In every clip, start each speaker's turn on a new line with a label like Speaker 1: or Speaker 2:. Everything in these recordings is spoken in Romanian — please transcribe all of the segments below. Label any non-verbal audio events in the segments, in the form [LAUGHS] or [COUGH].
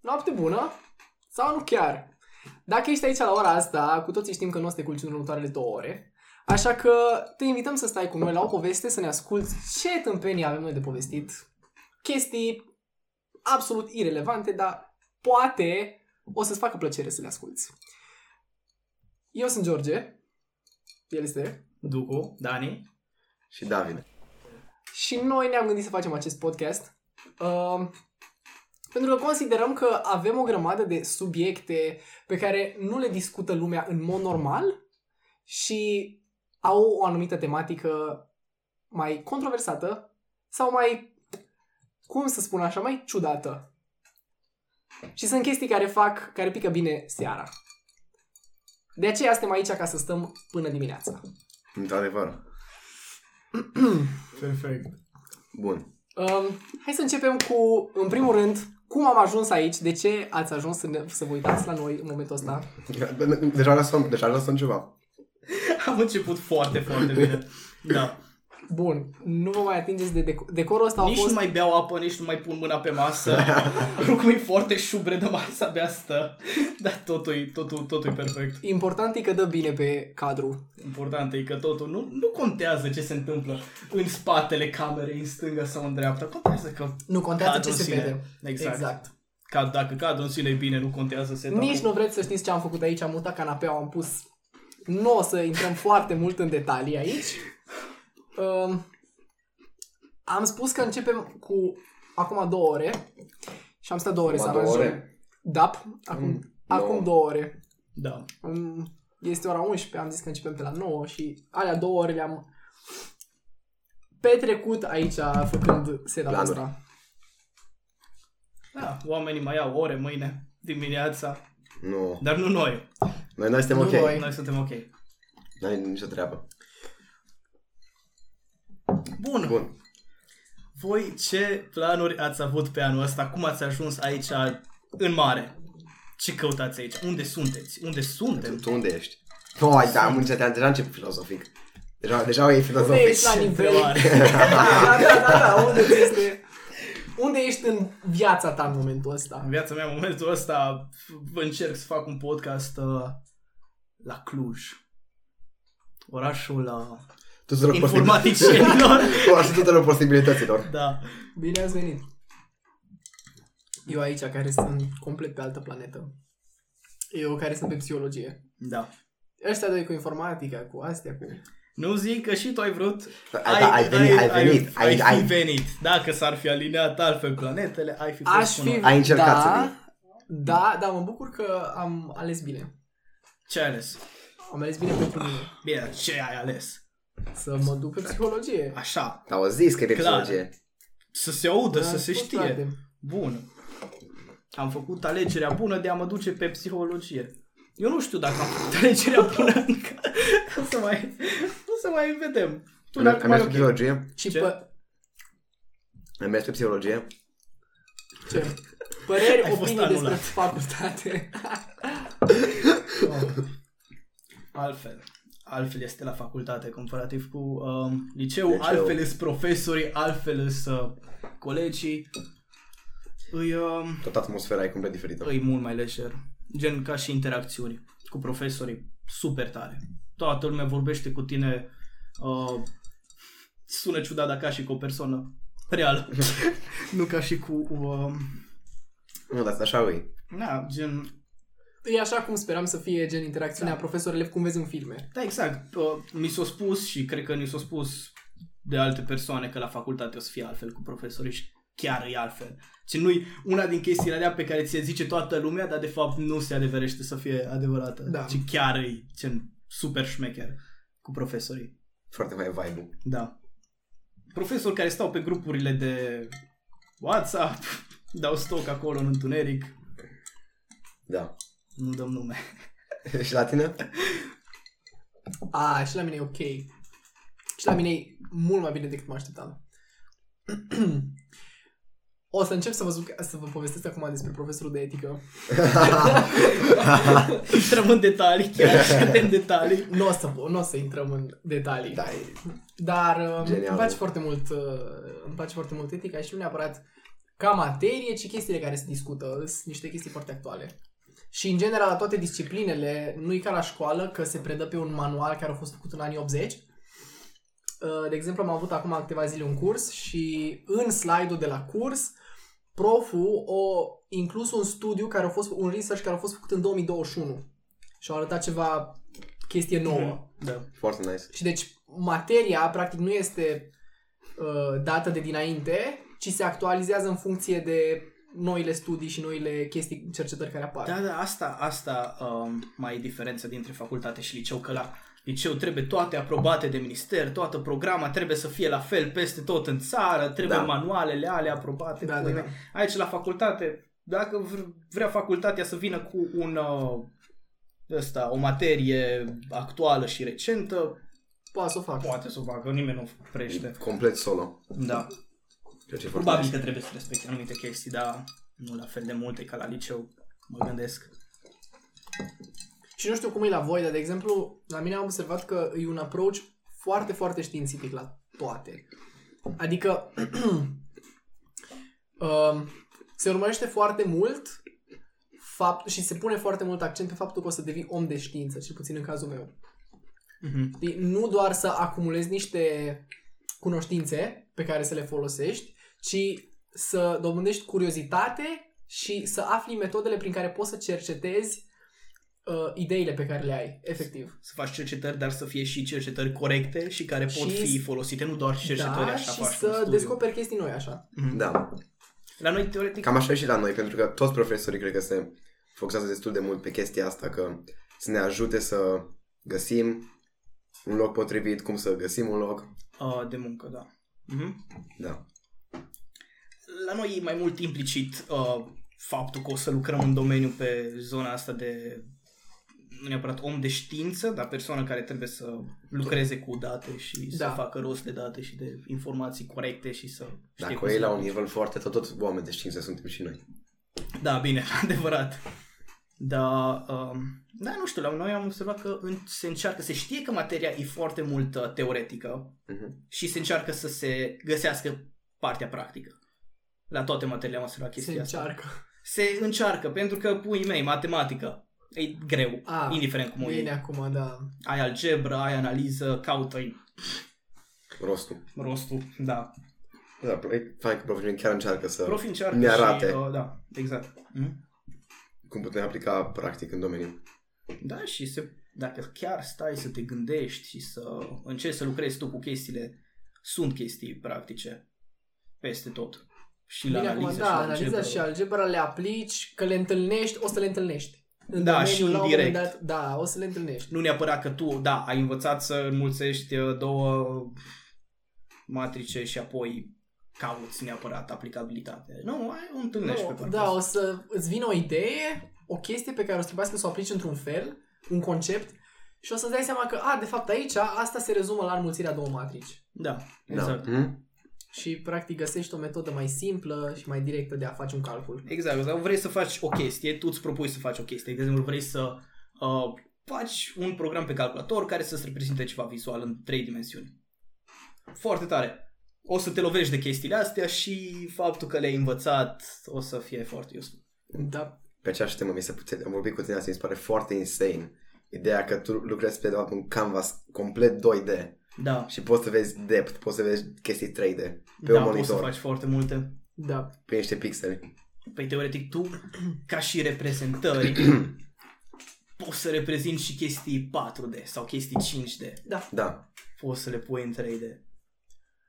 Speaker 1: noapte bună sau nu chiar. Dacă ești aici la ora asta, cu toții știm că nu o să te culci în următoarele două ore. Așa că te invităm să stai cu noi la o poveste, să ne asculti ce tâmpenii avem noi de povestit. Chestii absolut irelevante, dar poate o să-ți facă plăcere să le asculti. Eu sunt George, el este,
Speaker 2: Ducu, Dani.
Speaker 3: Și David.
Speaker 1: și noi ne-am gândit să facem acest podcast. Uh, pentru că considerăm că avem o grămadă de subiecte pe care nu le discută lumea în mod normal și au o anumită tematică mai controversată sau mai, cum să spun așa, mai ciudată. Și sunt chestii care fac, care pică bine seara. De aceea suntem aici ca să stăm până dimineața.
Speaker 3: Într-adevăr.
Speaker 2: Perfect.
Speaker 3: Bun.
Speaker 1: Um, hai să începem cu, în primul rând, cum am ajuns aici, de ce ați ajuns să, ne, să vă uitați la noi în momentul ăsta.
Speaker 3: Deja lăsăm, deja lăsăm ceva.
Speaker 2: Am început foarte, foarte bine. Da.
Speaker 1: Bun, nu vă mai atingeți de dec- decorul ăsta.
Speaker 2: nici
Speaker 1: a fost...
Speaker 2: nu mai beau apă, nici nu mai pun mâna pe
Speaker 1: [LAUGHS]
Speaker 2: masă. Lucrul e foarte șubredă, masa abia stă. Dar totul e, totul, totul e perfect.
Speaker 1: Important e că dă bine pe cadru.
Speaker 2: Important e că totul nu, nu contează ce se întâmplă în spatele camerei, în stânga sau în dreapta. Contează că
Speaker 1: Nu contează
Speaker 2: Cadru
Speaker 1: ce se
Speaker 2: în sine.
Speaker 1: vede.
Speaker 2: Exact. ca, dacă cadă în sine e bine, nu contează
Speaker 3: Da.
Speaker 2: setup
Speaker 1: Nici nu vreți să știți ce am făcut aici, am mutat canapeaua, am pus... Nu o să intrăm foarte mult în detalii aici. Um, am spus că începem cu acum două ore și am stat două ore
Speaker 3: Acum
Speaker 1: să
Speaker 3: două
Speaker 1: aranjăm.
Speaker 3: ore?
Speaker 1: Da, acum,
Speaker 3: Mm,
Speaker 1: acum
Speaker 3: nouă.
Speaker 1: două ore.
Speaker 2: Da.
Speaker 1: Mm, Este ora 11, am zis că începem pe la 9 și alea două ore le-am petrecut aici făcând setup
Speaker 3: Planuri.
Speaker 1: ăsta.
Speaker 2: da. Oamenii mai au ore mâine, dimineața.
Speaker 3: Nu.
Speaker 2: Dar nu noi.
Speaker 3: Noi, noi suntem
Speaker 1: Nu
Speaker 3: ok.
Speaker 1: voi.
Speaker 3: Noi.
Speaker 2: Noi suntem ok.
Speaker 3: Noi nicio treabă.
Speaker 2: Bun.
Speaker 3: Bun.
Speaker 2: Voi ce planuri ați avut pe anul ăsta? Cum ați ajuns aici în mare? Ce căutați aici? Unde sunteți? Unde suntem?
Speaker 3: Tu unde ești? Nu, oh, da, am început, deja încep filozofic. Deja, deja e
Speaker 1: Unde
Speaker 3: filozofic.
Speaker 1: ești Deci, la nivel?
Speaker 2: Întrebare.
Speaker 1: da, da, da, da, unde ți este? Unde ești în viața ta în momentul ăsta?
Speaker 2: În viața mea, în momentul ăsta, f- încerc să fac un podcast uh, la Cluj. Orașul uh,
Speaker 3: Tuturor
Speaker 2: informaticienilor.
Speaker 3: Poate tuturor posibilităților.
Speaker 2: da.
Speaker 1: Bine ați venit! Eu aici care sunt complet pe altă planetă. Eu care sunt pe psihologie.
Speaker 2: Da.
Speaker 1: Ăștia doi cu informatica, cu astea, cu...
Speaker 2: Nu zic că și tu ai vrut.
Speaker 3: Ai- Da, ai venit, ai venit,
Speaker 2: ai,
Speaker 3: ai-
Speaker 2: ai, fi
Speaker 3: ai-
Speaker 2: venit. Dacă s-ar fi alineat altfel planetele, ai fi fost
Speaker 1: Aș
Speaker 2: un
Speaker 1: fi...
Speaker 3: Ai încercat
Speaker 1: da,
Speaker 3: să vii.
Speaker 1: Da, da, mă bucur că am ales bine.
Speaker 2: Ce ai ales?
Speaker 1: Am ales bine pentru mine.
Speaker 2: Bine, dar ce ai ales?
Speaker 1: Să mă duc pe psihologie.
Speaker 2: Așa,
Speaker 3: Dar au zis că e pe
Speaker 2: Clar.
Speaker 3: psihologie.
Speaker 2: să se audă,
Speaker 1: Da,
Speaker 2: să se
Speaker 1: bă,
Speaker 2: știe.
Speaker 1: frate.
Speaker 2: Bun. Am făcut alegerea bună de a mă duce pe psihologie. Eu nu știu dacă am făcut [LAUGHS] alegerea bună încă. O să mai, o să mai vedem. Tu
Speaker 3: Am
Speaker 2: dacă
Speaker 3: am
Speaker 2: mai
Speaker 3: mers pe
Speaker 2: ok.
Speaker 3: psihologie.
Speaker 1: Și
Speaker 2: Ce?
Speaker 1: pă-
Speaker 3: Am mers pe psihologie.
Speaker 1: ce? Păreri,
Speaker 2: Ai fost
Speaker 1: opinii despre
Speaker 2: anulat.
Speaker 1: facultate. [LAUGHS]
Speaker 2: Oh. Altfel. Altfel este la facultate comparativ cu um, liceu,
Speaker 3: Liceu.
Speaker 2: altfel sunt profesorii, altfel sunt uh, colegii. Îi, um,
Speaker 3: Tot atmosfera e complet diferită.
Speaker 2: e mult mai lejer. Gen ca și interacțiuni cu profesorii. Super tare. Toată lumea vorbește cu tine. Uh, sună ciudat, dar ca și cu o persoană reală. nu ca și cu... Uh,
Speaker 3: Nu, dar așa e.
Speaker 2: na, gen...
Speaker 1: E așa cum speram să fie gen interacțiunea da. profesorilor cum vezi în filme.
Speaker 2: Da, exact. Uh, mi s-a spus și cred că mi s-a spus de alte persoane că la facultate o să fie altfel cu profesorii și chiar e altfel. Ce nu una din chestiile alea pe care ți-le zice toată lumea, dar de fapt nu se adeverește să fie adevărată.
Speaker 1: Da.
Speaker 2: Ci chiar e ce super șmecher cu profesorii.
Speaker 3: Foarte mai vibe
Speaker 2: Da. Profesori care stau pe grupurile de WhatsApp, [LAUGHS] dau stoc acolo în întuneric,
Speaker 3: Da. [LAUGHS]
Speaker 2: nu dăm nume. [LAUGHS]
Speaker 3: și la tine?
Speaker 1: A, și la mine e ok. Și la mine e mult mai bine decât mă așteptam. [CLEARS THROAT] O să încep să vă, zic, să vă povestesc acum despre profesorul de etică.
Speaker 2: Intrăm în detalii, chiar suntem în detalii.
Speaker 1: Nu o să, nu o să intrăm în detalii.
Speaker 3: Da, e
Speaker 1: Dar uh,
Speaker 3: Genial.
Speaker 1: îmi place foarte mult uh, îmi place foarte mult etica și nu neapărat ca materie, ci chestiile care se discută, sunt niște chestii foarte actuale. Și în general la toate disciplinele, nu e ca la școală că se predă pe un manual care a fost făcut în anii 80. Uh, De exemplu, am avut acum câteva zile un curs și în slide-ul de la curs, proful o inclus un studiu care a fost un research care a fost făcut în 2021 și au arătat ceva chestie nouă.
Speaker 2: Da.
Speaker 3: Foarte nice.
Speaker 1: Și deci materia practic nu este uh, dată de dinainte, ci se actualizează în funcție de noile studii și noile chestii, cercetări care apar.
Speaker 2: Da, da, asta, asta um, mai e diferența dintre facultate și liceu, că la liceu trebuie toate aprobate de minister, toată programa trebuie să fie la fel peste tot în țară, trebuie
Speaker 3: Da.
Speaker 2: manualele alea aprobate.
Speaker 1: Da, da,
Speaker 2: pune.
Speaker 1: da.
Speaker 2: Aici la facultate, dacă vr- vrea facultatea să vină cu un uh, ăsta, o materie actuală și recentă,
Speaker 1: Poate să o fac.
Speaker 2: poate să o facă, nimeni nu
Speaker 3: E
Speaker 2: prește.
Speaker 3: complet solo.
Speaker 2: Da.
Speaker 3: Ceea ce e foarte
Speaker 2: Probabil
Speaker 3: nice.
Speaker 2: că trebuie să respecte anumite chestii, dar nu la fel de multe ca la liceu, mă gândesc.
Speaker 1: Și nu știu cum e la voi, dar de exemplu, la mine am observat că e un approach foarte, foarte științific la toate. Adică [CLEARS THROAT] um, se urmărește foarte mult fapt, și se pune foarte mult accent pe faptul că o să devii om de știință, cel puțin în cazul meu.
Speaker 2: Mhm.
Speaker 1: Știi? Deci, Nu doar să acumulezi niște cunoștințe pe care să le folosești, ci să dobândești curiozitate și să afli metodele prin care poți să cercetezi uh, ideile pe care le ai, efectiv.
Speaker 2: să faci cercetări, dar să fie și cercetări corecte și care pot
Speaker 1: Și-
Speaker 2: fi folosite, nu doar cercetări
Speaker 1: da,
Speaker 2: așa
Speaker 1: și
Speaker 2: faci un
Speaker 1: să
Speaker 2: studiu.
Speaker 1: descoperi chestii noi așa.
Speaker 2: Mhm.
Speaker 3: Da.
Speaker 2: La noi, teoretic,
Speaker 3: Cam așa e și la noi, pentru că toți profesorii cred că se focusează destul de mult pe chestia asta, că să ne ajute să găsim un loc potrivit, cum să găsim un loc.
Speaker 2: uh, de muncă, da. Mhm.
Speaker 3: Da.
Speaker 2: La noi e mai mult implicit uh, faptul că o să lucrăm în domeniu pe zona asta de nu neapărat om de știință, dar persoană care trebuie să lucreze cu date și să
Speaker 1: Da.
Speaker 2: facă rost de date și de informații corecte și să știe
Speaker 3: Dacă
Speaker 2: cum
Speaker 3: o iei
Speaker 2: să-
Speaker 3: la un nivel foarte, tot, tot oameni de știință suntem și noi.
Speaker 2: Da, bine, [LAUGHS] adevărat. Dar, um, da, nu știu, la noi am observat că în, se încearcă, se știe că materia e foarte mult uh, teoretică
Speaker 3: Mhm.
Speaker 2: și se încearcă să se găsească partea practică. La toate materiile am observat
Speaker 1: Se
Speaker 2: chestia asta.
Speaker 1: încearcă.
Speaker 2: Se încearcă, pentru că, pui mei, matematică e greu,
Speaker 1: A,
Speaker 2: indiferent cum o
Speaker 1: Bine
Speaker 2: iei.
Speaker 1: acum, da.
Speaker 2: Ai algebra, ai analiză, caută-i
Speaker 3: Rostul.
Speaker 2: rostul, da.
Speaker 3: Da, e fain că profesorii chiar încearcă să
Speaker 2: Profi încearcă
Speaker 3: ne arate
Speaker 2: și, uh, da, exact. Mm?
Speaker 3: cum putem aplica practic în domeniu.
Speaker 2: Da, și se, dacă chiar stai să te gândești și să încerci să lucrezi tu cu chestiile, sunt chestii practice peste tot. Și la
Speaker 1: Bine
Speaker 2: analiză
Speaker 1: acum,
Speaker 2: și
Speaker 1: da,
Speaker 2: la
Speaker 1: analiza
Speaker 2: algebră.
Speaker 1: și algebra le aplici, că le întâlnești, o să le întâlnești. În
Speaker 2: Da,
Speaker 1: domeniu,
Speaker 2: și în
Speaker 1: la un moment
Speaker 2: direct.
Speaker 1: Dat, da, o să le întâlnești.
Speaker 2: Nu neapărat că tu, da, ai învățat să înmulțești uh, două matrice și apoi cauți neapărat aplicabilitate. Nu, ai o întâlnești pe
Speaker 1: Nu,
Speaker 2: parcurs.
Speaker 1: da, o să îți vină o idee, o chestie pe care o să trebuiască să o aplici într-un fel, un concept, și o să-ți dai seama că, a, de fapt aici, asta se rezumă la înmulțirea două matrici.
Speaker 2: da, exact.
Speaker 3: Da. Mhm.
Speaker 1: Și, practic, găsești o metodă mai simplă și mai directă de a face un calcul.
Speaker 2: Exact, sau vrei să faci o chestie, tu îți propui să faci o chestie. De exemplu, vrei să uh, faci un program pe calculator care să-ți reprezinte ceva vizual în trei dimensiuni. Foarte tare. O să te lovești de chestiile astea și faptul că le-ai învățat o să fie foarte useful.
Speaker 1: Da,
Speaker 3: Pe aceeași temă mi se putea, am vorbit cu tine asta, mi se pare foarte insane. Ideea că tu lucrezi pe de fapt un canvas complet 2D
Speaker 2: Da,
Speaker 3: și poți să vezi depth, poți să vezi chestii 3D pe un
Speaker 2: da poți să
Speaker 3: monitor,
Speaker 2: faci foarte multe.
Speaker 1: da.
Speaker 3: pe niște pixeli.
Speaker 2: Păi teoretic
Speaker 3: [CLEARS THROAT]
Speaker 2: tu, ca și reprezentări, poți să reprezinți și chestii 4D sau chestii 5D.
Speaker 3: Da,
Speaker 2: poți să le pui în 3D.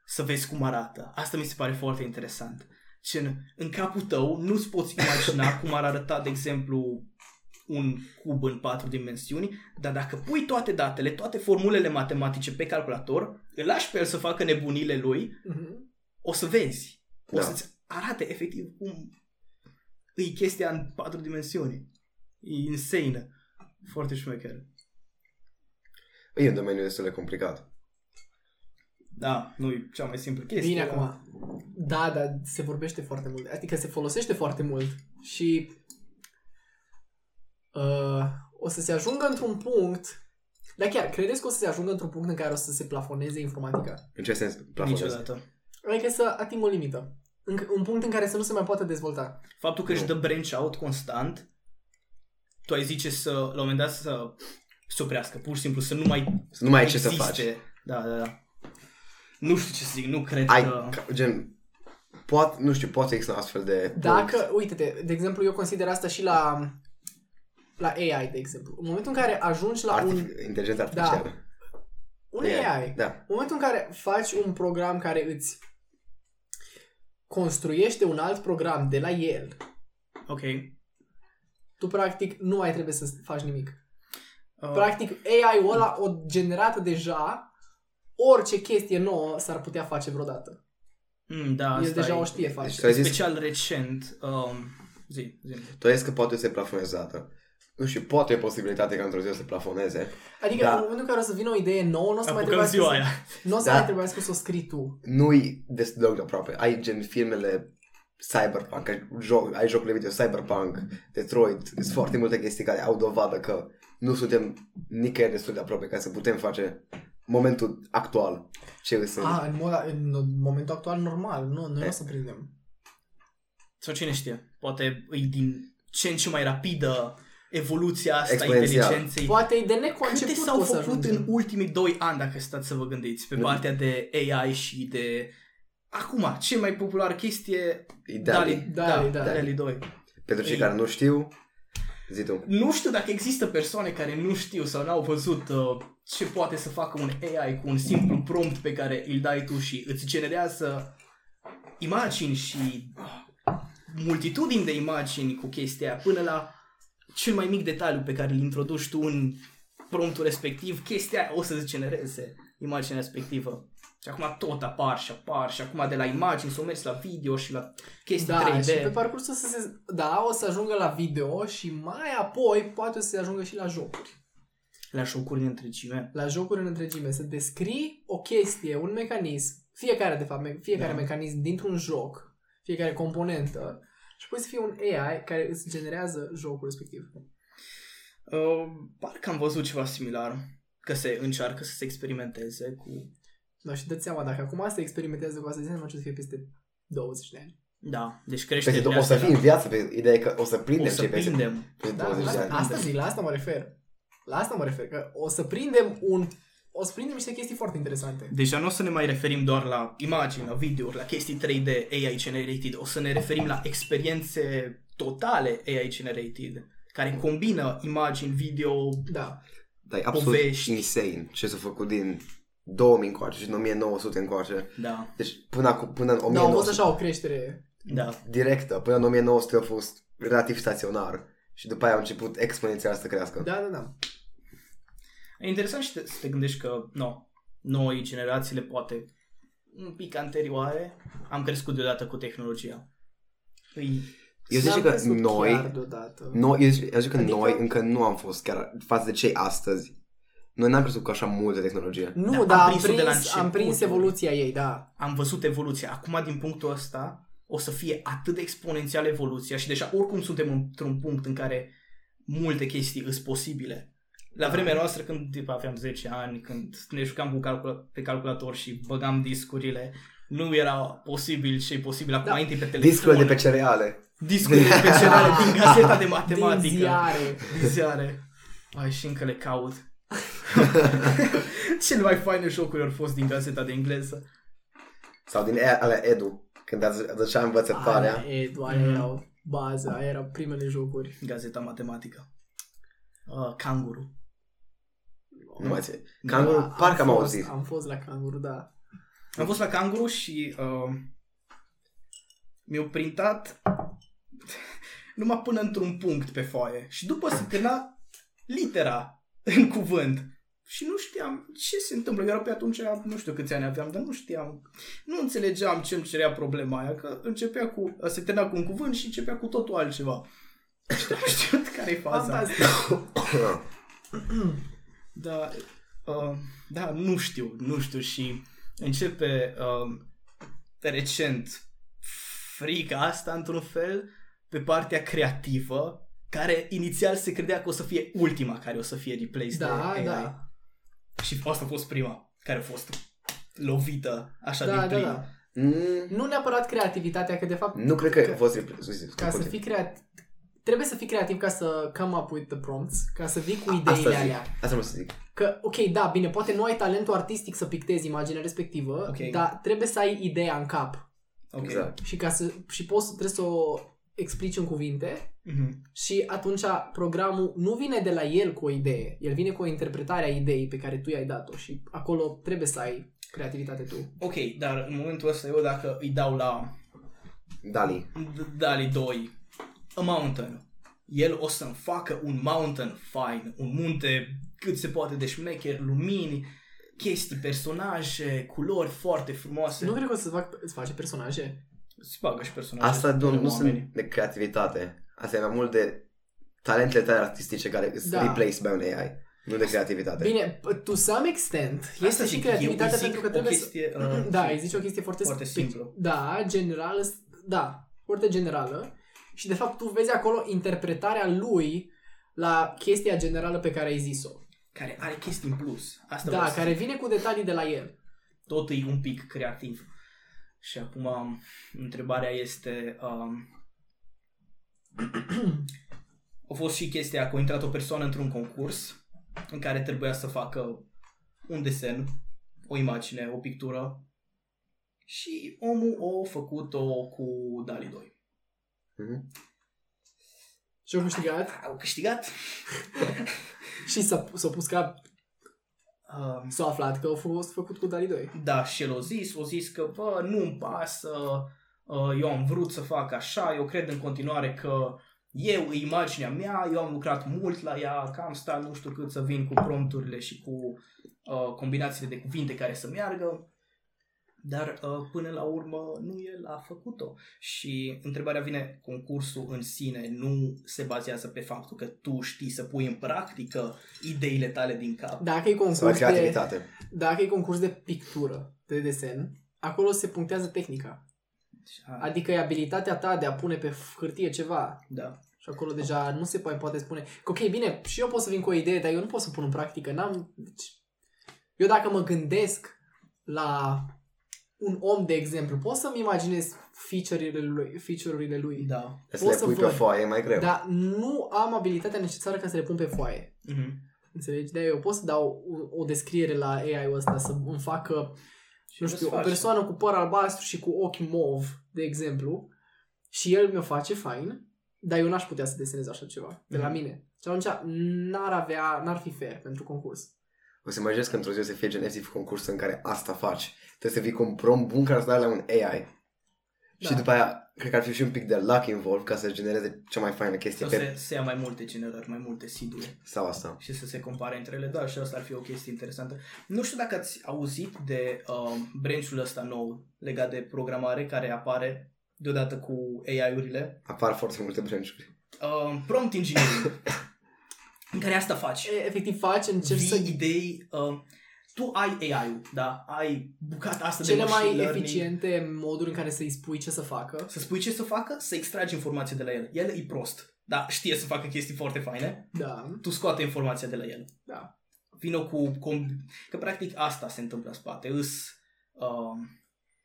Speaker 2: Să vezi cum arată. Asta mi se pare foarte interesant. Și în, în capul tău nu-ți poți imagina cum ar arăta, de exemplu, un cub în patru dimensiuni, dar dacă pui toate datele, toate formulele matematice pe calculator, îl lași pe el să facă nebunile lui,
Speaker 1: Mhm.
Speaker 2: o să vezi. O
Speaker 3: Da.
Speaker 2: să-ți arate efectiv cum îi chestia în patru dimensiuni. E insane. Foarte șmecher.
Speaker 3: e un domeniu destul de complicat.
Speaker 2: Da, nu e cea mai simplă chestie.
Speaker 1: Bine
Speaker 2: dar-
Speaker 1: acum. Da, da, se vorbește foarte mult. Adică se folosește foarte mult și uh, o să se ajungă într-un punct... Dar chiar, credeți că o să se ajungă într-un punct în care o să se plafoneze informatica?
Speaker 3: În ce sens? Plafonez.
Speaker 2: Niciodată.
Speaker 1: Adică să ating o limită. în- un punct în care să nu se mai poată dezvolta.
Speaker 2: Faptul că își dă branch out constant, tu ai zice să, la un moment dat, să se oprească, pur și simplu, să nu mai
Speaker 3: Să nu mai ai ce să
Speaker 2: existe.
Speaker 3: faci.
Speaker 2: Da, da, da. Nu știu ce să zic, nu cred
Speaker 3: Ai,
Speaker 2: că...
Speaker 3: ca- gen, poate, nu știu, poate există astfel de...
Speaker 2: Da.
Speaker 1: Dacă, uite-te, de exemplu, eu consider asta și la, la AI, de exemplu. În momentul în care ajungi la un, da,
Speaker 3: Artif- inteligența artificială.
Speaker 1: un AI,
Speaker 3: Da.
Speaker 1: în momentul în care faci un program care îți construiește un alt program de la el,
Speaker 2: Ok. Uh,
Speaker 1: tu practic nu mai trebuie să faci nimic.
Speaker 2: Uh,
Speaker 1: Practic, AI-ul ăla o generată deja, orice chestie nouă s-ar putea face vreodată.
Speaker 2: mm, da,
Speaker 1: El
Speaker 2: asta
Speaker 1: deja
Speaker 2: e. exact
Speaker 1: o știe
Speaker 3: Deci
Speaker 1: face.
Speaker 3: tu ai zis,
Speaker 2: Special recent, um, zi, zi.
Speaker 3: tu ai zis că poate este plafonezată. Nu știu, poate e posibilitate ca într-o zi o să plafoneze.
Speaker 1: Adică,
Speaker 3: Da.
Speaker 1: în momentul în care o să vină o idee nouă, nu o să mai
Speaker 2: Apucăm
Speaker 1: trebuiască
Speaker 2: ziua
Speaker 1: să,
Speaker 2: aia.
Speaker 1: nu o să
Speaker 3: Da.
Speaker 1: mai trebuiască să o scrii tu.
Speaker 3: Nu-i destul de aproape. Ai gen filmele Cyberpunk, ai, joc, ai jocurile video Cyberpunk, Detroit, sunt foarte multe chestii care au dovadă că nu suntem nicăieri destul de aproape ca să putem face momentul actual ce îi sunt.
Speaker 2: Da.
Speaker 1: A, în, mod, în momentul actual, normal. Nu, noi nu o să prindem.
Speaker 2: Sau cine știe, poate e din ce în ce mai rapidă evoluția asta a
Speaker 3: Exponențial.
Speaker 2: inteligenței.
Speaker 1: Poate e de
Speaker 2: Câte
Speaker 1: neconceput
Speaker 2: s-au
Speaker 1: că o să
Speaker 2: făcut
Speaker 1: ajungem.
Speaker 2: în ultimii doi ani, dacă stați să vă gândiți, pe
Speaker 3: Nu.
Speaker 2: partea de AI și de... Acum, cea mai populară chestie...
Speaker 3: E Dali.
Speaker 1: Dali,
Speaker 2: da,
Speaker 1: da.
Speaker 2: Dali 2.
Speaker 3: Pentru cei
Speaker 2: Ei.
Speaker 3: care nu știu, zi tu.
Speaker 2: Nu știu dacă există persoane care nu știu sau n-au văzut uh, ce poate să facă un AI cu un simplu prompt pe care îl dai tu și îți generează imagini și multitudini de imagini cu chestia aia, până la cel mai mic detaliu pe care îl introduci tu în promptul respectiv, chestia aia o să-ți genereze imaginea respectivă. Și acum tot apar și apar și acum de la imagini să mergi la video și la chestii
Speaker 1: Da,
Speaker 2: 3D.
Speaker 1: și pe parcurs o să se... Da, o să ajungă la video și mai apoi poate o să se ajungă și la jocuri.
Speaker 2: La șocuri în întregime.
Speaker 1: La jocuri în întregime. Să descrii o chestie, un mecanism, fiecare de fapt, me- fiecare
Speaker 2: Da.
Speaker 1: mecanism dintr-un joc, fiecare componentă, și poate să fie un AI care îți generează jocul respectiv.
Speaker 2: Uh, parcă am văzut ceva similar. Că se încearcă să se experimenteze cu...
Speaker 1: Da, și dă seama, dacă acum se experimentează cu asta, înseamnă ce o să fie peste 20 de ani.
Speaker 2: Da, deci crește
Speaker 3: Peste, Păi, o să fii în viață, pe ideea e că o să prindem
Speaker 2: o să
Speaker 3: ce peste
Speaker 2: prindem.
Speaker 3: peste
Speaker 1: Da,
Speaker 3: 20 de
Speaker 1: asta,
Speaker 3: ani.
Speaker 1: asta zic, la asta mă refer. La asta mă refer, că o să prindem un... O să prindem niște chestii foarte interesante.
Speaker 2: Deja nu o să ne mai referim doar la imagini, la videouri, la chestii 3D AI generated. O să ne referim la experiențe totale AI generated care combină imagini, video,
Speaker 1: Da.
Speaker 3: Da, e absolut
Speaker 2: Povești.
Speaker 3: insane ce s-a făcut din 2000 încoace și din 1900 încoace.
Speaker 2: da,
Speaker 3: Deci până, acum, până în
Speaker 1: Da, a fost
Speaker 3: 1900,
Speaker 1: așa o creștere
Speaker 2: da.
Speaker 3: directă, până în 1900 a fost relativ staționar și după aia a început exponențial să crească.
Speaker 1: Da, da, da.
Speaker 2: E interesant și te, să te gândești că, no, noi, generațiile, poate un pic anterioare, am crescut deodată cu tehnologia. Îi
Speaker 3: Eu zic
Speaker 1: N-am
Speaker 3: că
Speaker 1: crescut
Speaker 3: noi-
Speaker 1: Chiar deodată.
Speaker 3: No, eu, zic, eu zic
Speaker 1: Adică-
Speaker 3: că adică... noi încă nu am fost chiar față de cei astăzi. Noi n-am crescut cu așa multă tehnologie.
Speaker 1: Nu,
Speaker 2: Da,
Speaker 1: da,
Speaker 2: am
Speaker 1: dar am
Speaker 2: prins-o de la
Speaker 1: prins,
Speaker 2: început,
Speaker 1: am prins
Speaker 2: nu?
Speaker 1: evoluția ei,
Speaker 2: [LAUGHS]
Speaker 1: da.
Speaker 2: am văzut evoluția. Acum, din punctul ăsta, o să fie atât de exponențial evoluția și deja oricum suntem într-un punct în care multe chestii îs posibile.
Speaker 1: Da.
Speaker 2: La vremea noastră, când tip, aveam 10 ani, când ne jucam cu calcula- pe calculator și băgam discurile, nu era posibil și e posibil acum
Speaker 1: Da.
Speaker 2: da. intri pe telefon.
Speaker 3: Discurile de pe cereale.
Speaker 2: Discurile de pe cereale
Speaker 3: [LAUGHS]
Speaker 2: din gazeta de
Speaker 1: Din
Speaker 2: matematică.
Speaker 1: ziare.
Speaker 2: Din ziare. Ai, și încă le
Speaker 1: [LAUGHS]
Speaker 2: caut. [LAUGHS] Cele mai faine jocuri au fost din gazeta de engleză.
Speaker 3: Sau din e- alea Edu, când ați ducea învățătoarea.
Speaker 1: Aia, e, doar
Speaker 2: Mhm.
Speaker 1: aia erau baza, aia erau primele jocuri.
Speaker 2: Gazeta Matematică. Uh, Canguru.
Speaker 3: Nu mai țin. [COUGHS] Canguru,
Speaker 1: Da,
Speaker 3: parcă am
Speaker 1: fost-
Speaker 3: auzit.
Speaker 1: Am fost la Canguru, da.
Speaker 2: Am fost la Canguru și uh, mi-au printat [LAUGHS] numai până într-un punct pe foaie. Și după se târna litera [LAUGHS] în cuvânt. Și nu știam ce se întâmplă. Eu era pe atunci, nu știu câți ani aveam, dar nu știam. Nu înțelegeam ce îmi cerea problema aia, că începea cu, se termina cu un cuvânt și începea cu totul altceva. [LAUGHS] Și nu știu care e faza.
Speaker 1: Fantastic.
Speaker 2: Da, uh, da, nu știu, nu știu și începe uh, recent frica asta într-un fel pe partea creativă care inițial se credea că o să fie ultima care o să fie replaced
Speaker 1: Da,
Speaker 2: de AI.
Speaker 1: da.
Speaker 2: Și asta a fost prima care a fost lovită așa
Speaker 1: Da,
Speaker 2: din
Speaker 1: da,
Speaker 2: plin.
Speaker 1: da.
Speaker 3: Mm,
Speaker 1: Nu neapărat creativitatea, că de fapt
Speaker 3: nu cred că a fost
Speaker 1: ca să
Speaker 3: reprezentativ.
Speaker 1: fii creativ, trebuie să fii creativ ca să come up with the prompts, ca să vii cu ideile
Speaker 3: zic.
Speaker 1: alea.
Speaker 3: Asta vreau să zic.
Speaker 1: Că, ok, da, bine, poate nu ai talentul artistic să pictezi imaginea respectivă,
Speaker 2: Ok.
Speaker 1: dar trebuie să ai ideea în cap
Speaker 2: Ok.
Speaker 3: Exact.
Speaker 1: și, ca să, și poți, trebuie să o explici în cuvinte
Speaker 2: Mhm.
Speaker 1: și atunci programul nu vine de la el cu o idee, el vine cu o interpretare a ideii pe care tu i-ai dat-o și acolo trebuie să ai creativitate tu.
Speaker 2: Ok, dar în momentul ăsta eu dacă îi dau la
Speaker 3: Dali.
Speaker 2: D- Dali 2 A Mountain el o să-mi facă un mountain fine, un munte cât se poate de șmecher, lumini, chestii, personaje, culori foarte frumoase.
Speaker 1: Nu cred că o să-ți, fac, îți face personaje.
Speaker 2: Se bagă și personaje.
Speaker 3: Asta nu, nu
Speaker 2: oamenii.
Speaker 3: sunt de creativitate. Asta e mai mult de talentele tale artistice care îți
Speaker 1: Da.
Speaker 3: da. replace by un AI. Nu de creativitate.
Speaker 1: Bine, p- to some extent, este
Speaker 2: Asta
Speaker 1: și
Speaker 2: zic,
Speaker 1: creativitatea
Speaker 2: eu zic
Speaker 1: pentru că
Speaker 2: o
Speaker 1: trebuie [CLEARS THROAT]
Speaker 2: chestie,
Speaker 1: să...
Speaker 2: uh,
Speaker 1: da,
Speaker 2: sim-
Speaker 1: îi zici o chestie foarte,
Speaker 2: foarte
Speaker 1: speci-
Speaker 2: simplu.
Speaker 1: Da, generală, da, foarte generală. Și de fapt tu vezi acolo interpretarea lui la chestia generală pe care ai zis-o.
Speaker 2: Care are chestii în plus. Asta vreau
Speaker 1: Da,
Speaker 2: să
Speaker 1: care
Speaker 2: zic.
Speaker 1: vine cu detalii de la el.
Speaker 2: Tot e un pic creativ. Și acum um, întrebarea este... Um, [CLEARS THROAT] a fost și chestia că a intrat o persoană într-un concurs în care trebuia să facă un desen, o imagine, o pictură și omul a făcut-o cu Dali 2.
Speaker 3: Mhm.
Speaker 1: Și-o câștigat
Speaker 2: Au câștigat.
Speaker 1: și s-a, s-a pus cap,
Speaker 2: Um,
Speaker 1: s-a aflat că a fost făcut cu Dali 2.
Speaker 2: Da, și el o zis, o zis că bă, nu-mi pasă, uh, eu am vrut să fac așa, eu cred în continuare că eu, e imaginea mea, eu am lucrat mult la ea, că am stat nu știu cât să vin cu prompturile și cu uh, combinațiile de cuvinte care să meargă, dar uh, până la urmă nu el a făcut-o. Și întrebarea vine, concursul în sine nu se bazează pe faptul că tu știi să pui în practică ideile tale din cap.
Speaker 1: Dacă e
Speaker 3: Sau
Speaker 1: concurs de,
Speaker 3: creativitate.
Speaker 1: dacă e concurs de pictură, de desen, acolo se punctează tehnica.
Speaker 2: Așa,
Speaker 1: Adică e abilitatea ta de a pune pe hârtie ceva,
Speaker 2: da.
Speaker 1: Și acolo deja nu se mai poate spune că ok, bine, și eu pot să vin cu o idee, dar eu nu pot să pun în practică, n-am... Deci, eu dacă mă gândesc la un om, de exemplu, pot să-mi imaginez feature-urile lui, feature-urile lui
Speaker 2: Da.
Speaker 3: Să le
Speaker 1: să
Speaker 3: pui pe
Speaker 1: văd. Da.
Speaker 3: foaie, e mai greu.
Speaker 1: dar nu am abilitatea necesară ca să le pun pe foaie.
Speaker 2: Mhm.
Speaker 1: Înțelegi? De eu pot să dau o, o descriere la AI-ul ăsta să îmi facă
Speaker 2: Și
Speaker 1: nu
Speaker 2: nu-ți
Speaker 1: știu, o
Speaker 2: faci.
Speaker 1: persoană cu păr albastru și cu ochi mov, de exemplu, și el mi-o face fain, dar eu n-aș putea să desenez așa ceva de la
Speaker 2: Mhm.
Speaker 1: mine. Și atunci n-ar avea, n-ar fi fair pentru concurs.
Speaker 3: O să imaginez că într-o zi o să fie gen efectiv concurs în care asta faci. Trebuie să vii cu un prom bun care să dai la un AI.
Speaker 1: Da.
Speaker 3: Da. Și după aia, cred că ar fi și un pic de luck involved ca să genereze cea mai faină chestie
Speaker 2: Sau
Speaker 3: pe...
Speaker 2: să, să ia mai multe generări, mai multe siduri
Speaker 3: Sau asta.
Speaker 2: și să se compare între ele. Da, și asta ar fi o chestie interesantă. Nu știu dacă ați auzit de uh, branch-ul ăsta nou legat de programare care apare deodată cu AI-urile.
Speaker 3: Apar foarte multe branch-uri.
Speaker 2: Uh,
Speaker 1: [COUGHS]
Speaker 2: prompt engineering. în care asta faci.
Speaker 1: E, Efectiv faci, încerci
Speaker 2: Vii
Speaker 1: să...
Speaker 2: idei... Uh, tu ai AI-ul, da? Ai bucata asta de
Speaker 1: Cele
Speaker 2: machine
Speaker 1: mai
Speaker 2: learning.
Speaker 1: eficiente moduri în care să-i spui ce să facă.
Speaker 2: Să spui ce să facă, să extragi informații de la el. El e prost, dar știe să facă chestii foarte faine.
Speaker 1: Da,
Speaker 2: tu scoate informația de la el.
Speaker 1: da.
Speaker 2: Vino cu... Com- că practic asta se întâmplă în spate. Îs uh,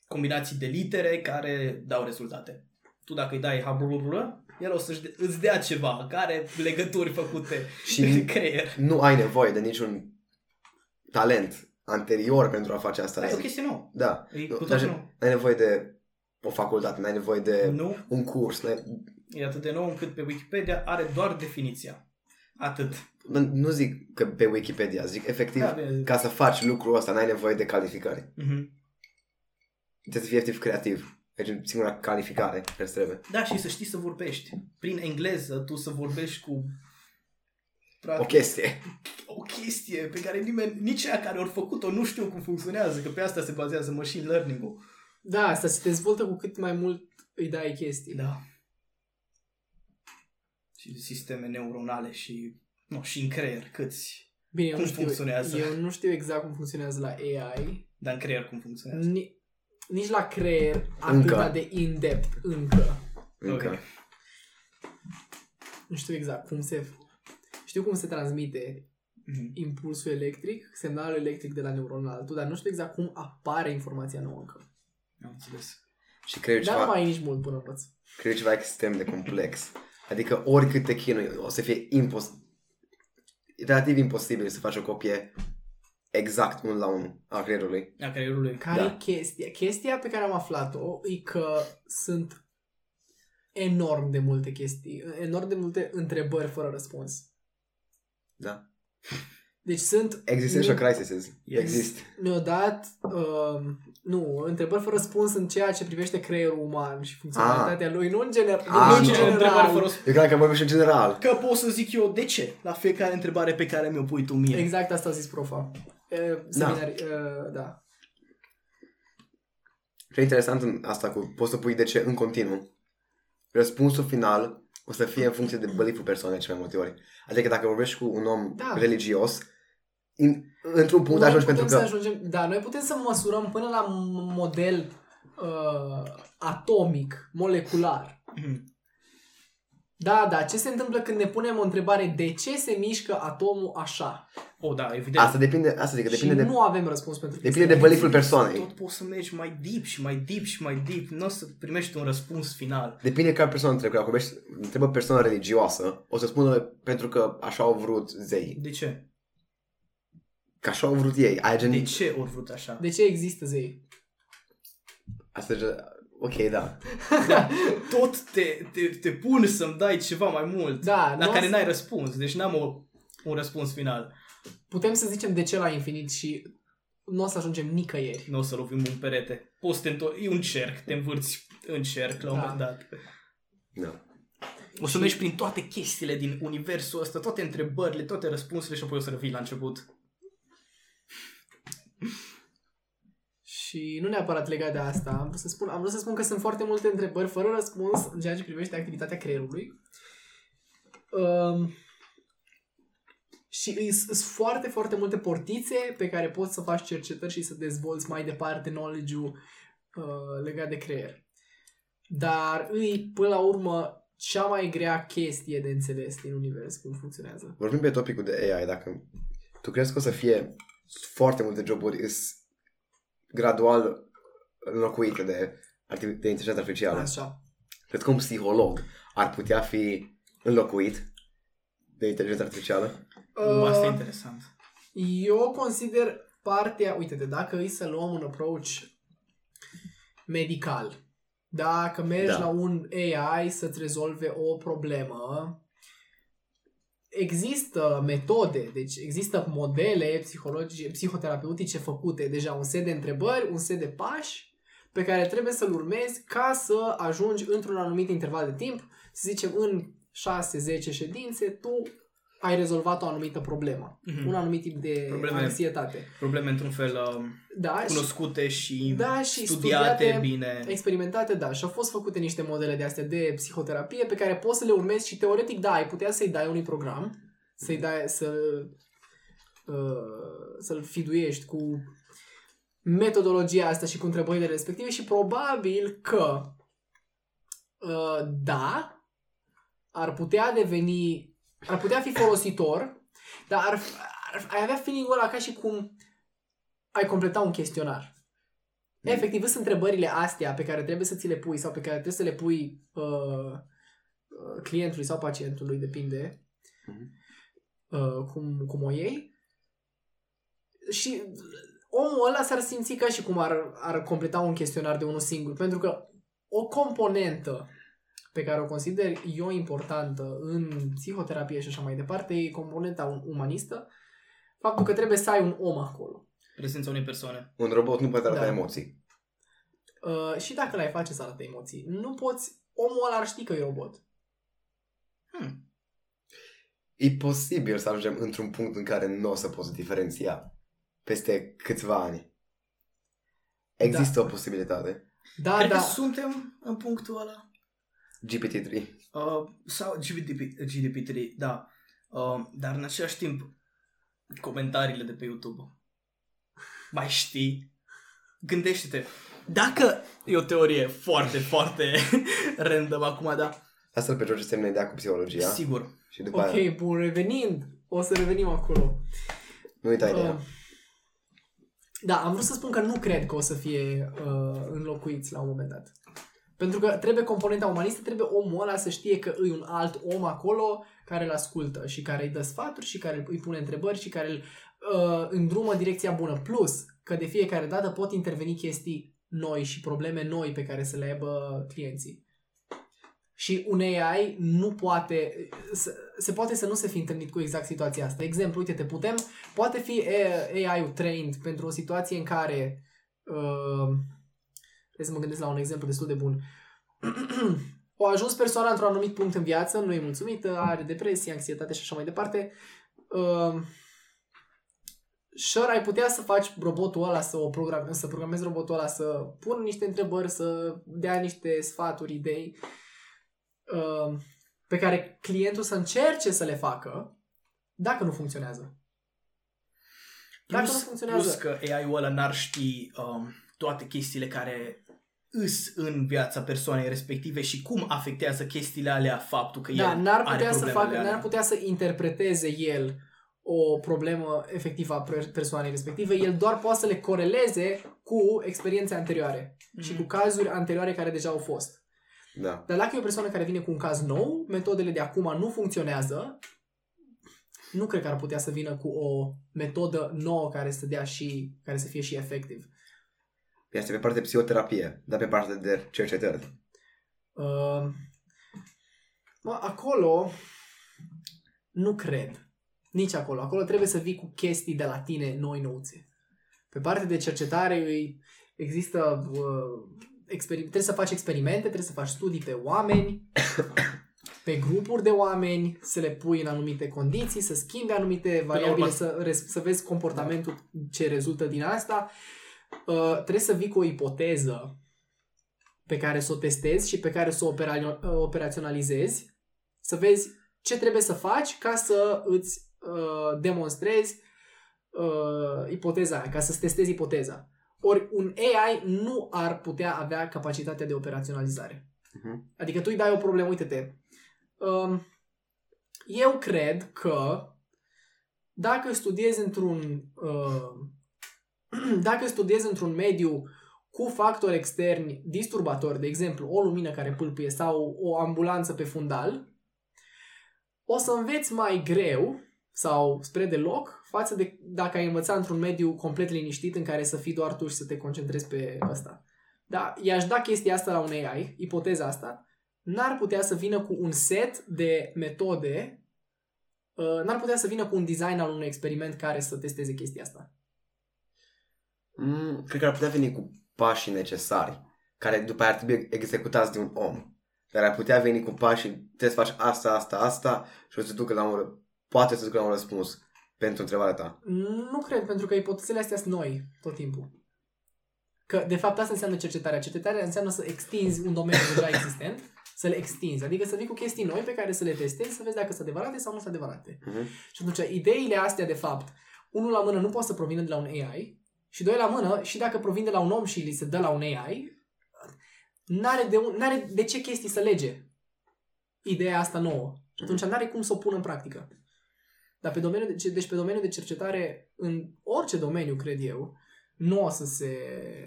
Speaker 2: combinații de litere care dau rezultate. Tu dacă îi dai habrulură, el o să-și de- îți dea ceva, care legături făcute
Speaker 3: [LAUGHS] Și-
Speaker 2: în creier.
Speaker 3: Nu ai nevoie de niciun talent anterior pentru a face asta.
Speaker 2: Da, e o chestie nouă.
Speaker 3: Da.
Speaker 2: E
Speaker 3: Nu,
Speaker 2: cu
Speaker 3: dar
Speaker 2: totul
Speaker 3: gen- N-ai nevoie de o facultate, n-ai nevoie de
Speaker 2: nou. Nu,
Speaker 3: un curs. n-ai-
Speaker 2: e atât de nou încât pe Wikipedia are doar definiția. Atât.
Speaker 3: n- Nu zic că pe Wikipedia, zic efectiv
Speaker 2: Da, vezi.
Speaker 3: ca să faci lucrul ăsta n-ai nevoie de calificări.
Speaker 2: Mhm.
Speaker 3: Trebuie să fii efectiv creativ. Deci singura calificare care îți trebuie.
Speaker 2: Da, și să știi să vorbești. Prin engleză tu să vorbești cu...
Speaker 3: O
Speaker 2: Practic,
Speaker 3: chestie.
Speaker 2: o chestie pe care nimeni, nici aia care au făcut-o nu știu cum funcționează, că pe asta se bazează machine learning-ul.
Speaker 1: Da, asta se dezvoltă cu cât mai mult îi dai chestii.
Speaker 2: Da. Și sisteme neuronale și, nu, și în creier, câți,
Speaker 1: Bine, eu
Speaker 2: Cum
Speaker 1: nu știu,
Speaker 2: funcționează?
Speaker 1: eu nu știu exact cum funcționează la AI,
Speaker 2: dar în creier cum funcționează.
Speaker 1: Ni- nici la creier
Speaker 3: Încă.
Speaker 1: atâta de in-depth încă.
Speaker 3: Încă.
Speaker 2: Ok.
Speaker 1: Nu știu exact cum se... Știu cum se transmite
Speaker 2: Mhm.
Speaker 1: impulsul electric, semnalul electric de la neuron la altul, dar nu știu exact cum apare informația nouă încă.
Speaker 2: Am înțeles.
Speaker 3: Și creier
Speaker 1: Dar nu
Speaker 3: ceva,
Speaker 1: Da, mai e nici mult până poți.
Speaker 3: creier ceva extrem de complex. Adică oricât te chinui, o să fie impos... relativ imposibil să faci o copie exact unul la unul a creierului.
Speaker 2: A creierului.
Speaker 1: Care
Speaker 3: Da.
Speaker 1: e chestia? Chestia pe care am aflat-o e că sunt enorm de multe chestii, enorm de multe întrebări fără răspuns.
Speaker 3: Da.
Speaker 1: Deci sunt
Speaker 3: Existential crises.
Speaker 2: Yes.
Speaker 3: Există.
Speaker 1: mi-o dat, um, nu, întrebări fără răspuns în ceea ce privește creierul uman și funcționalitatea lui, nu în, gener-
Speaker 3: Ah,
Speaker 1: nu
Speaker 2: Nu
Speaker 1: în
Speaker 2: ce
Speaker 1: general.
Speaker 2: întrebare fără
Speaker 3: Eu cred că vorbim și în general.
Speaker 2: Că pot să zic eu de ce la fiecare întrebare pe care mi-o pui tu mie.
Speaker 1: Exact asta a zis profa. E, Seminari, da. da.
Speaker 3: Și e interesant în asta cu poți să pui de ce în continuu. Răspunsul final o să fie în funcție de belief persoane cel mai multe ori. Adică dacă vorbești cu un om
Speaker 1: Da.
Speaker 3: da. religios, in, într-un punct
Speaker 1: Noi
Speaker 3: ajungi
Speaker 1: putem
Speaker 3: pentru
Speaker 1: să
Speaker 3: că...
Speaker 1: Ajungem, da, noi putem să măsurăm până la m- model uh, atomic, molecular.
Speaker 2: Mhm.
Speaker 1: Da, da, ce se întâmplă când ne punem o întrebare de ce se mișcă atomul așa?
Speaker 2: Oh, da, evident.
Speaker 3: Asta depinde, asta zic, că
Speaker 1: și
Speaker 3: depinde de...
Speaker 1: nu avem răspuns pentru
Speaker 3: Depinde de
Speaker 1: chestia
Speaker 3: belief persoanei.
Speaker 2: Tot poți să mergi mai deep și mai deep și mai deep. Nu o să primești un răspuns final.
Speaker 3: Depinde care persoană întrebi. Dacă vorbești, întrebă persoana religioasă, o să spună pentru că așa au vrut zei.
Speaker 2: De ce?
Speaker 3: Că așa au vrut ei. Ai gen...
Speaker 2: De
Speaker 1: Deci-
Speaker 2: ce ori vrut așa?
Speaker 1: asta. De ce există zei?
Speaker 3: Asta e gen... Ok, da.
Speaker 2: Tot te, te, te pun să-mi dai ceva mai mult.
Speaker 1: Da,
Speaker 2: La
Speaker 1: nu
Speaker 2: care
Speaker 1: o-
Speaker 2: n-ai răspuns. Deci n-am o, un răspuns final.
Speaker 1: Putem să zicem de ce la infinit și nu o să ajungem nicăieri.
Speaker 2: Nu o să lovim un perete. Poți să te întor- E un cerc. Te învârți în cerc la un
Speaker 1: Da.
Speaker 2: moment dat.
Speaker 3: Da.
Speaker 2: O să
Speaker 1: Și-
Speaker 2: mergi prin toate chestiile din universul ăsta, toate întrebările, toate răspunsurile și apoi o să revii la
Speaker 1: Uh,
Speaker 2: început.
Speaker 1: Și nu neapărat legat de asta, am vrut să spun, am vrut să spun că sunt foarte multe întrebări fără răspuns în ceea ce privește activitatea creierului. Um, și îi- sunt foarte, foarte multe portițe pe care poți să faci cercetări și să dezvolți mai departe knowledge-ul uh, legat de creier. Dar îi, până la urmă, cea mai grea chestie de înțeles din univers, cum funcționează.
Speaker 3: Vorbim pe topicul de AI, dacă tu crezi că o să fie foarte multe joburi is gradual înlocuite de, arti- de inteligența artificială.
Speaker 1: Așa.
Speaker 3: Cred că un psiholog ar putea fi înlocuit de inteligența artificială.
Speaker 2: Uh... Asta e
Speaker 1: Uh,
Speaker 2: interesant.
Speaker 1: Eu consider partea, uite-te, dacă îi să luăm un approach medical, dacă mergi
Speaker 3: Da.
Speaker 1: la un AI să-ți rezolve o problemă, există metode, deci există modele psihologice, psihoterapeutice făcute, deja un set de întrebări, un set de pași pe care trebuie să-l urmezi ca să ajungi într-un anumit interval de timp, să zicem în 6-10 ședințe, tu ai rezolvat o anumită problemă
Speaker 2: Mhm.
Speaker 1: un anumit tip de
Speaker 2: Probleme.
Speaker 1: anxietate.
Speaker 2: Probleme într-un fel um,
Speaker 1: Da, și
Speaker 2: cunoscute și,
Speaker 1: Da, și
Speaker 2: studiate,
Speaker 1: studiate.
Speaker 2: bine.
Speaker 1: experimentate, da, și au fost făcute niște modele de astea de psihoterapie pe care poți să le urmezi și teoretic, da, ai putea să-i dai unui program, să-i dai, să, uh, să-l fiduiești cu metodologia asta și cu întrebările respective și probabil că uh, da, ar putea deveni, ar putea fi folositor, dar ar, ar, ai avea feeling-ul ăla ca și cum ai completa un chestionar.
Speaker 3: Mm.
Speaker 1: Efectiv, sunt întrebările astea pe care trebuie să ți le pui sau pe care trebuie să le pui uh, uh, clientului sau pacientului, depinde
Speaker 3: Mhm.
Speaker 1: uh, cum, cum o iei. Și omul ăla s-ar simți ca și cum ar, ar completa un chestionar de unul singur, pentru că o componentă pe care o consider eu importantă în psihoterapie și așa mai departe e componenta um- umanistă, faptul că trebuie să ai un om acolo.
Speaker 2: Prezența unei persoane.
Speaker 3: Un robot nu poate arăta
Speaker 1: Da.
Speaker 3: da. emoții.
Speaker 1: Uh, și dacă l-ai face să arate emoții, nu poți, omul ăla ar ști că e robot.
Speaker 2: Hmm.
Speaker 3: E posibil să ajungem într-un punct în care nu o să poți diferenția peste câțiva ani. Există da. o posibilitate.
Speaker 1: Da,
Speaker 2: Cred
Speaker 1: da.
Speaker 2: că suntem în punctul ăla.
Speaker 3: GPT-3.
Speaker 2: Uh, sau GDP, GDP3, da. Uh, dar în același timp, comentariile de pe YouTube. Mai știi? Gândește-te. Dacă e o teorie foarte, foarte [LAUGHS] random acum, da,
Speaker 3: Asta pe George Semne dea cu psihologia. Sim.
Speaker 2: sigur.
Speaker 3: Și după aia,
Speaker 1: Ok, bun, revenind, o să revenim acolo.
Speaker 3: nu uita
Speaker 1: Uh,
Speaker 3: ideea.
Speaker 1: Da, am vrut să spun că nu cred că o să fie uh, înlocuiți la un moment dat. Pentru că trebuie componenta umanistă, trebuie omul ăla să știe că e un alt om acolo care îl ascultă și care îi dă sfaturi și care îi pune întrebări și care îl uh, îndrumă în direcția bună. Plus că de fiecare dată pot interveni chestii noi și probleme noi pe care să le aibă clienții. Și un AI nu poate, se, se poate să nu se fi întâlnit cu exact situația asta. Exemplu, uite-te, putem, poate fi AI-ul trained pentru o situație în care, uh, trebuie să mă gândesc la un exemplu destul de bun, [CLEARS THROAT] o ajuns persoana într-un anumit punct în viață, nu e mulțumită, are depresie, anxietate și așa mai departe, uh, sure, ai putea să faci robotul ăla să o program, să programezi robotul ăla să pună niște întrebări, să dea niște sfaturi, idei uh, pe care clientul să încerce să le facă dacă nu funcționează. Dacă nu funcționează.
Speaker 2: Plus că AI-ul ăla n-ar ști um, toate chestiile care îs în viața persoanei respective și cum afectează chestiile alea faptul că
Speaker 1: Da,
Speaker 2: el
Speaker 1: n-ar
Speaker 2: are
Speaker 1: putea să
Speaker 2: problemele
Speaker 1: facă,
Speaker 2: alea.
Speaker 1: n-ar putea să interpreteze el o problemă efectivă a pre- persoanei respective, el doar poate să le coreleze cu experiențe anterioare mm-hmm.
Speaker 2: Mm.
Speaker 1: și cu cazuri anterioare care deja au fost.
Speaker 3: Da.
Speaker 1: Dar dacă e o persoană care vine cu un caz nou, metodele de acum nu funcționează, nu cred că ar putea să vină cu o metodă nouă care să dea și care să fie și efectiv.
Speaker 3: Este pe partea de psihoterapie, dar pe partea de cercetări.
Speaker 1: Uh, mă, acolo nu cred. Nici acolo. Acolo trebuie să vii cu chestii de la tine noi nouțe. Pe partea de cercetare îi- există uh, experim- trebuie să faci experimente, trebuie să faci studii pe oameni, pe grupuri de oameni, să le pui în anumite condiții, să schimbi anumite variabile,
Speaker 2: urmă-
Speaker 1: să, res- să vezi comportamentul ce rezultă din asta. Uh, trebuie să vii cu o ipoteză pe care să o testezi și pe care să o opera- uh, operaționalizezi, să vezi ce trebuie să faci ca să îți uh, demonstrezi uh, ipoteza aia, ca să-ți testezi ipoteza. Ori un AI nu ar putea avea capacitatea de operaționalizare.
Speaker 3: Mhm.
Speaker 1: Adică tu îi dai o problemă, uite-te. Um, eu cred că dacă studiezi într-un uh, [CLEARS THROAT] dacă studiezi într-un mediu cu factori externi disturbatori, de exemplu o lumină care pâlpâie sau o ambulanță pe fundal, o să înveți mai greu sau spre deloc față de dacă ai învăța într-un mediu complet liniștit în care să fii doar tu și să te concentrezi pe ăsta. Da, i-aș da chestia asta la un AI, ipoteza asta, n-ar putea să vină cu un set de metode, uh, n-ar putea să vină cu un design al unui experiment care să testeze chestia asta.
Speaker 3: Mm, cred că ar putea veni cu pașii necesari, care după aia ar trebui executați de un om. Dar ar putea veni cu pașii, trebuie să faci asta, asta, asta și o să ducă la un, ră- poate să ducă la un răspuns pentru întrebarea ta.
Speaker 1: Nu cred, pentru că ipotezele astea sunt noi tot timpul. Că, de fapt, asta înseamnă cercetarea. Cercetarea înseamnă să extinzi un domeniu deja existent, să le extinzi. Adică să vii cu chestii noi pe care să le testezi, să vezi dacă sunt adevărate sau nu sunt adevărate.
Speaker 3: Mhm.
Speaker 1: Și atunci, ideile astea, de fapt, unul la mână nu poate să provină de la un AI și doi la mână, și dacă provin de la un om și li se dă la un AI, n-are de, un- n-are de ce chestii să lege ideea asta nouă. Și atunci n-are cum să o pună în practică. Dar pe domeniul de, deci pe domeniul de cercetare, în orice domeniu, cred eu, nu o să se,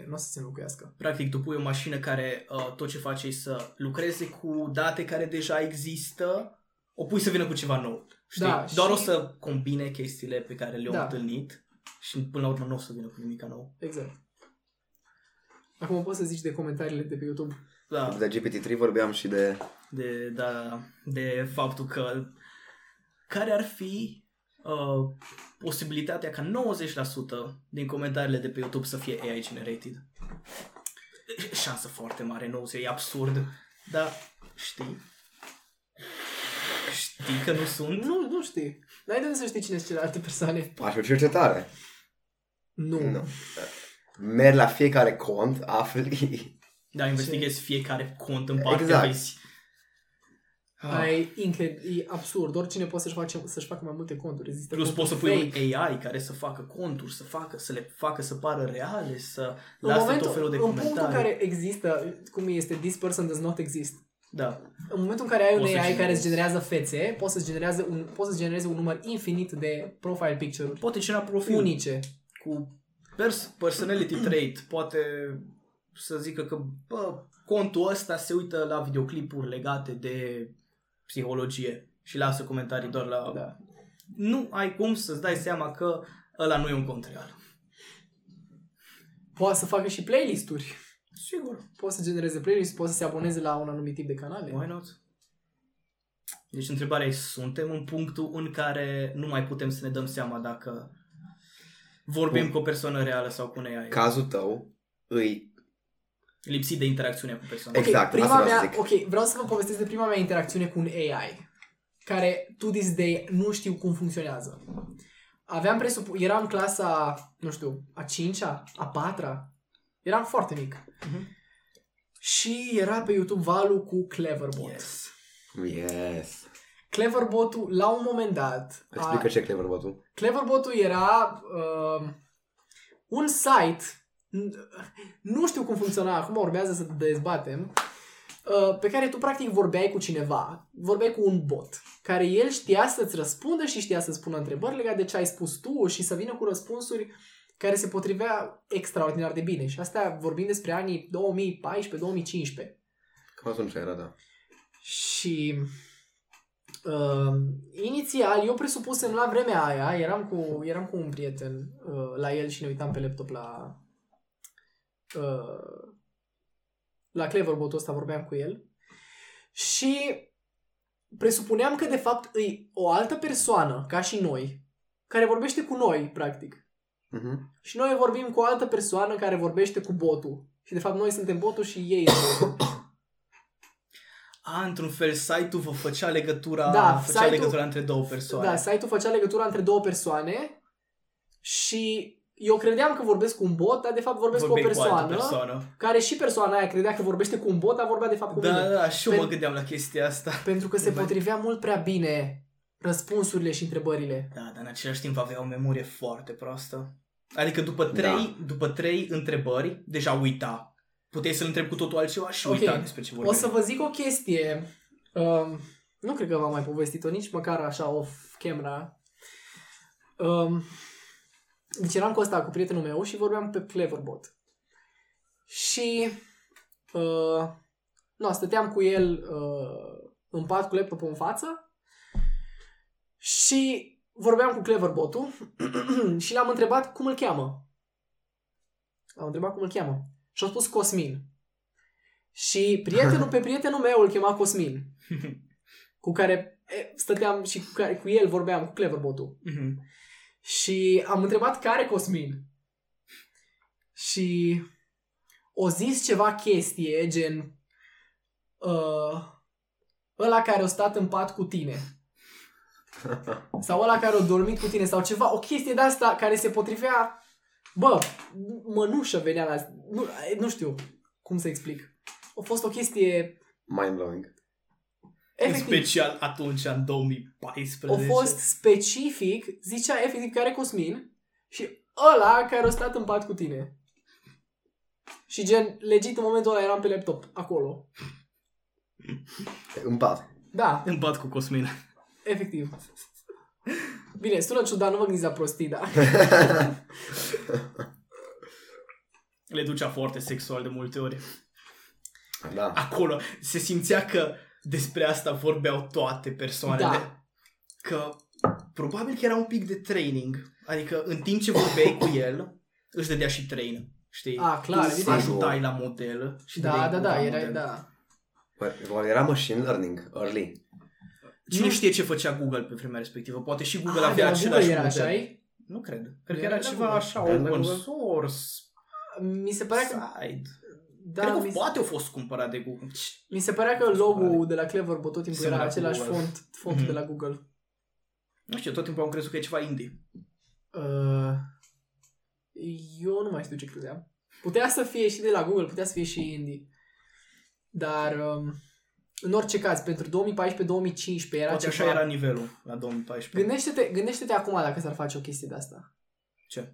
Speaker 1: nu o să se înlocuiască.
Speaker 2: Practic, tu pui o mașină care uh, tot ce face e să lucreze cu date care deja există, o pui să vină cu ceva nou. Știi?
Speaker 1: Da,
Speaker 2: Doar
Speaker 1: și-
Speaker 2: o să combine chestiile pe care le-au
Speaker 1: Da.
Speaker 2: întâlnit și până la urmă nu o să vină cu nimic nou.
Speaker 1: Exact. Acum poți să zici de comentariile de pe YouTube.
Speaker 2: Da,
Speaker 3: De GPT-3 vorbeam și de...
Speaker 2: de, da, de faptul că care ar fi uh, posibilitatea ca 90% din comentariile de pe YouTube să fie AI generated. Șansă foarte mare, 90, e absurd, dar știi. Știi că nu sunt?
Speaker 1: Nu, nu știi. N-ai de unde să știi cine sunt celelalte persoane.
Speaker 3: Aș o cercetare.
Speaker 1: Nu.
Speaker 3: Nu. Merg la fiecare cont, afli... [LAUGHS]
Speaker 2: Da, investighezi fiecare cont în parte,
Speaker 3: Exact.
Speaker 2: vezi. Ah,
Speaker 1: Aia e, incredibil, e absurd. Oricine poate să-și, face, să-și facă mai multe conturi. Există
Speaker 2: Plus poți
Speaker 1: conturi
Speaker 2: să pui
Speaker 1: fake.
Speaker 2: un AI care să facă conturi, să facă, să le facă să pară reale, să
Speaker 1: în
Speaker 2: lase
Speaker 1: momentul,
Speaker 2: tot felul de
Speaker 1: în punctul în
Speaker 2: comentarii.
Speaker 1: care există, cum este this person does not exist,
Speaker 2: Da.
Speaker 1: în momentul în care ai un
Speaker 2: Poți să
Speaker 1: AI care
Speaker 2: generezi.
Speaker 1: îți generează fețe, poți să-ți genereze un, poți să genereze un număr infinit de profile picture-uri
Speaker 2: Poate genera profil
Speaker 1: unice.
Speaker 2: cu Pers- personality trait poate să zică că bă, contul ăsta se uită la videoclipuri legate de psihologie și lasă comentarii doar la...
Speaker 3: Da.
Speaker 2: Nu ai cum să-ți dai seama că ăla nu e un cont real.
Speaker 1: Poate să facă și playlisturi.
Speaker 2: Sigur.
Speaker 1: Poate să genereze playlist, poate să se aboneze la un anumit tip de canale.
Speaker 2: Why not? Deci întrebarea e, suntem în punctul în care nu mai putem să ne dăm seama dacă vorbim
Speaker 3: Bun.
Speaker 2: cu o persoană reală sau cu un AI.
Speaker 3: Cazul tău îi...
Speaker 2: Lipsit de interacțiunea cu persoana.
Speaker 1: Ok,
Speaker 3: Exact,
Speaker 1: prima
Speaker 3: asta vreau să
Speaker 1: mea,
Speaker 3: zic.
Speaker 1: ok, vreau să vă povestesc de prima mea interacțiune cu un AI, care, to this day, nu știu cum funcționează. Aveam presupu... Eram în clasa, nu știu, a 5-a, a 4-a. Eram foarte mic.
Speaker 2: Mhm.
Speaker 1: Și era pe YouTube valul cu Cleverbot.
Speaker 2: Yes.
Speaker 3: Yes.
Speaker 1: Cleverbot-ul, la un moment dat, a-
Speaker 3: Explică ce e clever bătul.
Speaker 1: Cleverbot-ul era uh, un site, n- nu știu cum funcționa, acum urmează să dezbatem, uh, pe care tu practic vorbeai cu cineva, vorbeai cu un bot, care el știa să-ți răspundă și știa să-ți pună întrebări legate de ce ai spus tu și să vină cu răspunsuri care se potrivea extraordinar de bine. Și astea vorbim despre anii 2014-2015.
Speaker 3: Cam atunci era, da.
Speaker 1: Și uh, inițial, eu presupusem la vremea aia, eram cu, eram cu un prieten uh, la el și ne uitam pe laptop la uh, la Cleverbot-ul ăsta, vorbeam cu el și presupuneam că de fapt e o altă persoană, ca și noi, care vorbește cu noi, practic.
Speaker 3: Mhm.
Speaker 1: Și noi vorbim cu o altă persoană care vorbește cu botul. Și de fapt noi suntem botul și ei sunt botul.
Speaker 2: A, într-un fel, site-ul vă făcea legătura,
Speaker 1: Da,
Speaker 2: făcea
Speaker 1: site-ul-
Speaker 2: legătura între două persoane.
Speaker 1: Da, site-ul făcea legătura între două persoane și eu credeam că vorbesc cu un bot, dar de fapt vorbesc
Speaker 2: Vorbeai
Speaker 1: cu o persoană,
Speaker 2: altă persoană.
Speaker 1: care și persoana aia credea că vorbește cu un bot, dar vorbea de fapt cu
Speaker 2: Da,
Speaker 1: mine.
Speaker 2: da, și eu
Speaker 1: Pe-
Speaker 2: mă gândeam la chestia asta.
Speaker 1: Pentru că se
Speaker 2: Băi.
Speaker 1: potrivea mult prea bine răspunsurile și întrebările.
Speaker 2: Da, dar în același timp avea o memorie foarte proastă. Adică după
Speaker 1: Da.
Speaker 2: trei, după trei întrebări, deja uita. Puteai să-l întrebi cu totul altceva și
Speaker 1: Ok.
Speaker 2: uita despre ce vorbeai.
Speaker 1: O să vă zic o chestie. Um, nu cred că v-am mai povestit-o nici măcar așa off-camera. Um, deci eram cu ăsta, cu prietenul meu și vorbeam pe Cleverbot. Și uh, no, stăteam cu el uh, în pat cu laptopul în față și vorbeam cu Cleverbot-ul [CLEARS THROAT] și l-am întrebat cum îl cheamă. L-am întrebat cum îl cheamă. Și a spus Cosmin. Și prietenul pe prietenul meu îl chema Cosmin, cu care e, stăteam și cu, care, cu el vorbeam, cu Cleverbot-ul.
Speaker 2: Mhm.
Speaker 1: Și am întrebat care Cosmin. Și o zis ceva chestie, gen uh, ăla care a stat în pat cu tine. Sau ăla care a dormit cu tine. Sau ceva, o chestie de asta care se potrivea Bă, mănușă venea la... Nu, nu știu cum să explic. A fost o chestie...
Speaker 3: Mind blowing.
Speaker 2: În
Speaker 1: Efectiv,
Speaker 2: special atunci, în
Speaker 1: a
Speaker 2: 2014.
Speaker 1: fost specific, zicea efectiv care Cosmin și ăla care a stat în pat cu tine. Și gen, legit în momentul ăla eram pe laptop, acolo.
Speaker 3: În
Speaker 2: [LAUGHS]
Speaker 3: pat.
Speaker 1: Da,
Speaker 2: Îmi bat cu Cosmin.
Speaker 1: efectiv. Bine, sună ciudat, nu vă gândiți la prostii, da.
Speaker 2: Le ducea foarte sexual de multe ori.
Speaker 3: Da.
Speaker 2: Acolo se simțea că despre asta vorbeau toate persoanele.
Speaker 1: Da.
Speaker 2: Că probabil că era un pic de training. Adică în timp ce vorbeai cu el, își dădea și train. Știi?
Speaker 1: A, clar,
Speaker 2: tu
Speaker 1: evident.
Speaker 2: ajutai la model. Și
Speaker 1: Da, da,
Speaker 2: dădeai cu
Speaker 1: da,
Speaker 2: la
Speaker 1: era,
Speaker 2: model.
Speaker 1: da.
Speaker 3: Bă, oare Păi, Era machine learning, early.
Speaker 2: Cine
Speaker 1: Nu-
Speaker 2: știe ce făcea Google pe vremea respectivă? Poate și Google
Speaker 1: Ah, de
Speaker 2: avea
Speaker 1: la
Speaker 2: același
Speaker 1: Google era
Speaker 2: model.
Speaker 1: așa, ai?
Speaker 2: Nu cred. Cred că
Speaker 1: Era
Speaker 2: era
Speaker 1: de la
Speaker 2: ceva
Speaker 1: Google.
Speaker 2: așa,
Speaker 3: Era de la
Speaker 2: open
Speaker 3: Google?
Speaker 2: source,
Speaker 1: Mi se părea că...
Speaker 2: side.
Speaker 1: Da,
Speaker 2: Cred că
Speaker 1: mi se,
Speaker 2: poate a fost cumpărat de Google.
Speaker 1: mi se părea că logo-ul de la Cleverbot tot timpul era
Speaker 2: Semăna cu
Speaker 1: același
Speaker 2: Google.
Speaker 1: font, fontul de
Speaker 2: Mhm.
Speaker 1: la Google.
Speaker 2: Nu știu, tot timpul am crezut că e ceva indie.
Speaker 1: Uh, eu nu mai știu ce credeam. Putea să fie și de la Google, putea să fie și indie. Dar, um, în orice caz, pentru 2014-2015 era
Speaker 2: Poate
Speaker 1: ceva...
Speaker 2: așa era nivelul la 2014.
Speaker 1: Gândește-te, gândește-te acum dacă s-ar face o chestie de asta.
Speaker 2: Ce?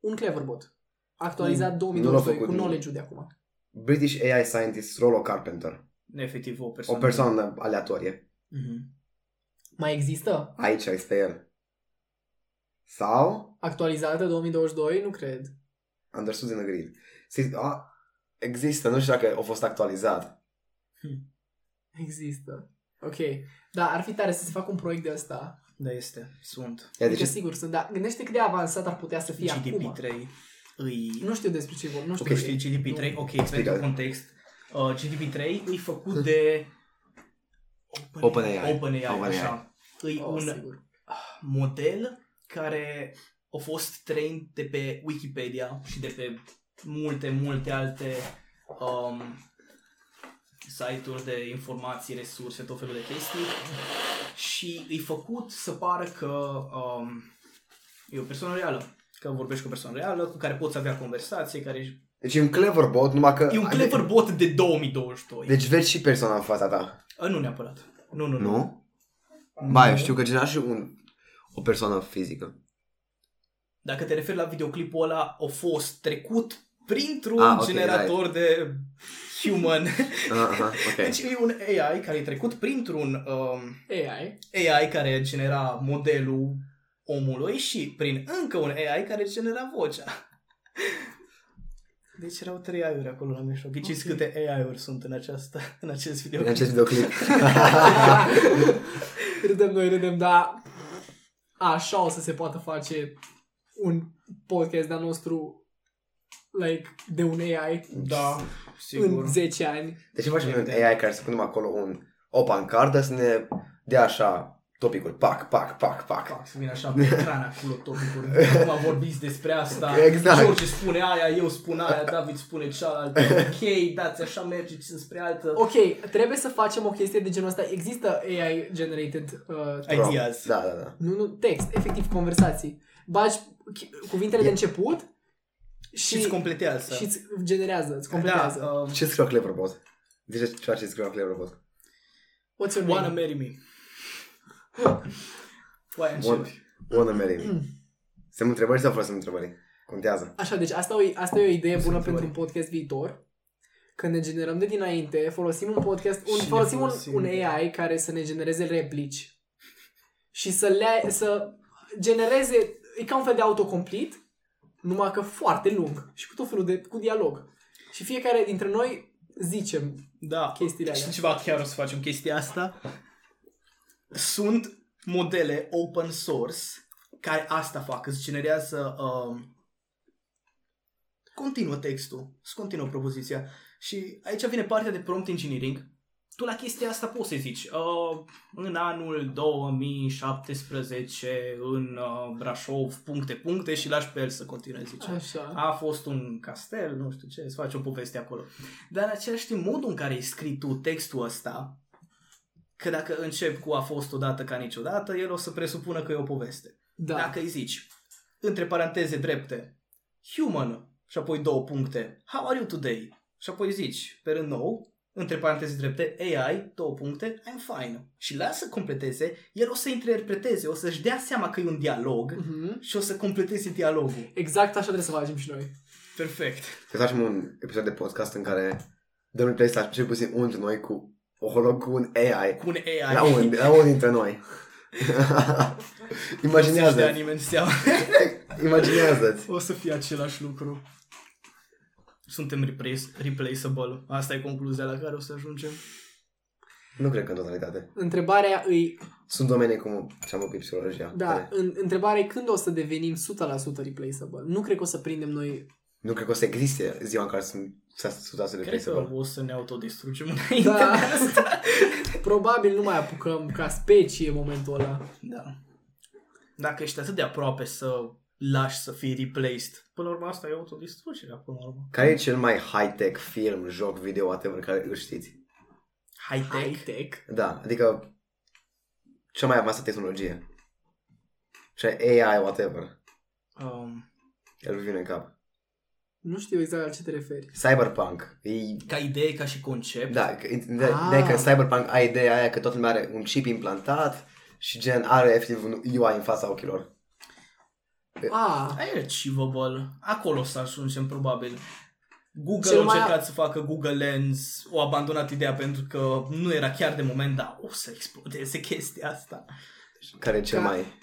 Speaker 1: Un Cleverbot. Actualizat
Speaker 3: Nu l-a
Speaker 1: 2022
Speaker 3: făcut
Speaker 1: cu
Speaker 3: nimeni.
Speaker 1: knowledge-ul de acum.
Speaker 3: British AI scientist Rollo Carpenter.
Speaker 2: Efectiv, o
Speaker 3: O
Speaker 2: persoană.
Speaker 3: persoană aleatorie.
Speaker 2: Mhm.
Speaker 1: Mai există?
Speaker 3: Aici este el. Sau
Speaker 1: Actualizată 2022? Nu cred.
Speaker 3: Understood and Agreed. Se- a, există, nu știu dacă a fost actualizat.
Speaker 1: Există. Ok. Da, ar fi tare să se facă un proiect de ăsta.
Speaker 2: Da, este. Sunt.
Speaker 3: Ia,
Speaker 1: Adică
Speaker 3: deci,
Speaker 1: sigur sunt, dar gândește cât de avansat ar putea să fie acum.
Speaker 2: GDP3 îi...
Speaker 1: Nu știu despre ce vorbim, nu știu.
Speaker 2: Ok, știi GDP3?
Speaker 1: Nu.
Speaker 2: Ok, pentru context. Uh, GDP3 e făcut de...
Speaker 3: OpenAI.
Speaker 2: OpenAI,
Speaker 3: OpenAI.
Speaker 2: așa. E
Speaker 1: Oh,
Speaker 2: un
Speaker 1: sigur.
Speaker 2: model care a fost trained de pe Wikipedia și de pe multe, multe alte um, site-uri de informații, resurse, tot felul de chestii și e făcut să pară că um, e o persoană reală, că vorbești cu o persoană reală cu care poți avea conversație, care
Speaker 3: deci e un clever bot, numai că...
Speaker 2: e un clever bot de 2022.
Speaker 3: Deci vezi și persoana în fața ta,
Speaker 2: A, Ă, nu neapărat. Nu, nu, nu.
Speaker 3: nu? Ba, eu știu că genera și un, o persoană fizică.
Speaker 2: Dacă te referi la videoclipul ăla, a fost trecut printr-un
Speaker 3: Ah,
Speaker 2: ah,
Speaker 3: ok,
Speaker 2: okay, generator de human.
Speaker 3: Ah, Aha, ok.
Speaker 2: Deci e un AI care e trecut printr-un um, [LAUGHS]
Speaker 1: AI.
Speaker 2: AI care genera modelul omului și prin încă un AI care genera vocea. [LAUGHS] Deci erau trei AI-uri acolo la mijloc. Ghiciți
Speaker 1: Ok.
Speaker 2: câte AI-uri sunt în, această, în acest video.
Speaker 3: În [LAUGHS] acest videoclip.
Speaker 2: [LAUGHS]
Speaker 1: Râdem noi, râdem, dar așa o să se poată face un podcast de-al nostru like, de un AI
Speaker 2: Da,
Speaker 1: în 10 ani.
Speaker 3: Deci facem un AI care să punem acolo un, o pancartă să ne dea așa topicul, pac, pac, pac, pac.
Speaker 2: Fac, să vin așa pe ecran acolo topicul. Acum vorbiți despre asta.
Speaker 3: Exact.
Speaker 2: George spune aia, eu spun aia, David spune cealaltă. Ok, dați așa, mergeți înspre altă.
Speaker 1: Ok, trebuie să facem o chestie de genul ăsta. Există AI generated uh,
Speaker 2: Ai- Ideas.
Speaker 3: Da, da, da.
Speaker 1: nu, nu, text, efectiv conversații. Bagi ch- cuvintele de început
Speaker 2: Și îți
Speaker 1: și
Speaker 2: completează.
Speaker 1: și îți generează, îți completează.
Speaker 2: Da, um,
Speaker 3: Ce scriu clever bot? Zice ceva ce scriu clever bot.
Speaker 1: What's your
Speaker 2: wanna
Speaker 1: name?
Speaker 2: marry me. Păi, Why
Speaker 3: Wanna,
Speaker 2: începi?
Speaker 3: wanna
Speaker 2: [CLEARS THROAT]
Speaker 3: marry me. Să-mi întrebări sau fără să-mi întrebări? Contează.
Speaker 1: Așa, deci asta, o, asta e o idee bună
Speaker 2: Sunt
Speaker 1: pentru un
Speaker 2: oare.
Speaker 1: podcast viitor. Când ne generăm de dinainte, folosim un podcast, un,
Speaker 2: Și ne
Speaker 1: folosim,
Speaker 2: folosim
Speaker 1: un, un
Speaker 2: de-
Speaker 1: AI care să ne genereze replici și să le să genereze, e ca un fel de autocomplet, numai că foarte lung și cu tot felul de, cu dialog. Și fiecare dintre noi zicem
Speaker 2: Da.
Speaker 1: chestiile alea.
Speaker 2: Știi ceva? Chiar o să facem chestia asta. Sunt modele open source care asta fac. Îți generează... Um, continuă textul. Îți continuă propoziția. Și aici vine partea de prompt engineering. Tu la chestia asta poți să zici uh, în anul 2017 în uh, Brașov puncte puncte și lași pe el să continue zice
Speaker 1: Așa.
Speaker 2: a fost un castel, nu știu ce, îți faci o poveste acolo. Dar în același timp, modul în care ai scris tu textul ăsta, că dacă încep cu a fost odată ca niciodată, el o să presupună că e o poveste.
Speaker 1: Da.
Speaker 2: Dacă îi zici, între paranteze drepte, human, și apoi două puncte, how are you today? Și apoi zici, pe rând nou, între paranteze drepte, AI, două puncte, I'm fine. Și lasă completeze, el o să interpreteze, o să-și dea seama că e un dialog
Speaker 1: Mhm.
Speaker 2: și o să completeze dialogul.
Speaker 1: Exact așa trebuie să facem și noi.
Speaker 2: Perfect.
Speaker 3: Să facem un episod de podcast în care dăm un playlist cel puțin unul dintre noi cu o holog cu un AI.
Speaker 2: cu un AI.
Speaker 3: La un, la unul dintre
Speaker 2: [LAUGHS]
Speaker 3: noi.
Speaker 2: Nu se
Speaker 3: Imaginează-ți.
Speaker 2: nimeni seama.
Speaker 3: Imaginează-ți.
Speaker 2: [LAUGHS] O să fie același lucru. Suntem replace- replaceable. Asta e concluzia la care o să ajungem.
Speaker 3: Nu cred că în totalitate.
Speaker 1: Întrebarea îi
Speaker 3: Sunt domenii cum și-am vorbit psihologia.
Speaker 1: Da,
Speaker 3: care
Speaker 1: în, întrebarea e când o să devenim 100% replaceable. Nu cred că o să prindem noi.
Speaker 3: Nu cred că o să existe ziua în care sunt să să să le
Speaker 2: Cred că
Speaker 3: play
Speaker 2: o să ne autodistrugem înainte.
Speaker 1: Da. [LAUGHS] Probabil nu mai apucăm ca specie momentul ăla.
Speaker 2: da. Dacă ești atât de aproape să lași să fii replaced, până la urmă asta e autodistrugerea, până la urmă.
Speaker 3: Care e cel mai high-tech film, joc, video, whatever, care îl știți?
Speaker 2: High-tech.
Speaker 1: High-tech.
Speaker 3: Da, adică cea mai avansată tehnologie. Și AI, whatever.
Speaker 2: Um,
Speaker 3: El vine în cap.
Speaker 1: Nu știu exact la ce te referi.
Speaker 3: Cyberpunk. E
Speaker 2: ca idee, ca și concept.
Speaker 3: Da, că- de-
Speaker 1: Ah.
Speaker 3: de că în Cyberpunk ai ideea aia că toată lumea are un chip implantat și gen are efectiv un UI în fața ochilor.
Speaker 1: A,
Speaker 2: Aia e achievable. Acolo să ajungem probabil. Google
Speaker 1: Cel
Speaker 2: Cel a
Speaker 1: mai-
Speaker 2: încercat să facă Google Lens, o abandonat ideea pentru că [LAUGHS] nu era chiar de moment, dar o să explodeze chestia asta.
Speaker 3: Care e cel
Speaker 1: Ca-
Speaker 3: mai...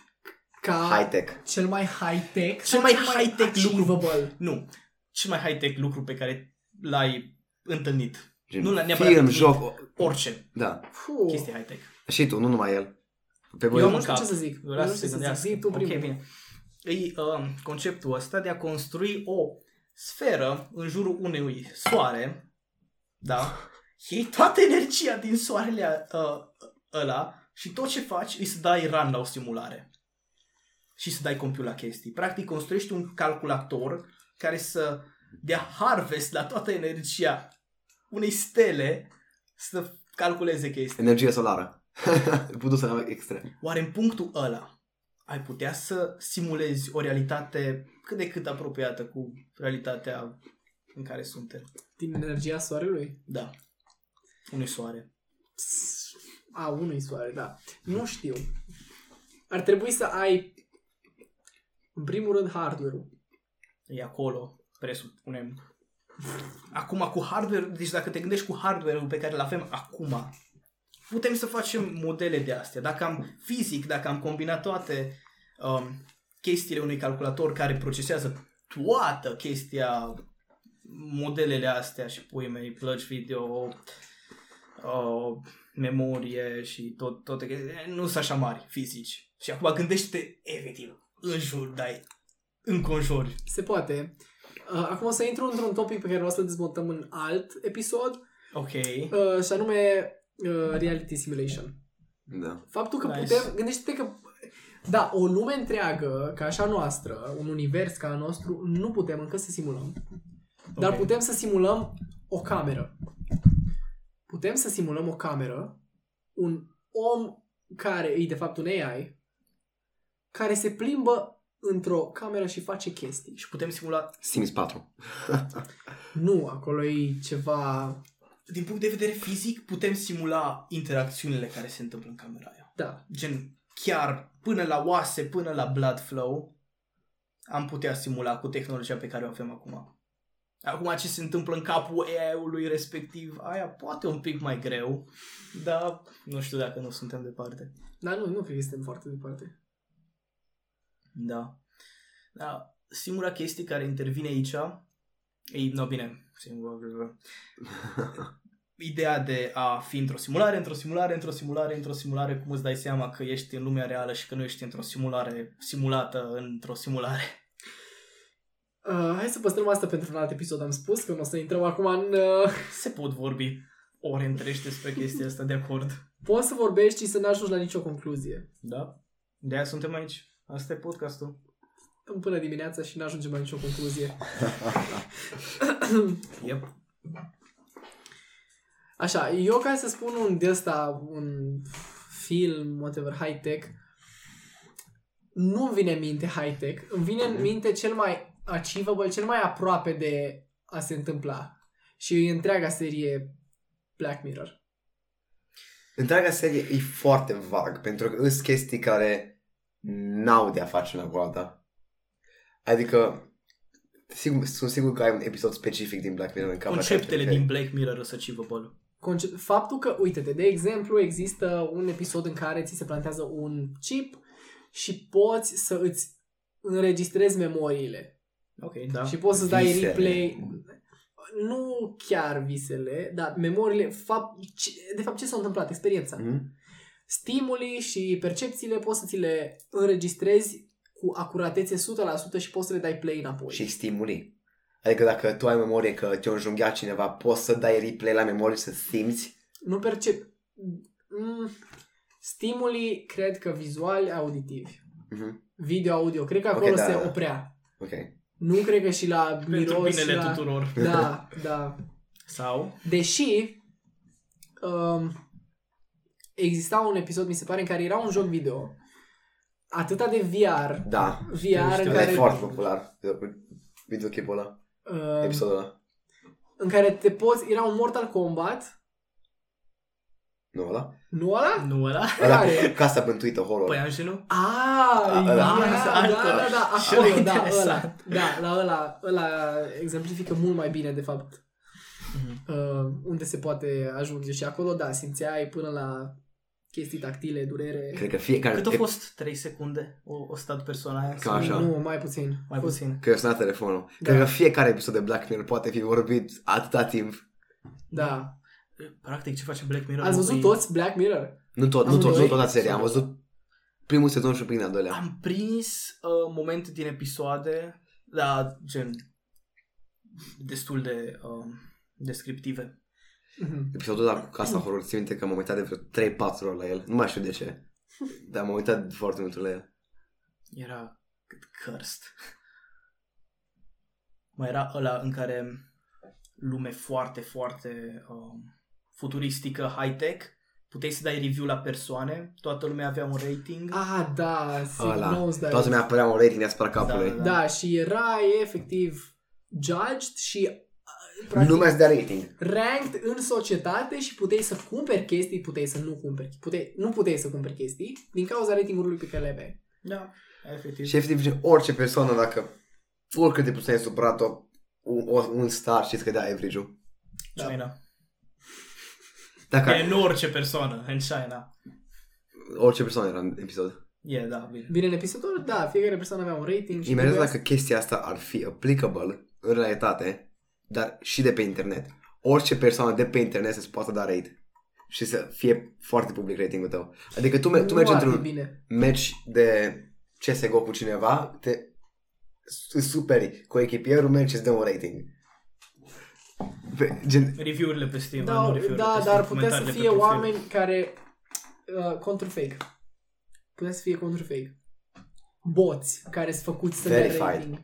Speaker 1: ca
Speaker 3: High-tech.
Speaker 1: cel mai high-tech,
Speaker 2: Cel
Speaker 1: sau
Speaker 2: mai high-tech lucru.
Speaker 1: achievable.
Speaker 2: Nu. Cel mai high-tech lucru pe care l-ai întâlnit.
Speaker 3: Gen
Speaker 2: nu la neapărat
Speaker 3: film,
Speaker 2: întâlnit,
Speaker 3: joc.
Speaker 2: Orice
Speaker 3: Da.
Speaker 1: Puh.
Speaker 2: chestie high-tech.
Speaker 3: Și tu, nu numai el. Pe
Speaker 2: Eu am
Speaker 1: nu
Speaker 2: în
Speaker 3: voi.
Speaker 1: știu
Speaker 2: cap.
Speaker 1: ce să zic.
Speaker 2: Vă
Speaker 1: Eu nu știu
Speaker 2: las să
Speaker 1: ce să
Speaker 2: gândească.
Speaker 1: zic. Zi tu
Speaker 2: Ok,
Speaker 1: primul.
Speaker 2: bine. E um, conceptul ăsta de a construi o sferă în jurul unui soare,
Speaker 1: [LAUGHS]
Speaker 2: da? Iei toată energia din soarele uh, ăla și tot ce faci e să dai run la o simulare. Și să dai compute la chestii. Practic construiești un calculator care să dea harvest la toată energia unei stele să calculeze chestii.
Speaker 3: Energie solară. [LAUGHS] Produsă la extrem.
Speaker 2: Oare în punctul ăla ai putea să simulezi o realitate cât de cât apropiată cu realitatea în care suntem?
Speaker 1: Din energia soarelui.
Speaker 2: Da. Unui soare.
Speaker 1: Pss, A, unui soare, da. Nu știu. Ar trebui să ai, în primul rând, hardware-ul.
Speaker 2: E acolo, presupunem. Acum cu hardware, deci dacă te gândești cu hardware-ul pe care îl avem acum, putem să facem modele de astea. Dacă am fizic, dacă am combinat toate um, chestiile unui calculator care procesează toată chestia, modelele astea și pui mei, plăci video, uh, memorie și tot, toate chestiile, nu sunt așa mari fizici. Și acum gândește-te efectiv în jur, dai înconjori.
Speaker 1: Se poate. Uh, Acum o să intru într-un topic pe care o să-l dezvoltăm în alt episod,
Speaker 2: Ok.
Speaker 1: uh, și anume uh, reality simulation.
Speaker 3: Da.
Speaker 1: Faptul că
Speaker 2: Nice.
Speaker 1: nice. putem, gândește-te că, da, o lume întreagă, ca așa noastră, un univers ca al nostru, nu putem încă să simulăm. Dar
Speaker 2: Ok.
Speaker 1: putem să simulăm o cameră. Putem să simulăm o cameră, un om care e de fapt un AI, care se plimbă într-o cameră și face chestii.
Speaker 2: Și putem simula,
Speaker 3: Sims 4.
Speaker 1: Nu, acolo e ceva...
Speaker 2: din punct de vedere fizic, putem simula interacțiunile care se întâmplă în camera aia.
Speaker 1: Da,
Speaker 2: Gen, chiar până la oase, până la blood flow, am putea simula cu tehnologia pe care o avem acum. Acum ce se întâmplă în capul AI-ului respectiv, aia poate un pic mai greu, dar nu știu dacă nu suntem departe.
Speaker 1: dar nu, nu cred că suntem foarte departe.
Speaker 2: Da. Da. Singura chestie care intervine aici, ei, no, bine, singura,
Speaker 1: [LAUGHS]
Speaker 2: ideea de a fi într-o simulare, într-o simulare, într-o simulare, într-o simulare, cum îți dai seama că ești în lumea reală și că nu ești într-o simulare simulată într-o simulare. [LAUGHS]
Speaker 1: Uh, hai să păstrăm asta pentru un alt episod, am spus, că nu o să intrăm acum în... Uh,
Speaker 2: Se pot vorbi ore întregi despre chestia asta, de acord.
Speaker 1: poți să vorbești și să n-ajungi la nicio concluzie.
Speaker 2: Da. De aia suntem aici. Asta e podcastul.
Speaker 1: Până dimineața și n-ajungem la nicio concluzie.
Speaker 2: Yep.
Speaker 1: Așa, eu ca să spun un de ăsta, un film, whatever, high-tech, nu îmi vine în minte high-tech, îmi vine în minte cel mai achievable, cel mai aproape de a se întâmpla. Și e întreaga serie Black Mirror.
Speaker 3: [LAUGHS] Întreaga serie e foarte vag, pentru că sunt chestii care n-au de a face una cu alta. Adică, sigur, sunt sigur că ai un episod specific din Black Mirror în cap.
Speaker 2: Conceptele din Black Mirror o să civă bol.
Speaker 1: Conce- Faptul că, uite-te, de exemplu, există un episod în care ți se plantează un chip și poți să îți înregistrezi memoriile.
Speaker 2: Ok, da.
Speaker 1: Și poți să dai
Speaker 3: Visele.
Speaker 1: replay nu chiar visele, dar memoriile, fapt, ce- de fapt ce s-a întâmplat, experiența. Mm.
Speaker 3: Mm?
Speaker 1: Stimulii și percepțiile poți să ți le înregistrezi cu acuratețe 100% și poți să le dai play înapoi.
Speaker 3: Și stimuli. Adică dacă tu ai memorie că te-a înjunghiat cineva, poți să dai replay la memorie și să simți.
Speaker 1: Nu percep... Mm. Stimulii, cred că vizuali, auditivi.
Speaker 3: Mm-hmm.
Speaker 1: Video, audio. Cred că
Speaker 3: Ok,
Speaker 1: acolo
Speaker 3: da,
Speaker 1: se
Speaker 3: da.
Speaker 1: oprea.
Speaker 3: Ok.
Speaker 1: Nu cred că și la
Speaker 2: Pentru
Speaker 1: miros și
Speaker 2: binele
Speaker 1: la... [LAUGHS]
Speaker 2: tuturor.
Speaker 1: Da, da.
Speaker 2: Sau?
Speaker 1: Deși um, exista un episod, mi se pare, în care era un joc video atâta de VR,
Speaker 3: Da.
Speaker 1: VR în
Speaker 3: Ăla e
Speaker 1: care,
Speaker 3: foarte popular. Videoclipul ăla.
Speaker 1: um,
Speaker 3: Episodul ăla.
Speaker 1: în care te poți, era un Mortal Kombat,
Speaker 3: Nu ăla?
Speaker 1: nu ăla?
Speaker 2: Nu ăla?
Speaker 3: Ăla
Speaker 1: Care?
Speaker 3: cu casa bântuită horror.
Speaker 2: Păi Angelo?
Speaker 1: Ah,
Speaker 3: A, ăla.
Speaker 1: ia, da,
Speaker 2: Asta,
Speaker 1: da,
Speaker 2: altul.
Speaker 1: da, da,
Speaker 2: Și
Speaker 1: acolo,
Speaker 2: ăla e
Speaker 1: da, ăla,
Speaker 2: interesant.
Speaker 1: da, la ăla, ăla exemplifică mult mai bine, de fapt,
Speaker 2: Mhm.
Speaker 1: uh, unde se poate ajunge și acolo, da, simțeai până la chestii tactile, durere.
Speaker 3: Cred că fiecare...
Speaker 2: Cât a
Speaker 3: ep-
Speaker 2: fost 3 secunde? O, o stat persoana aia?
Speaker 3: Cam așa.
Speaker 1: Nu, mai puțin.
Speaker 2: Mai puțin.
Speaker 3: Că eu sunat telefonul.
Speaker 1: Da.
Speaker 3: Cred că fiecare episod de Black Mirror poate fi vorbit atâta timp.
Speaker 1: Da.
Speaker 2: Eh, Practic ce face Black Mirror?
Speaker 1: Ați văzut
Speaker 2: Păi,
Speaker 1: toți Black Mirror?
Speaker 3: Nu tot, nu
Speaker 1: Am
Speaker 3: tot,
Speaker 1: doi.
Speaker 3: nu toată seria. Am văzut primul sezon și prin al doilea.
Speaker 2: Am prins uh, momente din episoade, da, gen, destul de uh, descriptive.
Speaker 1: Mhm.
Speaker 3: Episodul ăla cu Casa Horror, țin minte că m-am uitat de vreo 3-4 ori la el. Nu mai știu de ce. Dar m-am uitat foarte mult la el.
Speaker 2: Era cât cărst. Mai era ăla în care lume foarte, foarte uh, futuristică, high-tech, puteai să dai review la persoane, toată lumea avea un rating.
Speaker 1: Ah, da,
Speaker 3: Ăla.
Speaker 1: Signals
Speaker 3: Toată lumea apărea un rating asupra capului.
Speaker 2: da.
Speaker 1: Da, și era efectiv judged și uh,
Speaker 3: Nu
Speaker 1: practic
Speaker 3: mai de rating.
Speaker 1: ranked în societate și puteai să cumperi chestii, puteai să nu cumperi. Puteai, nu puteai să cumperi chestii din cauza ratingului pe care le aveai.
Speaker 2: Da, efectiv.
Speaker 3: Și efectiv orice persoană, dacă oricât de puțin ai supărat-o, un, o- un star și scădea average-ul.
Speaker 2: Da. China.
Speaker 3: Dacă
Speaker 2: E în orice persoană, în China.
Speaker 3: orice persoană era în episod.
Speaker 2: E, da, bine.
Speaker 1: Bine, în episodul, da, fiecare persoană avea un rating și
Speaker 3: Imediat
Speaker 1: trebuia
Speaker 3: dacă chestia asta ar fi applicable în realitate, dar și de pe internet. Orice persoană de pe internet să-ți poată da rate și să fie foarte public ratingul tău. Adică tu, mer-
Speaker 1: să-
Speaker 3: tu mergi
Speaker 1: Nu ar fi
Speaker 3: într-un
Speaker 1: bine.
Speaker 3: meci de CSGO cu cineva, te îți superi cu echipierul, mergi și îți dă un rating. Pe, gen,
Speaker 2: Review-urile pe Steam, nu
Speaker 1: Da,
Speaker 2: review-urile pe
Speaker 1: da
Speaker 2: Steam,
Speaker 1: dar putea să
Speaker 2: comentariile pe
Speaker 1: fie
Speaker 2: profil.
Speaker 1: oameni care uh, contrafake. Putea să fie contrafake. Boți care sunt făcuți să dea
Speaker 3: Verified.
Speaker 1: rating.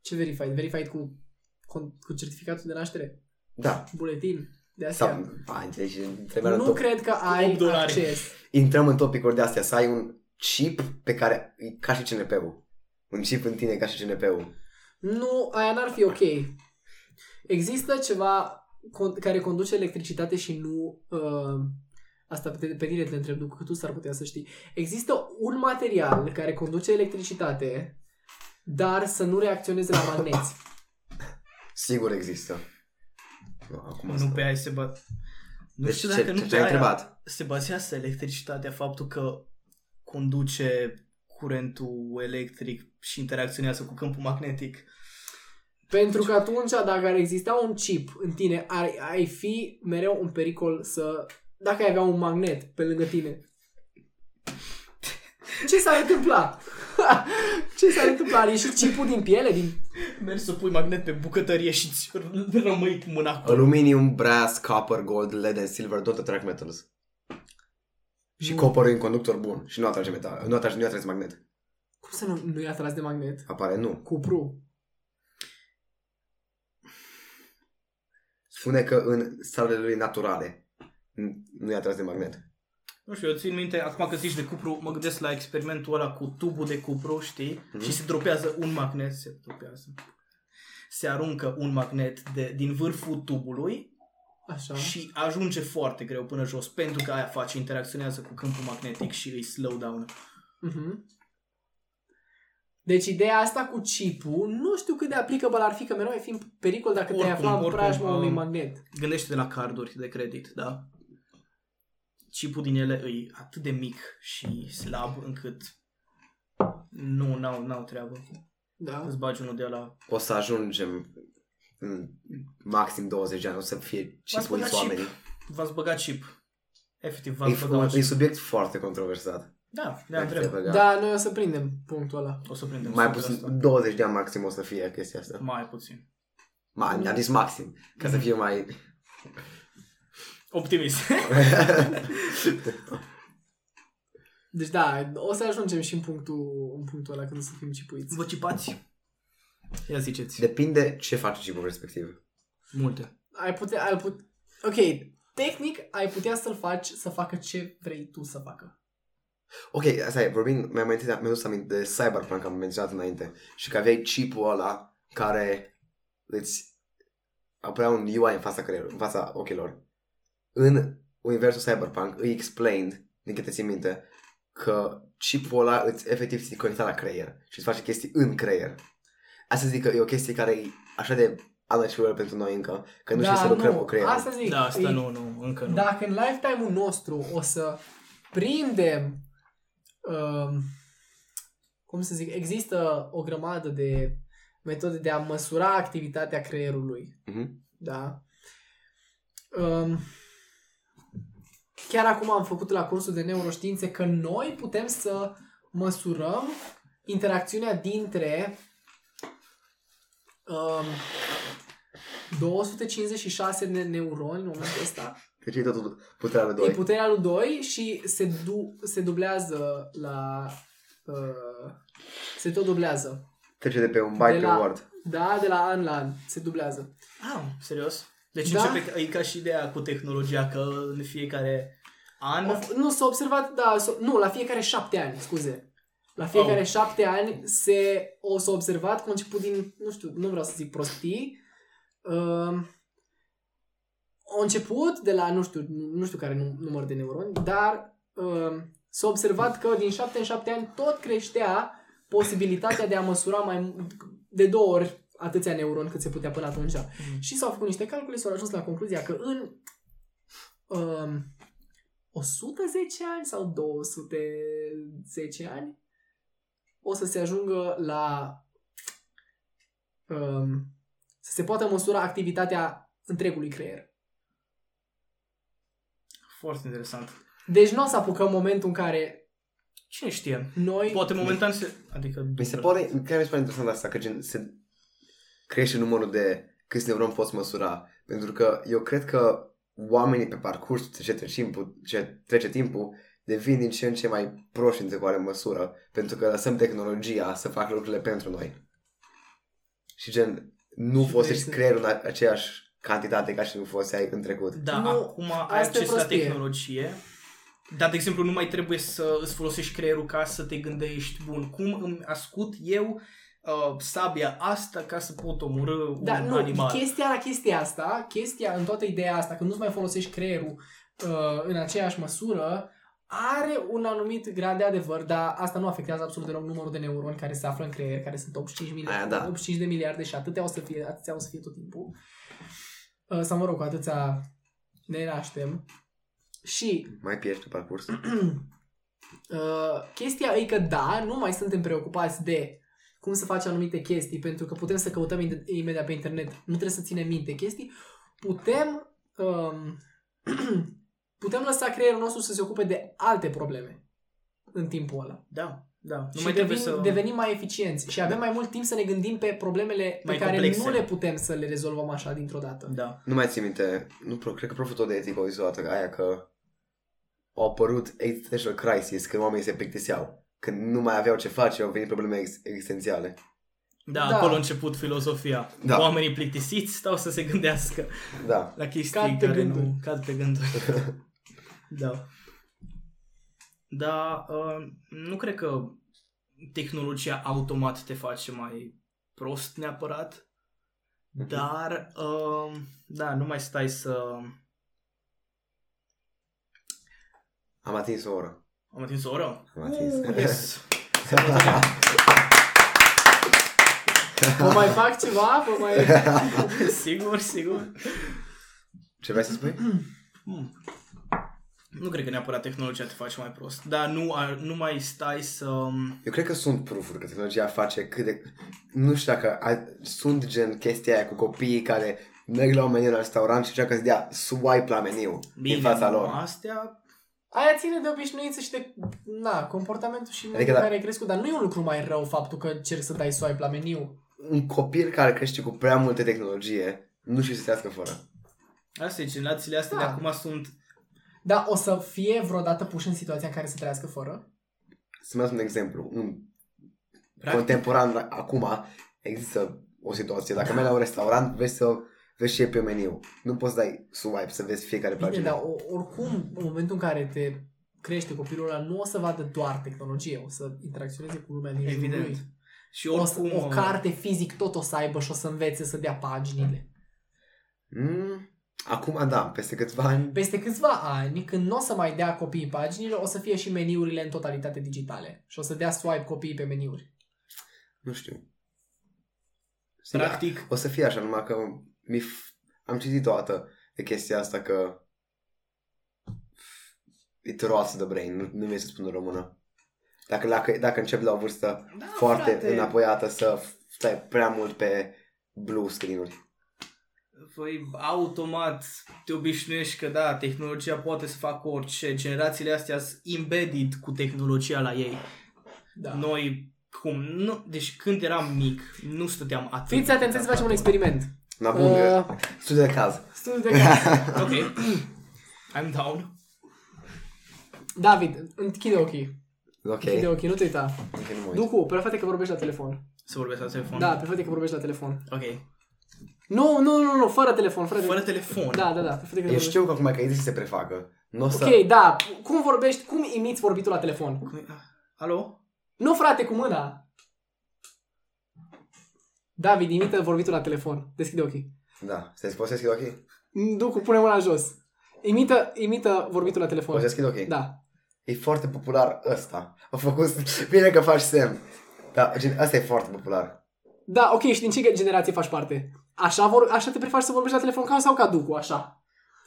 Speaker 1: Ce verified? Verified cu, con- cu certificatul de naștere?
Speaker 3: da.
Speaker 1: Buletin? De astea?
Speaker 3: Sau, ba, înțelegi, întrebarea în
Speaker 1: Nu
Speaker 3: top.
Speaker 1: cred că ai
Speaker 2: 8 dolari.
Speaker 1: acces.
Speaker 3: Intrăm în topicuri de astea, să ai un chip pe care, e ca și CNP-ul. Un chip în tine ca și CNP-ul.
Speaker 1: Nu, aia n-ar fi ok. Există ceva con- care conduce electricitate și nu... Uh, asta pe, pe tine te întreb, că tu s-ar putea să știi. Există un material care conduce electricitate, dar să nu reacționeze la magneți.
Speaker 3: Sigur există. Nu, acum asta.
Speaker 2: Nu pe aia se ba... Nu
Speaker 3: Deci
Speaker 2: știu
Speaker 3: ce-
Speaker 2: dacă
Speaker 3: ce-
Speaker 2: nu
Speaker 3: ce
Speaker 2: pe
Speaker 3: ai
Speaker 2: aia
Speaker 3: întrebat?
Speaker 2: se bazează electricitatea, faptul că conduce curentul electric și interacționează cu câmpul magnetic.
Speaker 1: Pentru că atunci, dacă ar exista un chip în tine, ar, ai fi mereu un pericol să... Dacă ai avea un magnet pe lângă tine. Ce s-ar întâmpla? [LAUGHS] Ce s-ar întâmpla? Ar ieși chipul din piele, din
Speaker 2: Mergi să pui magnet pe bucătărie și îți r- [LAUGHS] rămâi cu mâna acolo.
Speaker 3: Aluminium, brass, copper, gold, lead and silver, tot attract metals. Și
Speaker 1: Nu.
Speaker 3: copperul e un conductor bun și nu atrage metal, nu atrage, nu atrage magnet.
Speaker 1: Cum să nu, nu-i atras de magnet?
Speaker 3: Apare nu.
Speaker 1: Cupru.
Speaker 3: Spune că în stările lui naturale n- nu e atras de magnet.
Speaker 2: Nu știu, eu țin minte, acum că zici de cupru, mă gândesc la experimentul ăla cu tubul de cupru, știi?
Speaker 3: Mhm.
Speaker 2: Și se dropează un magnet, se dropează. Se aruncă un magnet de, din vârful tubului
Speaker 1: Așa.
Speaker 2: și ajunge foarte greu până jos, pentru că aia face, interacționează cu câmpul magnetic și îi slow down.
Speaker 1: Mhm. Deci ideea asta cu chipul, nu știu cât de aplicabil ar fi, că mereu ai fi în pericol dacă te-ai
Speaker 2: Oricum,
Speaker 1: afla în
Speaker 2: oricum,
Speaker 1: preajma
Speaker 2: um,
Speaker 1: unui magnet.
Speaker 2: Gândește-te la carduri de credit, da? Chipul din ele e atât de mic și slab încât nu, n-au, n-au treabă.
Speaker 1: Da?
Speaker 2: Îți bagi unul de la...
Speaker 3: O să ajungem în maxim 20 de ani, o să fie
Speaker 2: băgat
Speaker 3: cipuiți
Speaker 2: chip.
Speaker 3: oamenii.
Speaker 2: V-ați băgat chip. Efectiv, v-ați
Speaker 3: E,
Speaker 2: băgat un
Speaker 3: un- e
Speaker 2: chip.
Speaker 3: subiect foarte controversat.
Speaker 2: Da, de întreb.
Speaker 3: Trebuie.
Speaker 1: Da, noi o să prindem punctul ăla.
Speaker 2: O să prindem
Speaker 3: Mai
Speaker 2: subiectul
Speaker 3: puțin, 20 de ani maxim o să fie chestia
Speaker 2: ăsta.
Speaker 3: asta.
Speaker 2: Mai puțin.
Speaker 3: Ma, mi-am zis maxim, ca să fie mai... [LAUGHS]
Speaker 2: Optimist.
Speaker 1: Deci da, o să ajungem și în punctul, în punctul ăla când o să fim chipuiți.
Speaker 2: Vă cipați? Ia ziceți.
Speaker 3: Depinde ce face chipul respectiv.
Speaker 2: Multe.
Speaker 1: Ai putea, ai put... Ok, tehnic ai putea să-l faci să facă ce vrei tu să facă.
Speaker 3: Ok, asta e, vorbim, mi-am mai mi-am dus aminte de Cyberpunk, am menționat înainte, și că aveai chipul ăla care îți apărea un UI în fața, creierului, în fața ochilor. În universul Cyberpunk îi explained, din câte țin minte, că chipul ăla îți efectiv se conecta la creier și îți face chestii în creier. Asta zic că e o chestie care e așa de unnatural pentru noi încă, că nu știm să lucrăm cu creierul.
Speaker 1: Da, Asta zic.
Speaker 2: Da, asta
Speaker 1: e-
Speaker 2: nu, nu, încă nu.
Speaker 1: Dacă în lifetime-ul nostru o să prindem um, cum să zic, există o grămadă de metode de a măsura activitatea creierului.
Speaker 3: Mhm.
Speaker 1: Da? Um, chiar acum am făcut la cursul de neuroștiințe că noi putem să măsurăm interacțiunea dintre um, 256 de neuroni în momentul ăsta
Speaker 3: Deci e totul puterea lui
Speaker 1: E
Speaker 3: 2.
Speaker 1: puterea lui 2 și se, du- se dublează la... Uh, se tot dublează.
Speaker 3: Trece de pe un byte
Speaker 1: De
Speaker 3: pe
Speaker 1: la-
Speaker 3: un word.
Speaker 1: Da, de la an la an se dublează.
Speaker 2: Ah, serios? Deci
Speaker 1: Da.
Speaker 2: da. începe, ca- e ca și ideea cu tehnologia, că în fiecare an...
Speaker 1: Of, nu, s-a observat, da, s-a, nu, la fiecare șapte ani, scuze. La fiecare oh.
Speaker 2: Oh.
Speaker 1: șapte ani se, o s-a observat că a început din, nu știu, nu vreau să zic prostii, um, au început de la, nu știu, nu știu care num- număr de neuroni, dar um, s-a observat că din șapte în șapte ani tot creștea posibilitatea de a măsura mai de două ori atâția neuroni cât se putea până atunci.
Speaker 2: Mhm.
Speaker 1: Și s-au făcut niște calcule și s-au ajuns la concluzia că în um, 110 ani sau 210 ani o să se ajungă la um, să se poată măsura activitatea întregului creier.
Speaker 2: Foarte interesant.
Speaker 1: Deci nu o să apucăm momentul în care
Speaker 2: Cine știe?
Speaker 1: noi...
Speaker 2: Poate momentan se... Adică...
Speaker 3: Mi se pare, chiar mi se pare interesant asta, că gen, se crește numărul de câți neuroni poți măsura. Pentru că eu cred că oamenii pe parcurs, ce trece timpul, ce trece timpul devin din ce în ce mai proști în oare măsură, pentru că lăsăm tehnologia să facă lucrurile pentru noi. Și gen, nu
Speaker 1: Și
Speaker 3: folosești
Speaker 1: vrei să-
Speaker 3: creierul în a- aceeași cantitate ca și nu foloseai în trecut.
Speaker 2: Da,
Speaker 1: Nu,
Speaker 2: nu, acum ai
Speaker 1: asta e
Speaker 2: acces la
Speaker 1: prostie.
Speaker 2: tehnologie. Dar, de exemplu, nu mai trebuie să îți folosești creierul ca să te gândești, bun, cum îmi ascut eu uh, sabia asta ca să pot omorâ
Speaker 1: Da,
Speaker 2: un
Speaker 1: nu,
Speaker 2: animal.
Speaker 1: chestia la chestia asta, chestia în toată ideea asta, că nu-ți mai folosești creierul uh, în aceeași măsură, are un anumit grad de adevăr, dar asta nu afectează absolut deloc numărul de neuroni care se află în creier, care sunt 85, miliarde,
Speaker 3: Aia da.
Speaker 1: 85 de miliarde și atâtea o să fie, atâția o să fie tot timpul. Uh, sau mă rog, cu atâția ne naștem. Și
Speaker 3: Mai pierzi pe parcurs.
Speaker 1: Uh, chestia e că da, nu mai suntem preocupați de cum să faci anumite chestii, pentru că putem să căutăm in- imediat pe internet, nu trebuie să ținem minte chestii, putem um, [CLEARS THROAT] putem lăsa creierul nostru să se ocupe de alte probleme în timpul ăla.
Speaker 2: Da, da. Nu
Speaker 1: și
Speaker 2: mai
Speaker 1: devin,
Speaker 2: trebuie să... Da.
Speaker 1: devenim mai eficienți și avem mai mult timp să ne gândim pe problemele
Speaker 2: Mai
Speaker 1: pe care
Speaker 2: complexe.
Speaker 1: nu le putem să le rezolvăm așa dintr-o dată.
Speaker 2: Da.
Speaker 3: Nu mai țin minte, nu, pro- cred că proful tot de etică o zis odată că aia că au apărut existential crisis când oamenii se plictiseau. Când nu mai aveau ce face, au venit probleme ex- existențiale.
Speaker 2: Da,
Speaker 1: Da.
Speaker 2: da, acolo a început filozofia.
Speaker 3: Da.
Speaker 2: Da. Oamenii plictisiți stau să se gândească
Speaker 3: Da.
Speaker 2: la chestii
Speaker 1: Cad
Speaker 2: cad
Speaker 1: pe
Speaker 2: care
Speaker 1: gânduri.
Speaker 2: nu cad pe gânduri. [LAUGHS] da. Da, uh, nu cred că tehnologia automat te face mai prost neapărat,
Speaker 1: Mhm. Da.
Speaker 2: dar uh, da, nu mai stai să...
Speaker 3: Am atins o oră.
Speaker 2: Am atins o oră?
Speaker 3: Am atins.
Speaker 2: Uh, yes. [LAUGHS]
Speaker 3: Da.
Speaker 1: Vă mai fac ceva? Vă mai...
Speaker 2: sigur, sigur.
Speaker 3: ce vrei să spui?
Speaker 2: Hmm. Nu cred că neapărat tehnologia te face mai prost, dar nu, ar- nu mai stai să... um,
Speaker 3: Eu cred că sunt proof că tehnologia face cât de... Nu știu dacă a... sunt gen chestia aia cu copiii care merg la un meniu la restaurant și încearcă să dea swipe la meniu Bine, în fața
Speaker 2: nu,
Speaker 3: lor.
Speaker 2: Astea,
Speaker 1: Aia ține de obișnuință și de na, comportamentul și modul
Speaker 3: Adică
Speaker 1: adică,
Speaker 3: da.
Speaker 1: care ai crescut, dar nu e un lucru mai rău faptul că ceri să dai swipe la meniu.
Speaker 3: Un copil care crește cu prea multă tehnologie nu știu să trăiască fără.
Speaker 2: astea, generațiile astea
Speaker 1: Da.
Speaker 2: de acum sunt...
Speaker 1: Dar o să fie vreodată puși în situația în care să trăiască fără?
Speaker 3: Să-mi dați un exemplu. Un Practic.
Speaker 2: Practic,
Speaker 3: contemporan la- acum există o situație. Dacă mergi la un restaurant, vezi să vezi ce e pe meniu. Nu poți să dai swipe să vezi fiecare
Speaker 1: Bine,
Speaker 3: pagină.
Speaker 1: dar o, oricum, în momentul în care te crește copilul ăla, nu o să vadă doar tehnologie, o să interacționeze cu lumea din jurul
Speaker 2: evident.
Speaker 1: lui.
Speaker 2: Și
Speaker 1: O, să,
Speaker 2: oricum...
Speaker 1: o carte fizic tot o să aibă și o să învețe să dea paginile.
Speaker 3: Mm, acum, da, peste câțiva ani,
Speaker 1: Peste câțiva ani, când nu o să mai dea copiii paginile, o să fie și meniurile în totalitate digitale. Și o să dea swipe copiii pe meniuri.
Speaker 3: nu știu. Știi,
Speaker 2: Practic,
Speaker 3: O să fie așa, numai că mi f- am citit o dată de chestia asta că it rots the brain, nu, nu mi să spun în română. Dacă, dacă, dacă încep la o vârstă
Speaker 2: Da,
Speaker 3: foarte
Speaker 2: frate.
Speaker 3: înapoiată să f- stai prea mult pe blue screen-uri.
Speaker 2: Păi automat te obișnuiești că da, tehnologia poate să facă orice. Generațiile astea sunt embedded cu tehnologia la ei.
Speaker 1: Da.
Speaker 2: Noi cum? Nu, deci când eram mic, nu stăteam atât.
Speaker 1: Fiți atenți să facem un experiment.
Speaker 3: La bun,
Speaker 1: Uh,
Speaker 3: uh... studiu de caz.
Speaker 1: studiu
Speaker 3: [LAUGHS]
Speaker 1: de caz.
Speaker 2: Ok. [CLEARS THROAT] I'm down.
Speaker 1: David, închide ochii.
Speaker 3: Ok.
Speaker 1: Închide ochii, nu te uita.
Speaker 3: Ok, nu mă uit.
Speaker 1: Ducu, prefate că vorbești la telefon.
Speaker 2: Să vorbesc la telefon.
Speaker 1: Da, prefate că vorbești la telefon.
Speaker 2: Ok.
Speaker 1: Nu, nu, nu, nu, fără telefon, fără,
Speaker 2: Fără
Speaker 1: telefon.
Speaker 2: telefon.
Speaker 1: Da, da, da, prefate că
Speaker 3: Eu
Speaker 1: vorbești.
Speaker 3: știu că acum că aici se prefacă. Nu o să...
Speaker 1: Ok, da, cum vorbești, cum imiți vorbitul la telefon?
Speaker 2: Cum e? Alo?
Speaker 1: Nu, frate, cu mâna. David, imită vorbitul la telefon. Deschide ochii.
Speaker 3: Da. Stai, poți să schid ok?
Speaker 1: Ducu, pune mâna jos. Imită, imită vorbitul la telefon.
Speaker 3: Poți să schid ok?
Speaker 1: Da.
Speaker 3: E foarte popular ăsta. A făcut... Bine că faci semn. Da, gen, ăsta e foarte popular.
Speaker 1: Da, ok, și din ce generație faci parte? Așa, vor, așa te prefaci să vorbești la telefon ca sau ca Ducu, așa?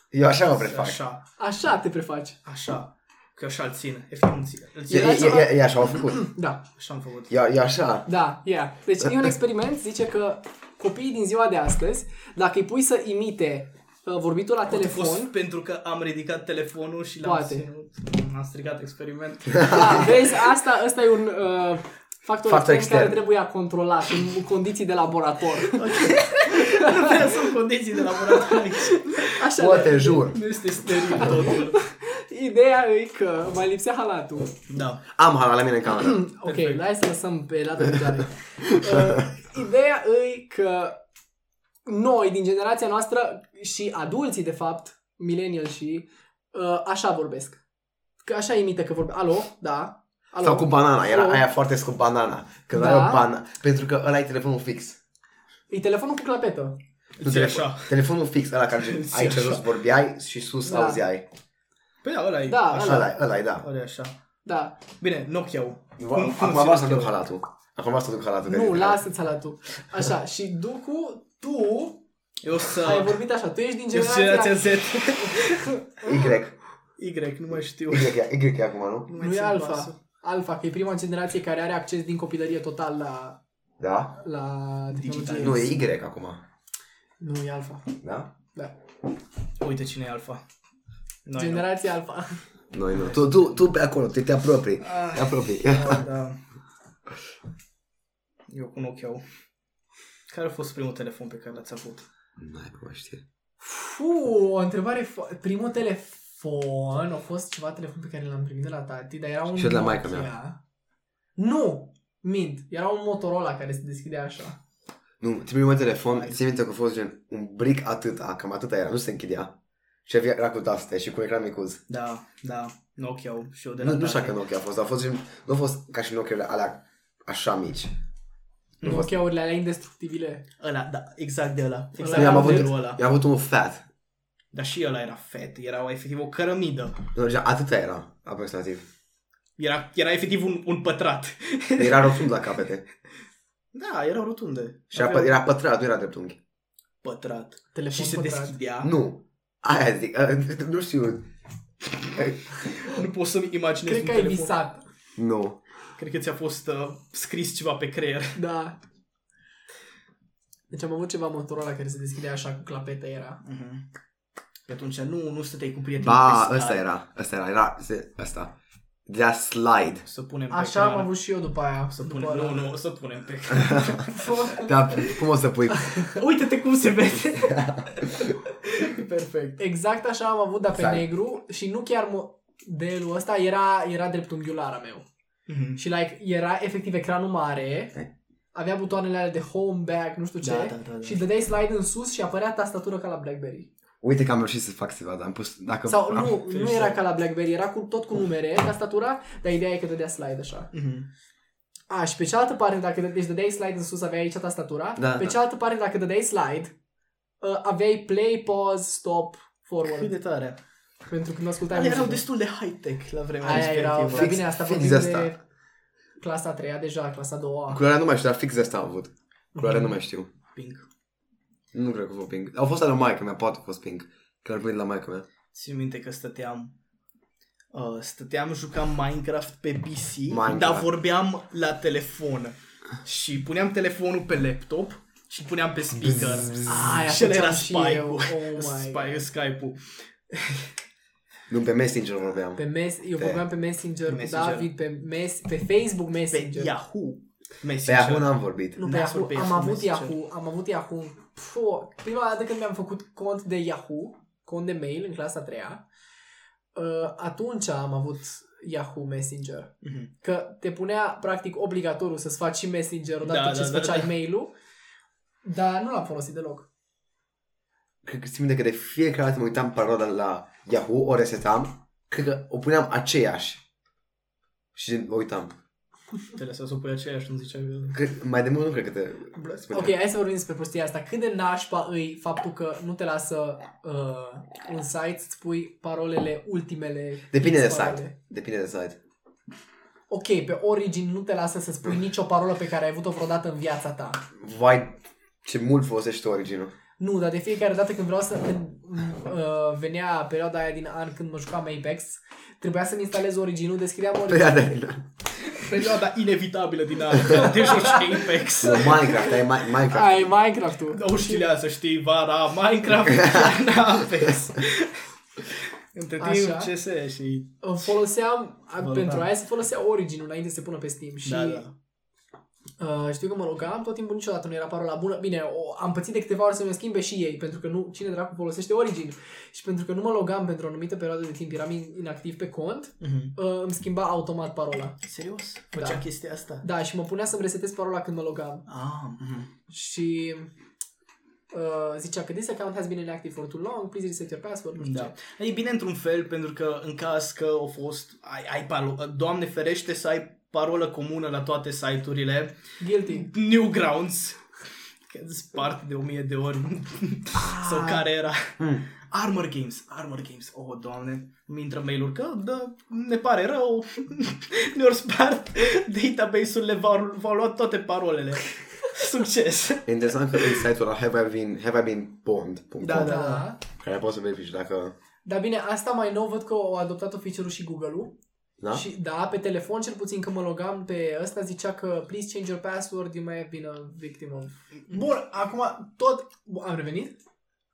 Speaker 3: Eu așa mă prefac.
Speaker 2: Așa,
Speaker 1: Așa te prefaci.
Speaker 2: așa. Că așa îl ține. Efectiv, îl ține. Îl
Speaker 3: E,
Speaker 2: ține.
Speaker 1: Eu-
Speaker 3: e, e, e așa au făcut.
Speaker 1: Da,
Speaker 2: Așa am făcut.
Speaker 3: E, e așa.
Speaker 1: da, yeah. Deci e un experiment, zice că copiii din ziua de astăzi, dacă îi pui să imite uh, vorbitul la
Speaker 2: Fost
Speaker 1: telefon,
Speaker 2: pentru că am ridicat telefonul și l-am
Speaker 1: Poate.
Speaker 2: ținut. Am stricat experiment. [LAUGHS]
Speaker 1: da, vezi, asta, asta e un uh, factor,
Speaker 3: Factor
Speaker 1: extern care
Speaker 3: extern.
Speaker 1: trebuia controlat în condiții de laborator.
Speaker 2: Nu vreau să condiții de laborator aici.
Speaker 1: Așa,
Speaker 3: Bă,
Speaker 1: da.
Speaker 3: te jur.
Speaker 2: Nu este steril totul.
Speaker 1: ideea e că mai lipsea halatul.
Speaker 2: Da.
Speaker 3: Am hala la mine
Speaker 1: [CLEARS THROAT]
Speaker 3: în cameră.
Speaker 1: Ok,
Speaker 2: Perfect.
Speaker 1: hai să lăsăm pe data
Speaker 2: [LAUGHS]
Speaker 1: viitoare. Uh, ideea e că noi, din generația noastră și adulții, de fapt, millennial și, uh, așa vorbesc. Că așa imită că vorbesc. Alo, da. Alo.
Speaker 3: Sau cu banana, era
Speaker 1: Alo.
Speaker 3: aia foarte scump banana. Când
Speaker 1: Da.
Speaker 3: da. ai o banana, pentru că ăla e telefonul fix.
Speaker 1: E telefonul cu clapetă.
Speaker 3: Nu
Speaker 2: Ți
Speaker 3: telefon,
Speaker 2: așa.
Speaker 3: telefonul fix, ăla care gen-
Speaker 2: Ți
Speaker 3: aici
Speaker 2: așa.
Speaker 3: jos vorbeai și sus
Speaker 1: Da.
Speaker 3: auzeai.
Speaker 2: Păi da, ăla e.
Speaker 1: Da,
Speaker 3: Așa,
Speaker 1: ăla.
Speaker 3: ăla, ăla da.
Speaker 2: Ăla e așa.
Speaker 1: Da.
Speaker 2: Bine, Nokia-ul.
Speaker 3: Acum
Speaker 2: ți-l
Speaker 3: vreau să duc
Speaker 2: Nokia-ul?
Speaker 3: halatul. Acum vreau să duc halatul. că-
Speaker 1: Nu, lasă-ți halatul. Așa, și Ducu, tu
Speaker 2: Eu să...
Speaker 1: ai vorbit așa. Tu ești din
Speaker 2: Eu sunt Da. generația
Speaker 1: generația...
Speaker 2: Z.
Speaker 3: Y.
Speaker 2: Y, nu mai știu.
Speaker 3: Y, e- y e acum, nu?
Speaker 1: Nu e
Speaker 2: țin
Speaker 1: alfa.
Speaker 2: pasul.
Speaker 1: Alfa, că e prima generație care are acces din copilărie total la,
Speaker 3: Da?
Speaker 1: la tehnologie.
Speaker 3: Nu, e Y acum.
Speaker 1: Nu, e alfa.
Speaker 3: Da?
Speaker 1: Da.
Speaker 2: Uite cine e alfa. Noi nu.
Speaker 1: Generația alfa.
Speaker 3: Noi nu. Tu, tu, tu pe acolo, te, te apropii.
Speaker 2: Ah.
Speaker 3: Te apropii.
Speaker 2: Da, da. Eu cu Nokia-ul. Care a fost primul telefon pe care l-ați avut?
Speaker 3: Nu ai cum știe.
Speaker 1: Fu, o întrebare. Fo- primul telefon a fost ceva telefon pe care l-am primit de la tati, dar era un
Speaker 3: Și de la maică
Speaker 1: Nokia. Nu, mint. Era un Motorola care se deschidea așa.
Speaker 3: Nu, ți primul telefon, ți minte că a fost gen un bric atâta, cam atâta era, nu se închidea. Și avea, era cu taste și cu ecran micuț.
Speaker 2: Da, da, Nokia-ul și eu de la
Speaker 3: Nu, nu știu
Speaker 2: tare.
Speaker 3: dacă Nokia a fost, dar a fost gen, nu a fost ca și Nokia alea așa mici. Nu a fost.
Speaker 1: Nokia-urile alea indestructibile.
Speaker 2: Ăla, da, exact de ăla. Exact
Speaker 1: Ăla
Speaker 3: Eu am
Speaker 1: era
Speaker 3: avut,
Speaker 2: modelul ăla.
Speaker 3: eu am avut unul fat.
Speaker 2: Dar și ăla era fet, era o- efectiv o cărămidă.
Speaker 3: Nu, gen, Atâta era, aproximativ.
Speaker 2: Era, era efectiv un, un pătrat.
Speaker 3: Era rotund la capete.
Speaker 2: [LAUGHS] Da, erau rotunde.
Speaker 3: Și era, pă- era pătrat, nu era dreptunghi.
Speaker 2: pătrat.
Speaker 1: Telefon
Speaker 2: și se
Speaker 1: pătrat.
Speaker 2: deschidea. Nu,
Speaker 3: Nu. Aia zic, a, nu știu.
Speaker 2: nu pot să-mi imaginez
Speaker 1: Cred
Speaker 2: un
Speaker 1: că ai
Speaker 2: telefon.
Speaker 1: visat.
Speaker 2: [LAUGHS]
Speaker 3: Nu.
Speaker 2: Cred că ți-a fost uh, scris ceva pe creier.
Speaker 1: Da. Deci am avut ceva Motorola care se deschidea așa cu clapete era.
Speaker 2: Uh-huh. Pe atunci nu, nu stăteai cu prietenii
Speaker 3: Ba,
Speaker 2: pe
Speaker 3: ăsta
Speaker 2: stradă.
Speaker 3: era, ăsta era, era, se- ăsta. De la slide.
Speaker 2: Să punem pe
Speaker 1: Așa
Speaker 2: ecran.
Speaker 1: am avut și eu după aia.
Speaker 2: Să
Speaker 1: după
Speaker 2: punem,
Speaker 1: ăla. [LAUGHS]
Speaker 2: nu, nu, să punem
Speaker 3: [LAUGHS]
Speaker 2: pe ecran.
Speaker 3: Da, cum o să
Speaker 2: [LAUGHS]
Speaker 3: pui?
Speaker 2: Uite-te cum se
Speaker 1: [LAUGHS]
Speaker 2: vede. Perfect.
Speaker 1: Exact așa am avut, dar pe
Speaker 3: Exact.
Speaker 1: negru și nu chiar modelul ăsta era, era dreptunghiulara meu.
Speaker 2: Mhm.
Speaker 1: Și like, era efectiv ecranul mare, avea butoanele alea de home, back, nu știu ce,
Speaker 2: Da, da, da, da.
Speaker 1: și dădeai slide în sus și apărea tastatură ca la BlackBerry.
Speaker 3: Uite că am reușit să fac ceva, dar am pus... Dacă
Speaker 1: Sau
Speaker 3: am,
Speaker 1: nu, nu
Speaker 2: ferește.
Speaker 1: era ca la BlackBerry, era cu, tot cu numere tastatura, dar ideea e că dădea slide așa.
Speaker 2: Mhm.
Speaker 1: A, și pe cealaltă parte, dacă dă- deci dădeai slide în sus, aveai aici tastatura,
Speaker 3: Da,
Speaker 1: pe
Speaker 3: da.
Speaker 1: cealaltă parte, dacă dădeai slide, uh, aveai play, pause, stop,
Speaker 2: Cât
Speaker 1: forward,
Speaker 2: de tare.
Speaker 1: pentru că nu ascultai
Speaker 2: Alea erau
Speaker 1: muzică.
Speaker 2: destul de high-tech la vremea
Speaker 1: Aia erau,
Speaker 2: respectivă.
Speaker 1: dar
Speaker 3: Fix-
Speaker 1: bine, asta
Speaker 3: fix
Speaker 1: vorbim
Speaker 3: asta.
Speaker 1: de clasa a treia deja, clasa a doua.
Speaker 3: Culoarea nu mai știu, dar fix de asta am avut. Culoarea
Speaker 1: Mhm.
Speaker 3: nu mai știu.
Speaker 2: Pink.
Speaker 3: Nu cred că a fost pink. Au fost ale maică mea, poate a fost pink. Că l-am primit la maică mea.
Speaker 2: Țin minte că stăteam Uh, stăteam, jucam Minecraft pe PC,
Speaker 3: Minecraft.
Speaker 2: dar vorbeam la telefon. Și puneam telefonul pe laptop și puneam pe speaker.
Speaker 1: Aia
Speaker 2: și el era
Speaker 1: făceam și eu.
Speaker 2: Spike-ul. [LAUGHS]
Speaker 1: Oh my
Speaker 2: Spike,
Speaker 1: God.
Speaker 2: Skype-ul.
Speaker 3: Nu pe Messenger vorbeam.
Speaker 1: Pe mes- eu vorbeam pe Messenger,
Speaker 2: Messenger.
Speaker 1: cu David, pe, mes- pe Facebook
Speaker 2: Pe
Speaker 1: Messenger.
Speaker 2: Yahoo
Speaker 3: Pe
Speaker 2: Messenger.
Speaker 3: acum n-am vorbit.
Speaker 1: Nu, pe
Speaker 2: Da,
Speaker 1: Yahoo.
Speaker 2: pe
Speaker 1: Am
Speaker 2: Yahoo
Speaker 1: avut
Speaker 2: Messenger.
Speaker 1: Yahoo. Am avut Yahoo. Puh, prima dată când mi-am făcut cont de Yahoo, cont de mail în clasa a treia, uh, atunci am avut Yahoo Messenger.
Speaker 2: Mhm.
Speaker 1: Că te punea practic obligatoriu să-ți faci și Messenger odată
Speaker 2: Da,
Speaker 1: ce
Speaker 2: da,
Speaker 1: îți
Speaker 2: da,
Speaker 1: făceai
Speaker 2: da.
Speaker 1: mail-ul. Dar nu l-am folosit deloc.
Speaker 3: Cred că țin minte că de fiecare dată mă uitam parola la Yahoo, o resetam, cred că o puneam aceeași. Și mă uitam.
Speaker 2: Te lăsa să o pui aceeași, nu ziceai eu.
Speaker 3: Cred, mai de mult nu cred că te... spuneam.
Speaker 1: Ok, hai să vorbim despre prostia asta. Cât de nașpa îi faptul că nu te lasă uh, un site să pui parolele ultimele.
Speaker 3: Depinde de
Speaker 1: X parole.
Speaker 3: site. Depinde de site.
Speaker 1: Ok, pe Origin nu te lasă să spui nicio parolă pe care ai avut-o vreodată în viața ta.
Speaker 3: Vai, ce mult folosești tu originul. [LAUGHS]
Speaker 1: Nu, dar de fiecare dată când vreau să... Când, uh, venea perioada aia din an când mă jucam Apex, trebuia să-mi instalez Originul, deschideam Origin.
Speaker 3: Perioada aia.
Speaker 2: Perioada inevitabilă din anul. Te joci Apex.
Speaker 3: Nu, Minecraft, ai Mi- Minecraft.
Speaker 1: Ai Minecraft-ul.
Speaker 2: Uștile să știi, vara Minecraft, iarna Apex. Între timp
Speaker 1: Așa.
Speaker 2: CS și...
Speaker 1: Îmi foloseam,
Speaker 2: Vă
Speaker 1: pentru
Speaker 2: rugam.
Speaker 1: aia se folosea Origin înainte să se pună pe Steam și
Speaker 2: Da, da.
Speaker 1: Uh, știu că mă rugam, tot timpul niciodată nu era parola bună. Bine, o, am pățit de câteva ori să mi schimbe și ei, pentru că nu, cine dracu folosește Origin. Și pentru că nu mă logam pentru o anumită perioadă de timp, eram in- inactiv pe cont,
Speaker 2: Mhm.
Speaker 1: uh, îmi schimba automat parola.
Speaker 2: Serios? Făcea
Speaker 1: Da.
Speaker 2: chestia asta?
Speaker 1: Da, și mă punea să-mi resetez parola când mă logam.
Speaker 2: Ah, mhm.
Speaker 1: Și uh, zicea că this account has been inactive for too long, please reset your password, nu știu
Speaker 2: da.
Speaker 1: ce.
Speaker 2: E bine într-un fel, pentru că în caz că au fost... Ai, ai paro- Doamne ferește să ai parolă comună la toate site-urile.
Speaker 1: Guilty.
Speaker 2: Newgrounds. Că spart de o mie de ori. [LAUGHS] Sau care era.
Speaker 3: Mm.
Speaker 2: Armor Games, Armor Games, oh, doamne, mi intră mail-uri că, da, ne pare rău, [LAUGHS] ne-au spart database-urile, v-au, v-au luat toate parolele. [LAUGHS] Succes!
Speaker 3: E Interesant că în site-ul ăla have I been, have I been pwned.com,
Speaker 2: Da, da.
Speaker 3: care poți să verifici dacă...
Speaker 1: Dar bine, asta mai nou văd că au adoptat-o feature-ul și Google-ul.
Speaker 3: Da?
Speaker 1: Și da, pe telefon cel puțin când mă logam pe ăsta zicea că please change your password, you may have been a victim of... Bun, acum tot... Bun, Am revenit?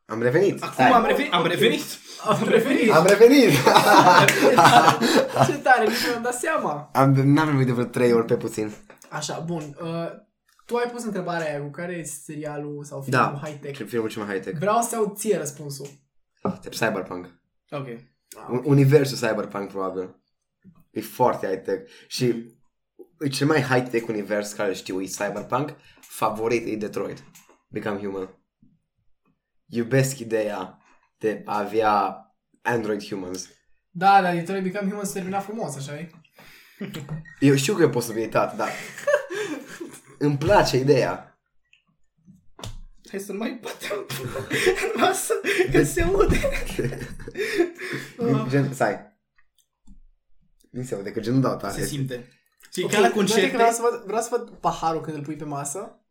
Speaker 3: Am revenit.
Speaker 2: Acum
Speaker 3: Hai.
Speaker 2: am revenit, am
Speaker 1: Ok.
Speaker 2: revenit! [LAUGHS]
Speaker 1: Am revenit!
Speaker 3: Am revenit! [LAUGHS]
Speaker 1: Ce tare, [LAUGHS] ce tare, nici nu mi-am dat seama!
Speaker 3: am, n-am revenit de vreo 3 ori pe puțin.
Speaker 1: Așa, bun. Uh, tu ai pus întrebarea aia cu care e serialul sau
Speaker 3: Da.
Speaker 1: filmul high-tech.
Speaker 3: Ce filmul cel mai high-tech.
Speaker 1: Vreau să aud ție răspunsul.
Speaker 3: Cyberpunk.
Speaker 2: Ok.
Speaker 3: Un- Universul Cyberpunk, probabil. E foarte high-tech. Și e cel mai high-tech univers care îl știu e Cyberpunk. Favorit e Detroit. Become Human. Iubesc ideea de a avea Android Humans.
Speaker 1: Da, dar Detroit Become Human se termina frumos, așa e?
Speaker 3: Eu știu că e o posibilitate, dar îmi place ideea.
Speaker 2: Hai să nu mai batem [LAUGHS] numai să că se aude.
Speaker 3: Gen, stai. Nu se aude, că gen nu dau tare.
Speaker 2: Se simte. Și okay, ca la concerte,
Speaker 1: Vreau să, văd, vreau să văd paharul când îl pui pe masă.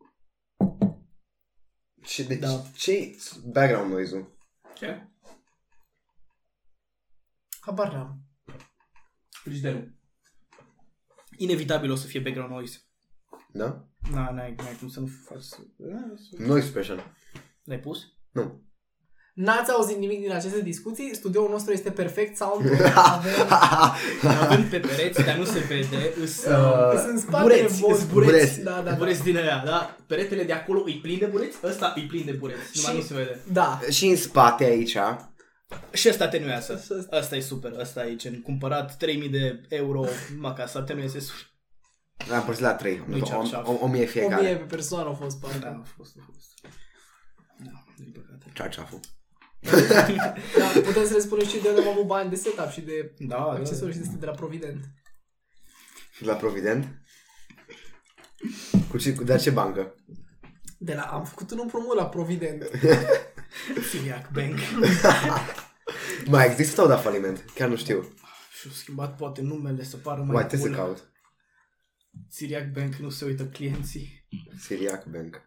Speaker 3: Și de
Speaker 2: Da.
Speaker 3: ce background noise-ul?
Speaker 2: Ce?
Speaker 1: Habar n-am.
Speaker 2: Frigiderul. Inevitabil o să fie background noise.
Speaker 3: Da?
Speaker 2: Na, n-ai, n-ai cum să nu faci să...
Speaker 3: Noise special. [LAUGHS]
Speaker 2: L-ai pus?
Speaker 3: Nu.
Speaker 1: N-ați auzit nimic din aceste discuții, studioul nostru este perfect sound
Speaker 2: [LAUGHS]
Speaker 1: avem
Speaker 2: Avem pe pereți, dar nu se vede, îs,
Speaker 3: Uh,
Speaker 1: Sunt în spatele
Speaker 2: bureți,
Speaker 1: vostru.
Speaker 2: sunt
Speaker 3: bureți.
Speaker 1: Da, da, da.
Speaker 2: bureți din aia, da? Peretele de acolo îi plin de bureți, ăsta îi plin de bureți, numai
Speaker 1: Și-
Speaker 2: nu se vede.
Speaker 1: Da.
Speaker 3: și în spate aici.
Speaker 2: Și ăsta atenuează, ăsta e super, ăsta e gen cumpărat 3000 de euro, numai ca să atenueze sur.
Speaker 3: Am părțit la 3.
Speaker 2: Nu-i cearceaf.
Speaker 3: O, o, o mie
Speaker 1: O mie
Speaker 3: fiecare.
Speaker 1: pe persoană a fost
Speaker 2: Da,
Speaker 1: partea.
Speaker 2: a fost, a fost. Da, din păcate.
Speaker 3: Cearceaful.
Speaker 1: Da, putem să le spunem și de unde am avut bani de setup și de
Speaker 2: Da, da.
Speaker 1: accesori și de, de la Provident.
Speaker 3: De La Provident. Cu ce, cu, de la ce bancă?
Speaker 1: De la, am făcut un împrumut la Provident.
Speaker 2: Da, Filiac [LAUGHS] Bank.
Speaker 3: Mai există sau da faliment? Chiar nu știu.
Speaker 2: Și-au schimbat poate numele să pară mai
Speaker 3: Mai trebuie să
Speaker 2: cool.
Speaker 3: caut.
Speaker 2: Siriac Bank nu se uită clienții.
Speaker 3: Siriac Bank.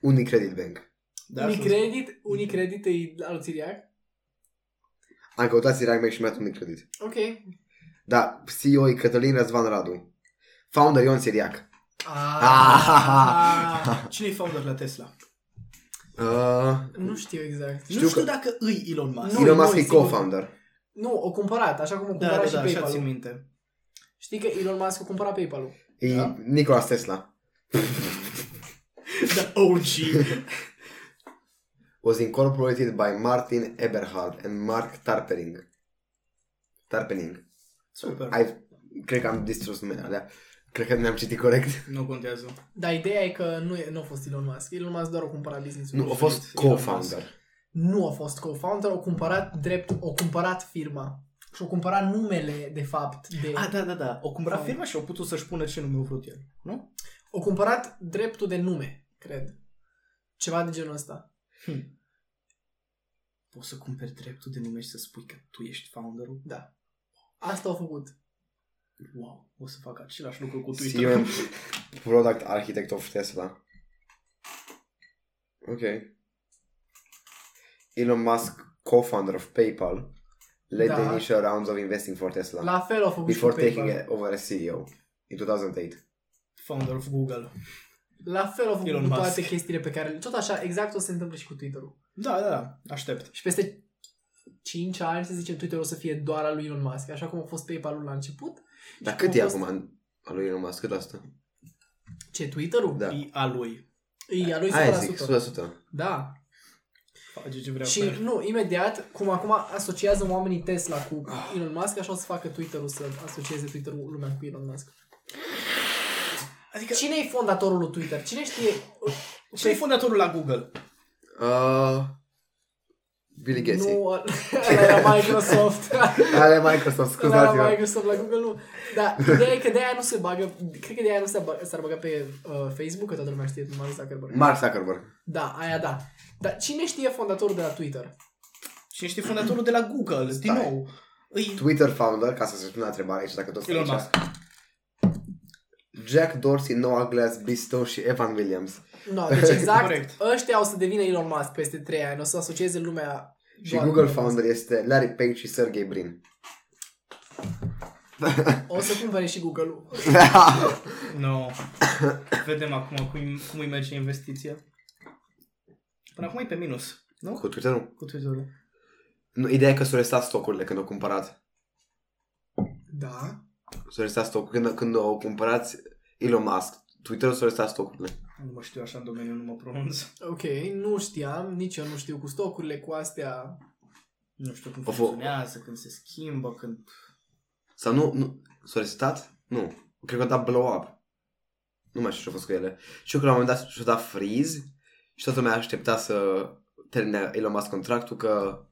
Speaker 3: Unicredit Bank.
Speaker 2: [LAUGHS]
Speaker 1: Da, Unicredit, Unicredit e al Țiriac.
Speaker 3: Am căutat Sirang Mac și mi-a dat un mic credit.
Speaker 1: Ok.
Speaker 3: Da, CEO e Cătălin Răzvan Radu. Founder Ion Siriac.
Speaker 2: Ah. Cine-i founder la Tesla?
Speaker 3: Uh,
Speaker 1: Nu știu exact.
Speaker 2: Știu
Speaker 3: Știu
Speaker 2: nu știu
Speaker 3: că-
Speaker 2: dacă îi Elon Musk.
Speaker 1: Nu,
Speaker 3: Elon Musk
Speaker 1: nu,
Speaker 3: e
Speaker 1: sigur.
Speaker 3: co-founder.
Speaker 1: Nu, o cumpărat, așa cum o
Speaker 2: Da,
Speaker 1: cumpărat
Speaker 2: da,
Speaker 1: și
Speaker 2: da, așa țin
Speaker 1: PayPal-ul.
Speaker 2: [LAUGHS] minte.
Speaker 1: Știi că Elon Musk a cumpărat PayPal-ul.
Speaker 3: E
Speaker 1: Da.
Speaker 3: Nicolas Tesla.
Speaker 2: The OG.
Speaker 3: Was incorporated by Martin Eberhard and Mark Tarpering. Tarpening.
Speaker 2: Super.
Speaker 3: Ai, cred că am distrus numele alea. Cred că ne-am citit corect.
Speaker 2: Nu contează.
Speaker 1: Dar ideea e că nu, e, nu a fost Elon Musk. Elon Musk doar a cumpărat business-ul.
Speaker 3: Nu, a fost
Speaker 2: Elon
Speaker 3: co-founder.
Speaker 1: nu a fost co-founder, au cumpărat drept, au cumpărat firma. Și au cumpărat numele, de fapt, de...
Speaker 2: Ah, da, da, da. O cumpărat
Speaker 1: Sau-
Speaker 2: firma și au putut să-și pună ce nume au vrut el. Nu?
Speaker 1: Au cumpărat dreptul de nume, cred. Ceva de genul ăsta.
Speaker 2: Hm. Poți să cumperi dreptul de nume și să spui că tu ești founderul?
Speaker 1: Da. Asta au făcut.
Speaker 2: Wow, o să fac același lucru cu Twitter.
Speaker 1: [LAUGHS]
Speaker 3: CM Product Architect of Tesla. Ok. Elon Musk, co-founder of PayPal, led the
Speaker 1: Da.
Speaker 3: initial rounds of investing for Tesla
Speaker 1: La fel au făcut
Speaker 3: Da. before
Speaker 1: și cu
Speaker 3: taking
Speaker 1: PayPal.
Speaker 3: it over as CEO in 2008.
Speaker 2: Founder of Google.
Speaker 1: La fel au făcut
Speaker 2: Elon
Speaker 1: cu toate
Speaker 2: Musk.
Speaker 1: chestiile pe care le... Tot așa, exact o se întâmplă și cu Twitter-ul.
Speaker 2: Da, da, da. Aștept.
Speaker 1: Și peste 5 ani, să zicem, Twitter o să fie doar al lui Elon Musk, așa cum a fost PayPal-ul la început.
Speaker 3: Dar
Speaker 1: Și
Speaker 3: cât
Speaker 1: cum
Speaker 3: e
Speaker 1: a fost-
Speaker 3: acum al lui Elon Musk? Cât asta?
Speaker 1: Ce, Twitter-ul?
Speaker 3: Da.
Speaker 2: E a lui.
Speaker 1: E a lui 100%.
Speaker 3: Aia zic, 100%.
Speaker 1: Da.
Speaker 2: Face ce vrea
Speaker 1: Și
Speaker 2: cu el.
Speaker 1: nu, imediat, cum acum asociază oamenii Tesla cu Elon Musk, așa o să facă Twitter-ul să asocieze Twitter-ul lumea cu Elon Musk.
Speaker 2: Adică,
Speaker 1: Că... Cine e fondatorul lui Twitter? Cine știe?
Speaker 2: cine e fondatorul la Google?
Speaker 3: Uh, Billy Gates.
Speaker 1: Nu, ăla era Microsoft.
Speaker 3: Ale Microsoft,
Speaker 1: Ăla era
Speaker 3: [LAUGHS] scuzați-mă.
Speaker 1: Microsoft la Google, nu. Dar ideea e că de-aia nu se bagă, cred că de-aia nu se bă- s-ar băga pe uh, Facebook, că toată lumea știe Mark Zuckerberg.
Speaker 3: Mark Zuckerberg.
Speaker 1: Da, aia da. Dar cine știe fondatorul de la Twitter?
Speaker 2: Cine știe fondatorul de la Google? Din
Speaker 3: Stai.
Speaker 2: nou. Îi
Speaker 3: Twitter founder, ca să se spună întrebarea aici, dacă tot stai
Speaker 2: Elon
Speaker 3: aici.
Speaker 2: Musk.
Speaker 3: Jack Dorsey, Noah Glass, Bistow și Evan Williams.
Speaker 1: No,
Speaker 3: [LAUGHS]
Speaker 1: deci exact,
Speaker 2: Corect.
Speaker 1: ăștia o să devină Elon Musk peste 3 ani, o să asocieze lumea
Speaker 3: Și
Speaker 1: doar
Speaker 3: Google
Speaker 1: cu Elon Musk.
Speaker 3: founder este Larry Page și Sergey Brin.
Speaker 1: O să cumpere și Google-ul.
Speaker 2: No. Vedem acum cum, cum îi merge investiția. Până acum e pe minus. Nu?
Speaker 3: Cu Twitter-ul?
Speaker 2: Cu Twitter-ul.
Speaker 3: Nu, ideea e că s-au restat stocurile când au cumpărat.
Speaker 1: Da.
Speaker 3: S-au restat stocurile când, când au cumpărat Elon Musk. Twitter-ul s-au restat stocurile.
Speaker 2: Nu mă știu așa în domeniu, nu mă pronunț.
Speaker 1: Ok, nu știam, nici eu nu știu cu stocurile, cu astea.
Speaker 2: Nu știu cum
Speaker 3: Of, of.
Speaker 2: funcționează, când se schimbă, când...
Speaker 3: Sau nu, nu s-au restat? Nu. Cred că au dat blow up. Nu mai știu ce a fost cu ele. Și că la un moment dat și-a dat freeze și toată lumea aștepta să termine Elon Musk contractul că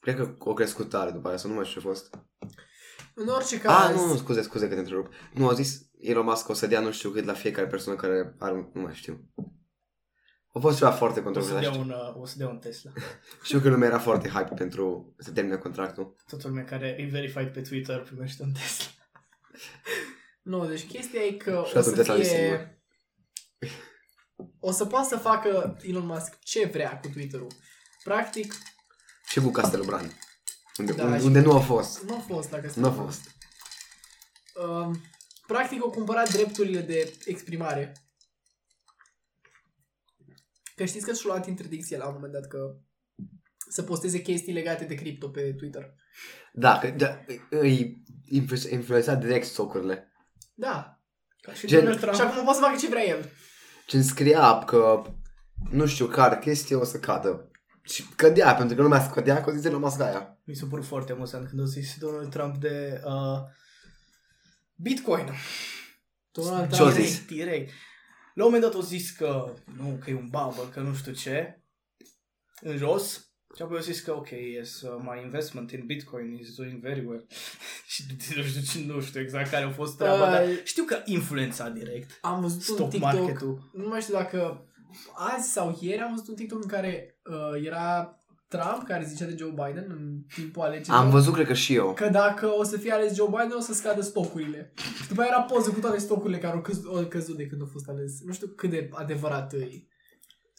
Speaker 3: Cred că o crescut tare după aia, sau nu mai știu ce a fost.
Speaker 1: În orice caz,
Speaker 3: Ah, nu, nu, scuze, scuze că te întrerup. Nu, au zis Elon Musk o să dea nu știu cât la fiecare persoană care are un... Nu mai știu. A fost ceva foarte
Speaker 2: O să,
Speaker 3: controversat.
Speaker 2: dea
Speaker 3: știu.
Speaker 2: un, uh, o să dea un Tesla.
Speaker 3: Știu că lumea era foarte hype pentru să termine contractul.
Speaker 2: Toată lumea care e verified pe Twitter primește un Tesla.
Speaker 1: nu, deci chestia e că
Speaker 3: Și
Speaker 1: o
Speaker 3: atunci
Speaker 1: să
Speaker 3: Tesla este
Speaker 1: fie...
Speaker 3: singur.
Speaker 1: O să poată să facă Elon Musk ce vrea cu Twitter-ul. Practic,
Speaker 3: Și cu Castelbran. Unde,
Speaker 1: Da,
Speaker 3: da, unde,
Speaker 1: și-
Speaker 3: unde nu a fost.
Speaker 1: nu a fost, dacă se
Speaker 3: Nu a fost.
Speaker 1: Um, practic, au cumpărat drepturile de exprimare. Că știți că și-a luat interdicție la un moment dat că să posteze chestii legate de cripto pe Twitter.
Speaker 3: Da, că da, îi influ- influența direct stocurile.
Speaker 1: Da,
Speaker 2: Ca și
Speaker 3: Gen-
Speaker 2: Donald
Speaker 1: Și
Speaker 2: Trump.
Speaker 1: acum poate să facă ce vrea el.
Speaker 3: Ce scria că nu știu care chestie o să cadă. Și cădea, pentru că lumea scădea că o zis Elon Musk aia.
Speaker 2: Mi s-a părut foarte amuzant când a zis Donald Trump de uh, Bitcoin.
Speaker 1: Donald
Speaker 3: Ce-o
Speaker 1: Trump.
Speaker 3: zis?
Speaker 2: Direct, direct. La un moment dat au zis că nu, că e un bubble, că nu știu ce, în jos. Și apoi au zis că, ok, yes, uh, my investment in Bitcoin is doing very well. [LAUGHS] și nu știu, ce- nu știu exact care a fost treaba,
Speaker 1: Uh,
Speaker 2: dar știu că influența direct
Speaker 1: Am văzut un
Speaker 2: stock
Speaker 1: TikTok,
Speaker 2: market-ul.
Speaker 1: nu mai știu dacă azi sau ieri am văzut un TikTok în care uh, era Trump care zicea de Joe Biden în timpul alegerilor.
Speaker 3: Am văzut, cred că și eu.
Speaker 1: Că dacă o să fie ales Joe Biden, o să scadă stocurile. Și după aia era poză cu toate stocurile care au căzut, au căzut de când a fost ales. Nu știu cât de adevărat e.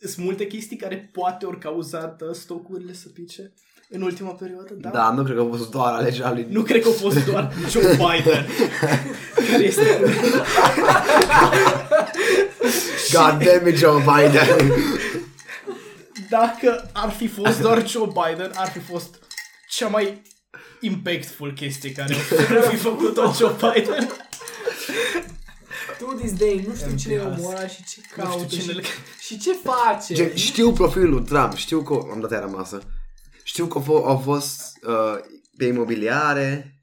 Speaker 2: Sunt multe chestii care poate ori cauzat uh, stocurile să pice. în ultima perioadă, da.
Speaker 3: Da. nu cred că a fost doar alegerea lui.
Speaker 2: Nu cred că a fost doar Joe Biden. care este...
Speaker 3: God damn it, Joe Biden!
Speaker 2: [LAUGHS] Dacă ar fi fost doar Joe Biden, ar fi fost cea mai impactful chestie care ar fi făcut-o Joe Biden.
Speaker 1: To this day, nu știu cine e
Speaker 2: Entuziast.
Speaker 1: omul ăla și ce
Speaker 2: Nu știu
Speaker 1: caută
Speaker 2: cine...
Speaker 1: și,
Speaker 2: [LAUGHS]
Speaker 1: și ce face.
Speaker 3: Gen, știu profilul lui Trump, știu că... Am dat aia masă. Știu că au fo- au fost uh, pe imobiliare,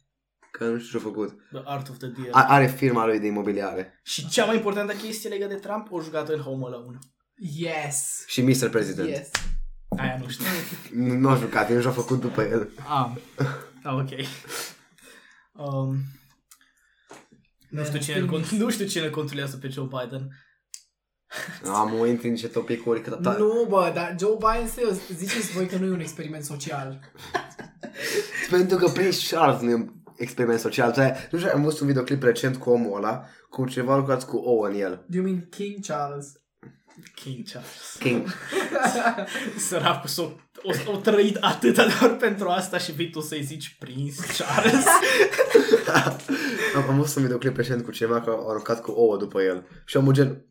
Speaker 3: că nu știu ce-a făcut.
Speaker 2: The Art of the Deal.
Speaker 3: A- are firma lui de imobiliare.
Speaker 2: Și cea mai importantă chestie legată de Trump, o jucată în Home Alone.
Speaker 1: Yes.
Speaker 3: Și Mr. President.
Speaker 1: Yes.
Speaker 2: Aia nu știu.
Speaker 3: Nu, nu a jucat, el și-a făcut după el.
Speaker 2: Am. Ah, ok. Um, nu, știu cine îl cont- nu știu cine îl controlează pe Joe Biden.
Speaker 3: Am o intri în niște topicuri că da, ta...
Speaker 1: Nu, bă, dar Joe Biden, serios, ziceți voi că nu e un experiment social.
Speaker 3: Pentru că Prince Charles nu e un experiment social. Dar, nu știu, am văzut un videoclip recent cu omul ăla, cu ceva lucrat cu ouă în el.
Speaker 1: Do you mean King Charles?
Speaker 2: King Charles.
Speaker 3: King.
Speaker 2: Săracul s-o, o, o trăit atâta doar pentru asta și vii tu să-i zici prins Charles.
Speaker 3: am, am văzut un videoclip recent cu ceva că au aruncat cu ouă după el. Și omul gen...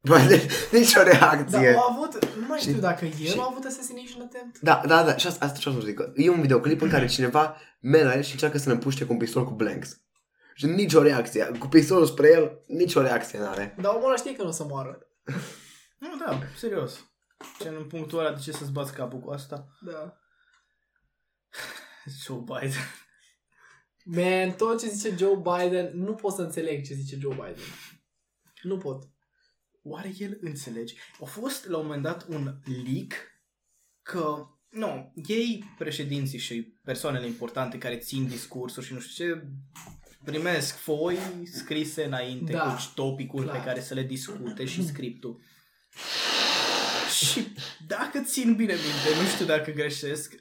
Speaker 3: Bă, [LAUGHS] de, nicio
Speaker 1: Da,
Speaker 3: reacție.
Speaker 1: au avut, nu mai știu dacă el
Speaker 3: și-
Speaker 1: a avut assassination attempt.
Speaker 3: Da, da, da, și asta, asta ce am să zic. că E un videoclip în
Speaker 1: Mhm.
Speaker 3: care cineva merge la el și încearcă să ne împuște cu un pistol cu blanks. Și nicio reacție. Cu pistolul spre el, nicio reacție n-are.
Speaker 1: Dar omul ăla știe că nu o să moară.
Speaker 2: [LAUGHS] nu, da, serios. Gen în punctul ăla, de ce să-ți bați capul cu asta?
Speaker 1: Da.
Speaker 2: Joe Biden.
Speaker 1: Man, tot ce zice Joe Biden, nu pot să înțeleg ce zice Joe Biden. Nu pot.
Speaker 2: Oare el înțelege? A fost la un moment dat un leak că, nu, ei, președinții și persoanele importante care țin discursuri și nu știu ce, primesc foi scrise înainte
Speaker 1: Da,
Speaker 2: cu topicul
Speaker 1: clar.
Speaker 2: pe care să le discute și scriptul. și dacă țin bine minte, nu știu dacă greșesc,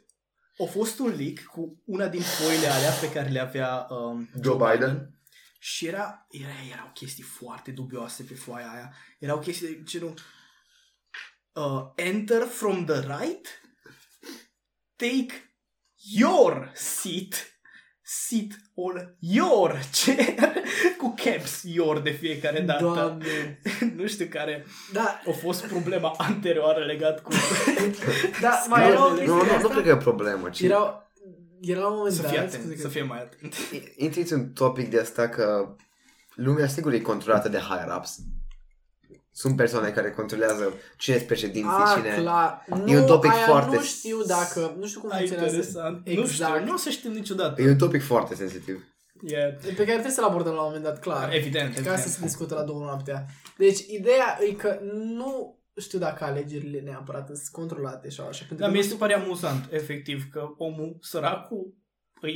Speaker 2: a fost un leak cu una din foile alea pe care le avea um,
Speaker 3: Joe Biden.
Speaker 2: Și era, era, erau chestii foarte dubioase pe foaia aia. Erau chestii de genul uh, Enter from the right, take your seat, sit on your chair, [LAUGHS] cu caps your de fiecare dată.
Speaker 1: Doamne.
Speaker 2: [LAUGHS] nu știu care
Speaker 1: Da,
Speaker 2: a fost problema anterioară
Speaker 1: [LAUGHS]
Speaker 2: legat cu
Speaker 1: da, mai
Speaker 3: Nu,
Speaker 1: era o
Speaker 3: nu,
Speaker 1: chestie
Speaker 3: nu,
Speaker 1: de
Speaker 3: nu,
Speaker 1: asta.
Speaker 3: nu cred că e problemă. Ci Erau...
Speaker 1: Erau, era la un moment
Speaker 2: să
Speaker 1: dat,
Speaker 2: fie
Speaker 1: scuze
Speaker 2: atent,
Speaker 1: că-
Speaker 2: să fie mai atent.
Speaker 3: Intriți un topic de asta că lumea sigur e controlată de higher-ups. Sunt persoane care controlează cine sunt președinții,
Speaker 1: Ah,
Speaker 3: cine...
Speaker 1: clar. Nu,
Speaker 3: E un topic
Speaker 1: aia
Speaker 3: foarte
Speaker 1: Nu știu dacă, nu știu cum
Speaker 2: Ai
Speaker 1: funcționează.
Speaker 2: interesant. Nu
Speaker 1: Exact.
Speaker 2: știu, nu o să știm niciodată.
Speaker 3: E un topic foarte sensitiv.
Speaker 2: E,
Speaker 1: Pe care trebuie să-l abordăm la un moment dat, clar.
Speaker 2: evident,
Speaker 1: Ca să
Speaker 2: evident.
Speaker 1: se discută la două noaptea. Deci, ideea e că nu știu dacă alegerile neapărat sunt controlate și așa. Pentru
Speaker 2: Dar
Speaker 1: că
Speaker 2: Da, mi se pare amuzant, efectiv, că omul săracul e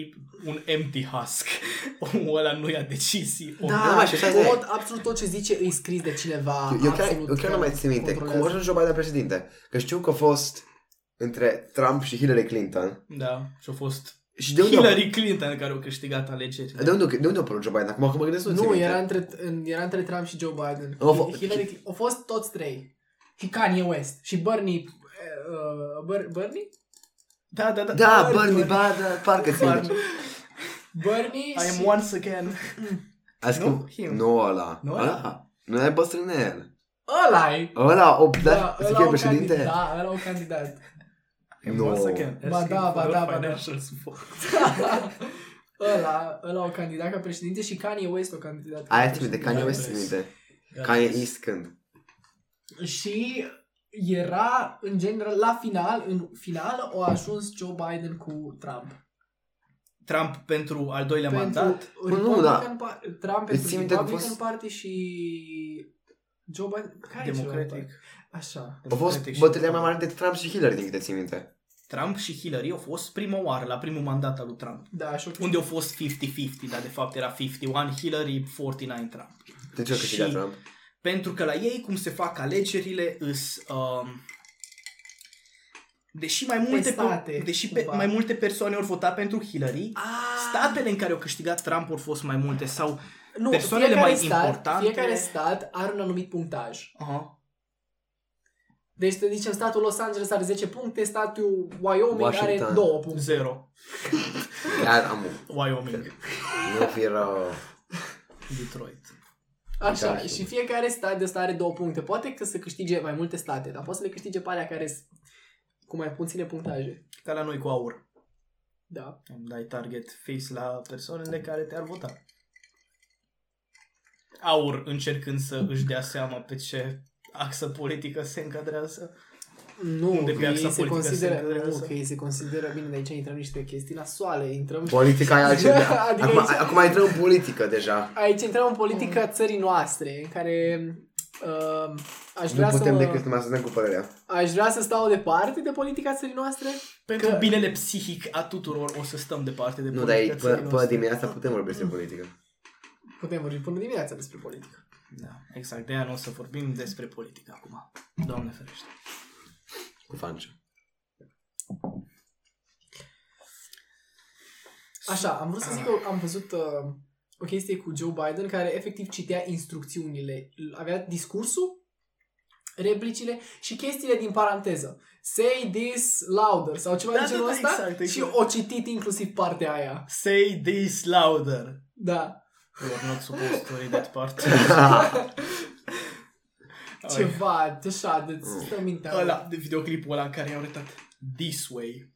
Speaker 2: un empty husk. [LAUGHS] Omul ăla nu ia decizii. omul-
Speaker 3: Da,
Speaker 1: da,
Speaker 3: mă, și așa e.
Speaker 1: tot, absolut tot ce zice e scris de cineva.
Speaker 3: Eu, eu chiar,
Speaker 1: Ah, absolut
Speaker 3: eu chiar nu mai țin minte. Cum a
Speaker 1: controlează.
Speaker 3: ajuns Joe Biden președinte? Că știu că a fost între Trump și Hillary Clinton.
Speaker 2: Da, și-a fost
Speaker 3: Și de
Speaker 2: de
Speaker 3: unde, Da. a-
Speaker 2: Hillary Clinton care au câștigat alegerile.
Speaker 3: de unde, de unde a apărut Joe Biden? Acum că mă gândesc țin
Speaker 1: Nu,
Speaker 3: minte.
Speaker 1: era între, în- era între Trump și Joe Biden.
Speaker 3: Au fost-
Speaker 1: Hillary, Clinton- au fost toți trei. Și Kanye West. Și Bernie... Uh, Ber- Bernie?
Speaker 2: Da, da, da.
Speaker 3: Da,
Speaker 2: Bun,
Speaker 3: Bernie,
Speaker 2: bun.
Speaker 3: ba, da, parcă țin.
Speaker 2: Bernie.
Speaker 1: Bernie
Speaker 2: I
Speaker 1: și...
Speaker 2: am once again.
Speaker 3: Azi
Speaker 2: Nu?
Speaker 3: cum?
Speaker 2: Him.
Speaker 3: Nu ăla.
Speaker 2: Nu
Speaker 3: Nu
Speaker 2: ăla?
Speaker 3: ăla. Nu ai bătrânel.
Speaker 1: Ăla-i!
Speaker 3: Ăla, o,
Speaker 1: Da,
Speaker 3: da,
Speaker 1: ăla
Speaker 3: să
Speaker 1: au
Speaker 3: fie președinte?
Speaker 1: Candidat, da, ăla o candidat.
Speaker 2: I am
Speaker 3: No.
Speaker 2: once again.
Speaker 1: Ba
Speaker 2: asking
Speaker 1: da, ba
Speaker 2: for
Speaker 1: da, ba
Speaker 2: financial support.
Speaker 3: [LAUGHS]
Speaker 1: [LAUGHS] ăla, ăla o candidat ca președinte și Kanye West o candidat. ca
Speaker 3: Aia țin minte,
Speaker 1: președinte.
Speaker 3: Kanye
Speaker 2: Da,
Speaker 3: West țin
Speaker 2: înțeles.
Speaker 3: minte.
Speaker 2: Gata.
Speaker 3: Kanye East când.
Speaker 1: Și era, în general, la final, în final, o ajuns Joe Biden cu Trump.
Speaker 2: Trump pentru al doilea mandat.
Speaker 1: Pentru
Speaker 3: Păi Nu, da.
Speaker 1: Republican pa- Trump
Speaker 3: Îți
Speaker 1: pentru
Speaker 3: țin minte că
Speaker 1: Republican
Speaker 3: a fost-
Speaker 1: Party și Joe Biden. Care e celălalt?
Speaker 2: Democratic.
Speaker 1: Așa.
Speaker 3: A
Speaker 2: Democratic
Speaker 3: fost
Speaker 2: și-
Speaker 3: bătălia mai mare între Trump și Hillary, din câte țin minte.
Speaker 2: Trump și Hillary au fost prima oară la primul mandat al lui Trump.
Speaker 1: Da, și o
Speaker 2: Unde au fost 50-50, dar de fapt era 51 Hillary, 49 Trump.
Speaker 3: De ce a câștigat
Speaker 2: Și-
Speaker 3: Trump?
Speaker 2: Pentru că la ei, cum se fac alegerile, îs... Um, deși mai multe,
Speaker 1: state,
Speaker 2: deși pe,
Speaker 1: cumva.
Speaker 2: mai multe persoane au votat pentru Hillary,
Speaker 1: Ah,
Speaker 2: statele în care au câștigat Trump au fost mai multe sau...
Speaker 1: nu,
Speaker 2: persoanele
Speaker 1: fiecare
Speaker 2: mai
Speaker 1: stat,
Speaker 2: importante-
Speaker 1: Fiecare stat are un anumit punctaj.
Speaker 2: Uh-huh.
Speaker 1: Deci te zicem statul Los Angeles are 10 puncte, statul Wyoming Washington. are
Speaker 3: Washington.
Speaker 1: 2 puncte.
Speaker 2: Zero.
Speaker 3: Chiar am
Speaker 2: Wyoming.
Speaker 3: Nu fi
Speaker 1: [LAUGHS]
Speaker 3: rău.
Speaker 2: Detroit.
Speaker 1: Așa,
Speaker 3: Da,
Speaker 1: și
Speaker 3: sigur.
Speaker 1: fiecare stat de ăsta are două puncte. Poate că să câștige mai multe state, dar poate să le câștige pe alea care s- cu mai puține punctaje.
Speaker 2: Ca la noi cu aur.
Speaker 1: Da.
Speaker 2: Îmi dai target fix la persoanele care te-ar vota. Aur încercând să își dea seama pe ce axă politică se încadrează.
Speaker 1: Nu,
Speaker 2: Unde
Speaker 1: că
Speaker 2: pe
Speaker 1: ei
Speaker 2: axa
Speaker 1: se
Speaker 2: politică se
Speaker 1: consideră, nu,
Speaker 2: încadrează?
Speaker 1: că ei se consideră, bine, de aici intrăm niște chestii la soale, intrăm...
Speaker 3: Politica e altceva.
Speaker 1: Adică
Speaker 3: acum,
Speaker 1: aici-
Speaker 3: acum intrăm în politică deja.
Speaker 1: Aici intrăm în politica țării noastre, în care uh, aș,
Speaker 3: Nu
Speaker 1: vrea să
Speaker 3: putem
Speaker 1: mă,
Speaker 3: decât să mai să ne cu părerea.
Speaker 1: aș vrea să stau departe de politica țării noastre.
Speaker 2: Pentru
Speaker 1: Că-
Speaker 2: că... binele psihic a tuturor o să stăm departe de
Speaker 3: Nu, dar ei,
Speaker 2: politică
Speaker 3: pă,
Speaker 2: țării
Speaker 3: pă
Speaker 2: noastre.
Speaker 3: dimineața putem vorbi despre politică.
Speaker 1: Putem vorbi până dimineața despre politică.
Speaker 2: Da, exact. De aia nu o să vorbim despre politică acum. Doamne ferește.
Speaker 3: Cu fanciu.
Speaker 1: Așa, am vrut să zic că am văzut uh, o chestie cu Joe Biden care efectiv citea instrucțiunile, avea discursul, replicile și chestiile din paranteză. Say this louder sau ceva
Speaker 2: Da,
Speaker 1: de
Speaker 2: da,
Speaker 1: genul
Speaker 2: da,
Speaker 1: ăsta
Speaker 2: exact, exact.
Speaker 1: și o citit inclusiv partea aia.
Speaker 2: Say this louder. [LAUGHS]
Speaker 1: Da,
Speaker 2: You are not supposed to read
Speaker 3: [LAUGHS]
Speaker 2: that part.
Speaker 1: ceva, da. așa, de
Speaker 3: Mm.
Speaker 1: stă mintea.
Speaker 2: Ăla, de videoclipul ăla în care i-au arătat This Way.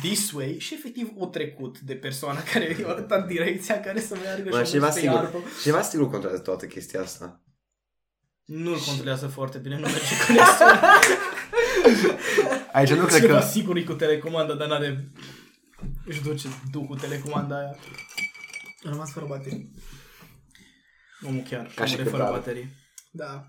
Speaker 2: This Way și efectiv o trecut de persoana care i-a arătat direcția care să
Speaker 1: Deci
Speaker 2: meargă
Speaker 3: Mă,
Speaker 2: și
Speaker 3: ceva
Speaker 2: pe
Speaker 3: sigur,
Speaker 2: iarbă.
Speaker 3: ceva sigur controlează toată chestia asta.
Speaker 2: Nu-l controlează foarte bine, nu merge conexul.
Speaker 3: Aici Deci nu cred
Speaker 2: Ceva
Speaker 3: că...
Speaker 2: sigur e cu telecomanda, dar n-are... Își duce ducul telecomanda aia.
Speaker 1: Am rămas fără baterii.
Speaker 2: Omul chiar,
Speaker 3: Ca și
Speaker 2: omule fără
Speaker 3: cântare.
Speaker 2: baterii.
Speaker 1: Da.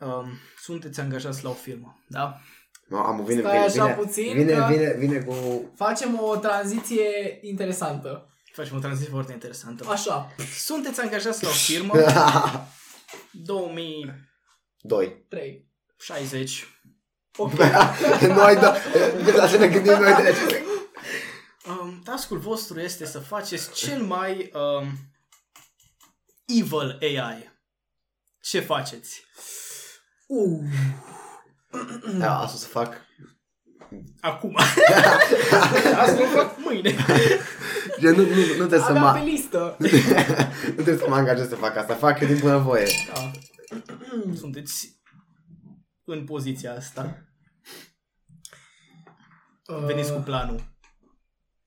Speaker 2: Um, sunteți angajați la o firmă, da?
Speaker 3: Mă, am, vine,
Speaker 1: Stai
Speaker 3: vine,
Speaker 1: așa
Speaker 3: vine,
Speaker 1: puțin că-
Speaker 3: vine, vine, vine cu...
Speaker 1: Facem o tranziție interesantă.
Speaker 2: Facem o tranziție foarte interesantă.
Speaker 1: Așa.
Speaker 2: Sunteți angajați la o firmă
Speaker 3: [LAUGHS]
Speaker 2: 2060.
Speaker 3: Doi. [LAUGHS]
Speaker 1: 3.
Speaker 2: Ok.
Speaker 3: noi doi. [LAUGHS] Cât la ce ne gândim noi
Speaker 1: [LAUGHS]
Speaker 3: de ce.
Speaker 2: Um, task-ul vostru este să faceți cel mai um, evil AI. Ce faceți?
Speaker 1: Uh.
Speaker 3: Da, asta o să fac. [LAUGHS]
Speaker 2: Acum. Asta nu fac mâine.
Speaker 3: Eu nu, nu, nu trebuie să
Speaker 1: Aveam
Speaker 3: mă...
Speaker 1: pe listă.
Speaker 3: nu trebuie să mă angajez să fac asta. Fac din bunăvoie.
Speaker 2: Da. [CLEARS THROAT] Sunteți în poziția asta. Veniți cu planul.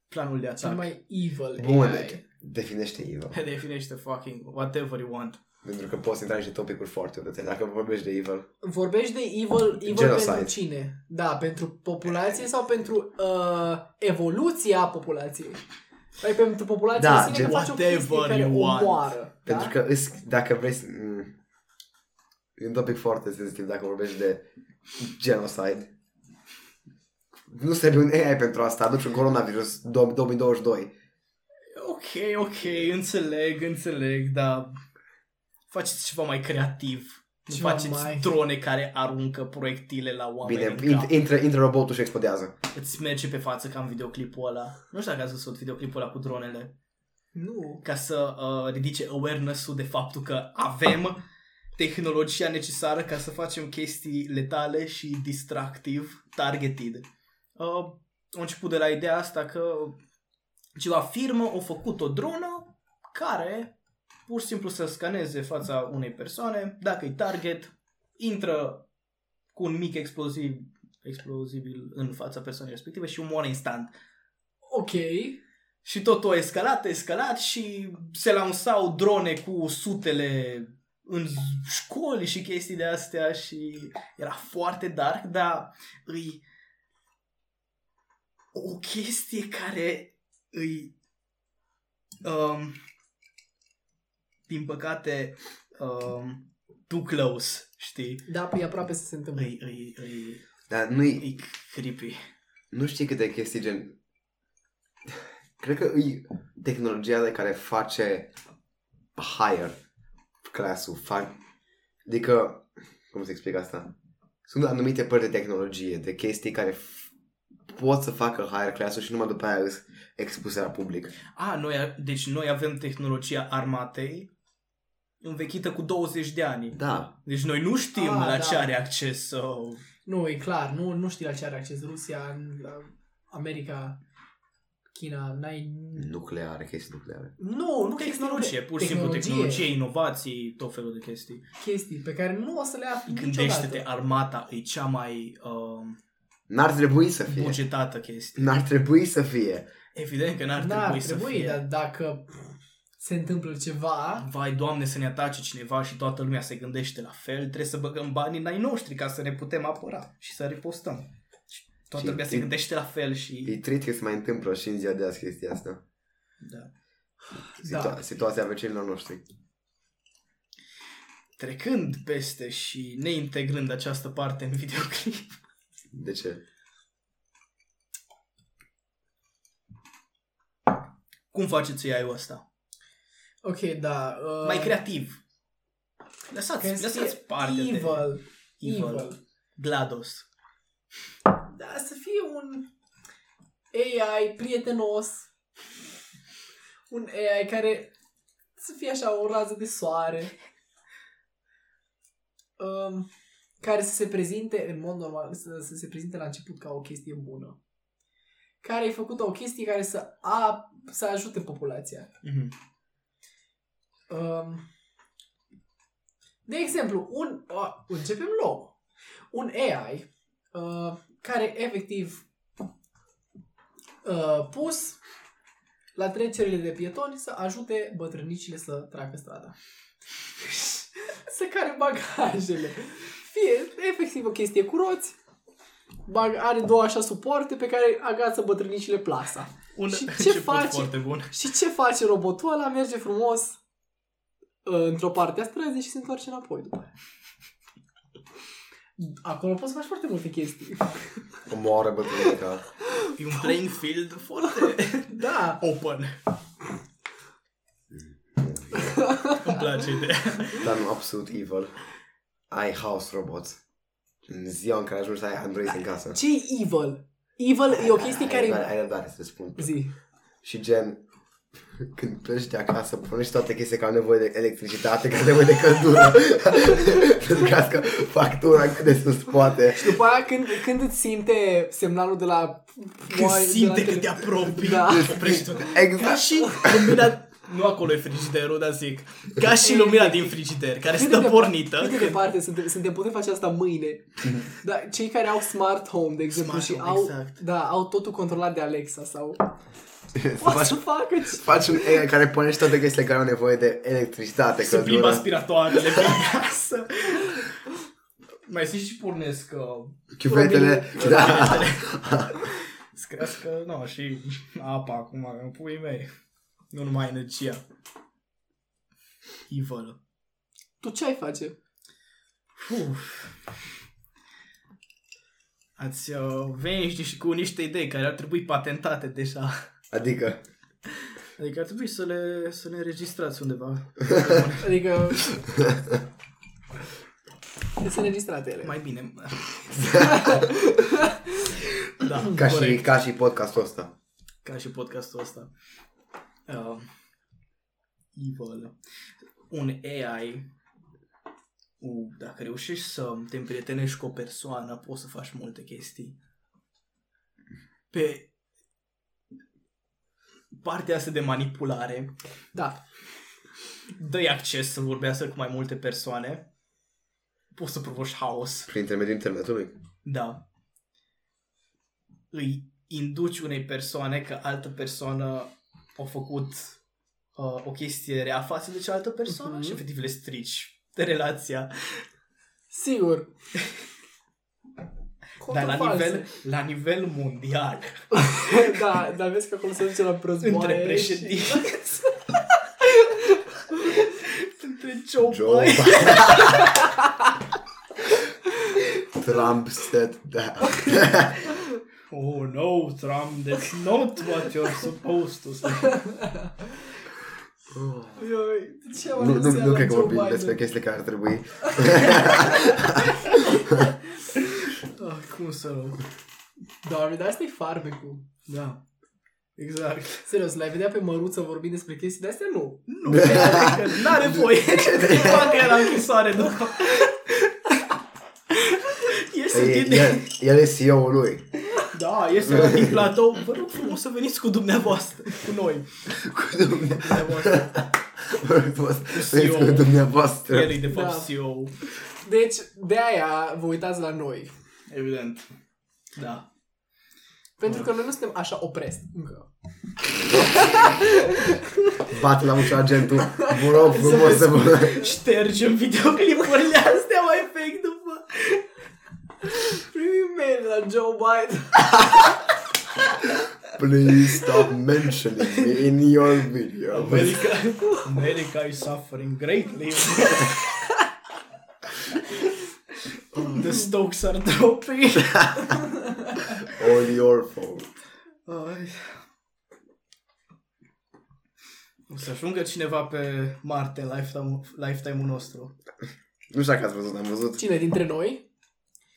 Speaker 2: Planul de
Speaker 1: Cel
Speaker 2: atac.
Speaker 1: mai evil
Speaker 3: Bun. deci,
Speaker 1: AI.
Speaker 3: Definește evil.
Speaker 2: Definește fucking whatever you want.
Speaker 3: Pentru că poți intra în niște topicuri foarte urâte. Dacă vorbești de evil.
Speaker 1: Vorbești de evil, evil
Speaker 3: Genocide.
Speaker 1: pentru cine? Da, pentru populație sau pentru uh, evoluția populației? Păi pentru populație
Speaker 3: Da,
Speaker 1: da, sine
Speaker 3: gen-
Speaker 1: că faci o chestie
Speaker 2: whatever
Speaker 1: care
Speaker 2: you want.
Speaker 1: omoară. Da?
Speaker 3: Pentru că îs, dacă vrei să... Mm, e un topic foarte sensitiv dacă vorbești de genocide. Nu trebuie un AI pentru asta. Aduci un coronavirus 2022.
Speaker 2: Ok, ok, înțeleg, înțeleg, dar faceți ceva mai creativ. Nu
Speaker 1: Ceva
Speaker 2: faceți
Speaker 1: mai-
Speaker 2: drone care aruncă proiectile la oameni
Speaker 3: Bine,
Speaker 2: în cap.
Speaker 3: int- intră, intră robotul și explodează.
Speaker 2: Îți merge pe față ca în videoclipul ăla. Nu știu dacă ați văzut videoclipul ăla cu dronele.
Speaker 1: Nu.
Speaker 2: Ca să uh, ridice awareness-ul de faptul că avem tehnologia necesară ca să facem chestii letale și distractiv, targeted. Uh, a început de la ideea asta că ceva firmă a făcut o dronă care pur și simplu să scaneze fața unei persoane, dacă e target, intră cu un mic exploziv explozibil în fața persoanei respective și omoară instant.
Speaker 1: Ok.
Speaker 2: Și totul a escalat, a escalat și se lansau drone cu sutele în z- școli și chestii de astea și era foarte dark, dar îi o chestie care îi um, din păcate um, too close, știi?
Speaker 1: Da, păi aproape să se întâmple.
Speaker 2: Îi, îi, îi,
Speaker 3: Dar nu-i,
Speaker 2: îi creepy.
Speaker 3: nu știi câte chestii gen... Cred că e tehnologia de care face higher class-ul. Fa... Adică, cum să explic asta? Sunt anumite părți de tehnologie, de chestii care f- pot să facă higher class-ul și numai după aia îs expuse la public.
Speaker 2: A, noi, deci noi avem tehnologia armatei învechită cu 20 de ani.
Speaker 3: Da.
Speaker 2: Deci noi nu știm
Speaker 1: Ah,
Speaker 2: la
Speaker 1: da.
Speaker 2: ce are acces sau...
Speaker 1: Nu, e clar, nu, nu știi la ce are acces Rusia, în- la America, China, n-ai...
Speaker 3: Nucleare, chestii nucleare.
Speaker 1: Păi Nu, nu
Speaker 2: Mm. Tehnologie, pur și simplu tehnologie, inovații, tot felul de chestii.
Speaker 1: chestii pe care nu o să le afli
Speaker 2: Gândește-te,
Speaker 1: niciodată.
Speaker 2: armata e cea mai uh,
Speaker 3: N-ar trebui să fie.
Speaker 2: bugetată chestie.
Speaker 3: N-ar trebui să fie.
Speaker 2: Evident că n-ar,
Speaker 1: N-ar
Speaker 2: trebui, să
Speaker 1: trebui,
Speaker 2: fie.
Speaker 1: dar dacă se întâmplă ceva,
Speaker 2: Vai, Doamne, să ne atace cineva și toată lumea se gândește la fel, trebuie să băgăm banii în ai noștri ca să ne putem apăra și să ripostăm. Și toată
Speaker 3: Și
Speaker 2: lumea se
Speaker 3: e-
Speaker 2: gândește la fel și...
Speaker 3: E trist că se mai întâmplă și în ziua de azi chestia asta.
Speaker 2: Da.
Speaker 1: Da.
Speaker 3: Situa- Situația vecinilor noștri.
Speaker 2: Trecând peste și neintegrând această parte în videoclip, [LAUGHS]
Speaker 3: De ce?
Speaker 2: cum faceți ai ăsta?
Speaker 1: ok, da. Uh,
Speaker 2: Mai creativ. Lăsați,
Speaker 1: chestie
Speaker 2: lăsați parte de...
Speaker 1: evil, evil.
Speaker 2: Evil. GLaDOS.
Speaker 1: Da, să fie un AI prietenos. Un AI care să fie așa o rază de soare. Um, care să se prezinte în mod normal, să, să se prezinte la început ca o chestie bună. Care e făcută o chestie care să, a, să ajute populația.
Speaker 2: Mhm.
Speaker 1: Um, de exemplu, un, a, începem low. Un AI uh, care efectiv uh, pus la trecerile de pietoni să ajute bătrânicile să treacă strada. [LAUGHS] să care bagajele. Fie efectiv o chestie cu roți, bag, are două așa suporte pe care agață bătrânicile plasa.
Speaker 2: Un
Speaker 1: Și ce
Speaker 2: început
Speaker 1: faci?
Speaker 2: foarte bun.
Speaker 1: Și ce face robotul ăla? Merge frumos uh, într-o parte a străzii și se întoarce înapoi după aia. Acolo poți să faci foarte multe chestii.
Speaker 3: Omoară bătrânica.
Speaker 2: E un playing field foarte
Speaker 1: [LAUGHS] Da,
Speaker 2: open.
Speaker 1: [LAUGHS]
Speaker 2: Îmi place ideea.
Speaker 3: Dar nu absolut evil. Ai house robots. În ziua în care ajungi să ai androizi în casă.
Speaker 1: ce e evil? Evil e o chestie
Speaker 3: Ai
Speaker 1: care...
Speaker 3: răbdare, Ai răbdare să spun.
Speaker 1: Zi.
Speaker 3: Și gen, când pleci de acasă, pornești toate chestia că am nevoie de electricitate, că am nevoie de
Speaker 1: [LAUGHS]
Speaker 3: căldură. Pentru că asta factura cât de sus poate.
Speaker 1: După aia când, când îți simte semnalul de la...
Speaker 2: Când
Speaker 1: de la
Speaker 2: simte că
Speaker 1: tele-
Speaker 2: te apropii.
Speaker 1: Da.
Speaker 2: îți oprești tot. Ca
Speaker 3: Exact.
Speaker 2: și lumina... Nu acolo e frigiderul, dar zic. Ca și lumina din frigider, care
Speaker 1: Cât de
Speaker 2: stă
Speaker 1: depar-
Speaker 2: pornită.
Speaker 1: Cât de departe suntem, suntem putem face asta
Speaker 2: [LAUGHS]
Speaker 1: mâine. Dar cei care au smart home, de exemplu,
Speaker 2: Smart
Speaker 1: și
Speaker 2: home,
Speaker 1: au,
Speaker 2: exact.
Speaker 1: da, au totul controlat de Alexa
Speaker 2: [LAUGHS]
Speaker 1: sau... What
Speaker 3: faci-
Speaker 1: the fuck? It's-
Speaker 3: Faci un AI care pornește toate chestiile care au nevoie de electricitate,
Speaker 2: Se plimbă
Speaker 3: căldură.
Speaker 2: aspiratoarele pe casă. [LAUGHS] Mai sunt și pornesc uh,
Speaker 3: Chiuvetele. Da.
Speaker 2: Îți crească, nu, și apa acum, în puii mei. Nu numai energia. Evil.
Speaker 1: Tu ce ai face?
Speaker 2: Uf. Ați uh, venit și- și cu niște idei care ar trebui patentate deja.
Speaker 3: Adică,
Speaker 2: Adică ar trebui să le, să le
Speaker 3: [LAUGHS]
Speaker 2: înregistrați undeva. [LAUGHS]
Speaker 1: Adică... Trebuie să înregistrate ele.
Speaker 2: Mai
Speaker 3: [LAUGHS]
Speaker 2: bine. da,
Speaker 3: ca
Speaker 2: corect.
Speaker 3: și, ca și podcastul ăsta.
Speaker 2: ca și podcastul ăsta. Uh, evil. Un AI. Uh, dacă reușești să te împrietenești cu o persoană, poți să faci multe chestii. Pe partea asta de manipulare,
Speaker 1: Da.
Speaker 2: dă acces să vorbească cu mai multe persoane. Poți să provoci haos.
Speaker 3: Prin intermediul internetului.
Speaker 2: Da. Îi induci unei persoane că altă persoană a făcut uh, o chestie rea față de cealaltă persoană
Speaker 1: Mhm.
Speaker 2: și efectiv le strici de relația.
Speaker 1: Sigur.
Speaker 2: Dar la
Speaker 1: Conturi
Speaker 2: nivel, la nivel [LAUGHS] mondial,
Speaker 1: false. [LAUGHS] da, dar vezi că acolo se duce la războaie
Speaker 2: între
Speaker 1: și-
Speaker 2: președinți, [LAUGHS] între Joe,
Speaker 3: Joe
Speaker 2: Biden,
Speaker 3: [LAUGHS] Trump said that.
Speaker 2: Oh no, Trump, that's not what you're supposed to say. [LAUGHS]
Speaker 1: Eu, de ce am
Speaker 3: Nu, nu,
Speaker 1: ajuns
Speaker 3: nu
Speaker 1: la
Speaker 3: cred că
Speaker 1: Joe
Speaker 3: vorbim
Speaker 1: Biden?
Speaker 3: despre chestii care ar trebui.
Speaker 2: Ah, cum să... Ah,
Speaker 1: Doamne, dar asta e farmecul.
Speaker 2: Da. Exact.
Speaker 1: Serios, l-ai vedea pe măruță vorbind despre chestii de astea? Nu.
Speaker 2: Nu, adică n-are voie. Facă el la închisoare, nu. Este
Speaker 3: E-
Speaker 2: din...
Speaker 3: El, el e CEO-ul
Speaker 1: [LAUGHS]
Speaker 3: lui.
Speaker 2: Da, este din platou. Vă rog frumos să veniți cu dumneavoastră, cu noi.
Speaker 3: Cu dumneavoastră.
Speaker 2: Dumneavoastră.
Speaker 3: Veniți cu dumneavoastră.
Speaker 2: El e de fapt
Speaker 1: Da.
Speaker 2: CEO.
Speaker 1: Deci, de aia vă uitați la noi.
Speaker 2: Evident. Da.
Speaker 1: Pentru că noi nu suntem așa oprest încă.
Speaker 3: Bate la ușa agentul. Vă rog frumos să vă...
Speaker 2: Ștergem videoclipurile astea mai fake după.
Speaker 1: Primim mail la Joe Biden.
Speaker 3: Please stop mentioning me in your video.
Speaker 2: America, America is suffering greatly. The stocks are dropping.
Speaker 3: All your fault.
Speaker 2: Ai. O să ajungă cineva pe Marte în lifetime, lifetime-ul nostru.
Speaker 3: Nu știu dacă ați văzut, am văzut.
Speaker 1: Cine dintre noi?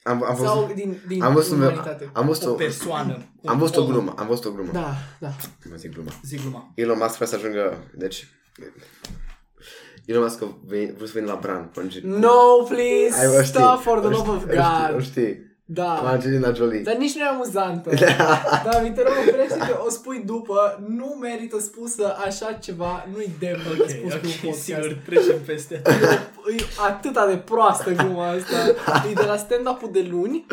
Speaker 3: Am, am văzut.
Speaker 1: Sau din, din
Speaker 3: Am văzut, un,
Speaker 1: umanitate?
Speaker 3: am văzut
Speaker 2: O
Speaker 3: o,
Speaker 2: persoană.
Speaker 3: am văzut o
Speaker 2: om.
Speaker 3: glumă, am văzut o glumă.
Speaker 1: Da, da.
Speaker 3: Mă zic glumă.
Speaker 2: Zi gluma.
Speaker 3: Elon Musk vrea să ajungă, deci... Elon Musk a venit- vrut să vină la Bran. cu Angelina.
Speaker 1: No,
Speaker 3: Ai, o
Speaker 1: please,
Speaker 3: știi,
Speaker 1: stop for the
Speaker 3: o
Speaker 1: love of
Speaker 3: știi, o știi, O
Speaker 1: God.
Speaker 3: știi, cu
Speaker 1: Da.
Speaker 3: Angelina Jolie.
Speaker 1: Dar nici nu e amuzantă. Da, mi te rog, oprește că o spui după. Nu merită spusă așa ceva. Nu-i demn
Speaker 2: Ok,
Speaker 1: de spus pe un
Speaker 2: ok,
Speaker 1: podcast.
Speaker 2: sigur, trecem peste.
Speaker 1: E atâta de proastă gluma asta. E de la stand-up-ul de luni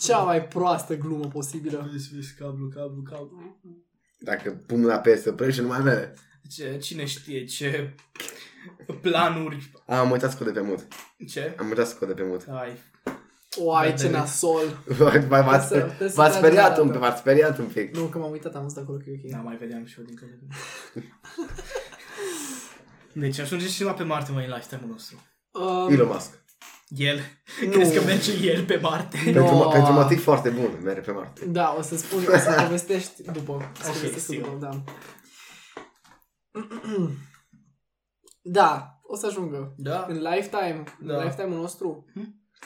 Speaker 1: cea mai proastă glumă posibilă.
Speaker 2: Vis, vis, cablu, cablu, cablu.
Speaker 3: Dacă pun mâna pe să pleci, nu mai mele.
Speaker 2: Ce, cine știe ce planuri...
Speaker 3: Ah, Am uitat să cod de pe mut.
Speaker 2: Ce?
Speaker 3: Am uitat să cod de pe mut.
Speaker 2: Ai,
Speaker 1: Oai,
Speaker 2: Da,
Speaker 1: ce
Speaker 2: da.
Speaker 1: nasol.
Speaker 3: V- V-ați
Speaker 1: Trebuie să- trebuie să
Speaker 3: v-ați
Speaker 1: tragi
Speaker 3: speriat
Speaker 1: o
Speaker 3: un
Speaker 1: dată.
Speaker 3: pic, v-ați speriat un pic.
Speaker 1: Nu, că m-am uitat, am văzut acolo că e ok.
Speaker 2: da, mai vedeam și eu din când în când. Deci ajunge cineva pe Marte, mai în lifetime-ul nostru.
Speaker 1: Um,
Speaker 3: Elon Musk.
Speaker 2: El.
Speaker 1: Nu.
Speaker 2: Crezi că merge el pe Marte?
Speaker 1: Nu.
Speaker 3: Pentru,
Speaker 1: No.
Speaker 3: pentru motiv foarte bun, merge pe Marte.
Speaker 1: Da, o să spun, o
Speaker 2: [LAUGHS]
Speaker 1: să povestești după. Să
Speaker 2: Ok,
Speaker 1: povestesc
Speaker 2: sigur.
Speaker 1: după, da. [CLEARS THROAT] Da, o să ajungă.
Speaker 2: Da.
Speaker 1: În lifetime, da.
Speaker 2: Da.
Speaker 1: în lifetime-ul nostru,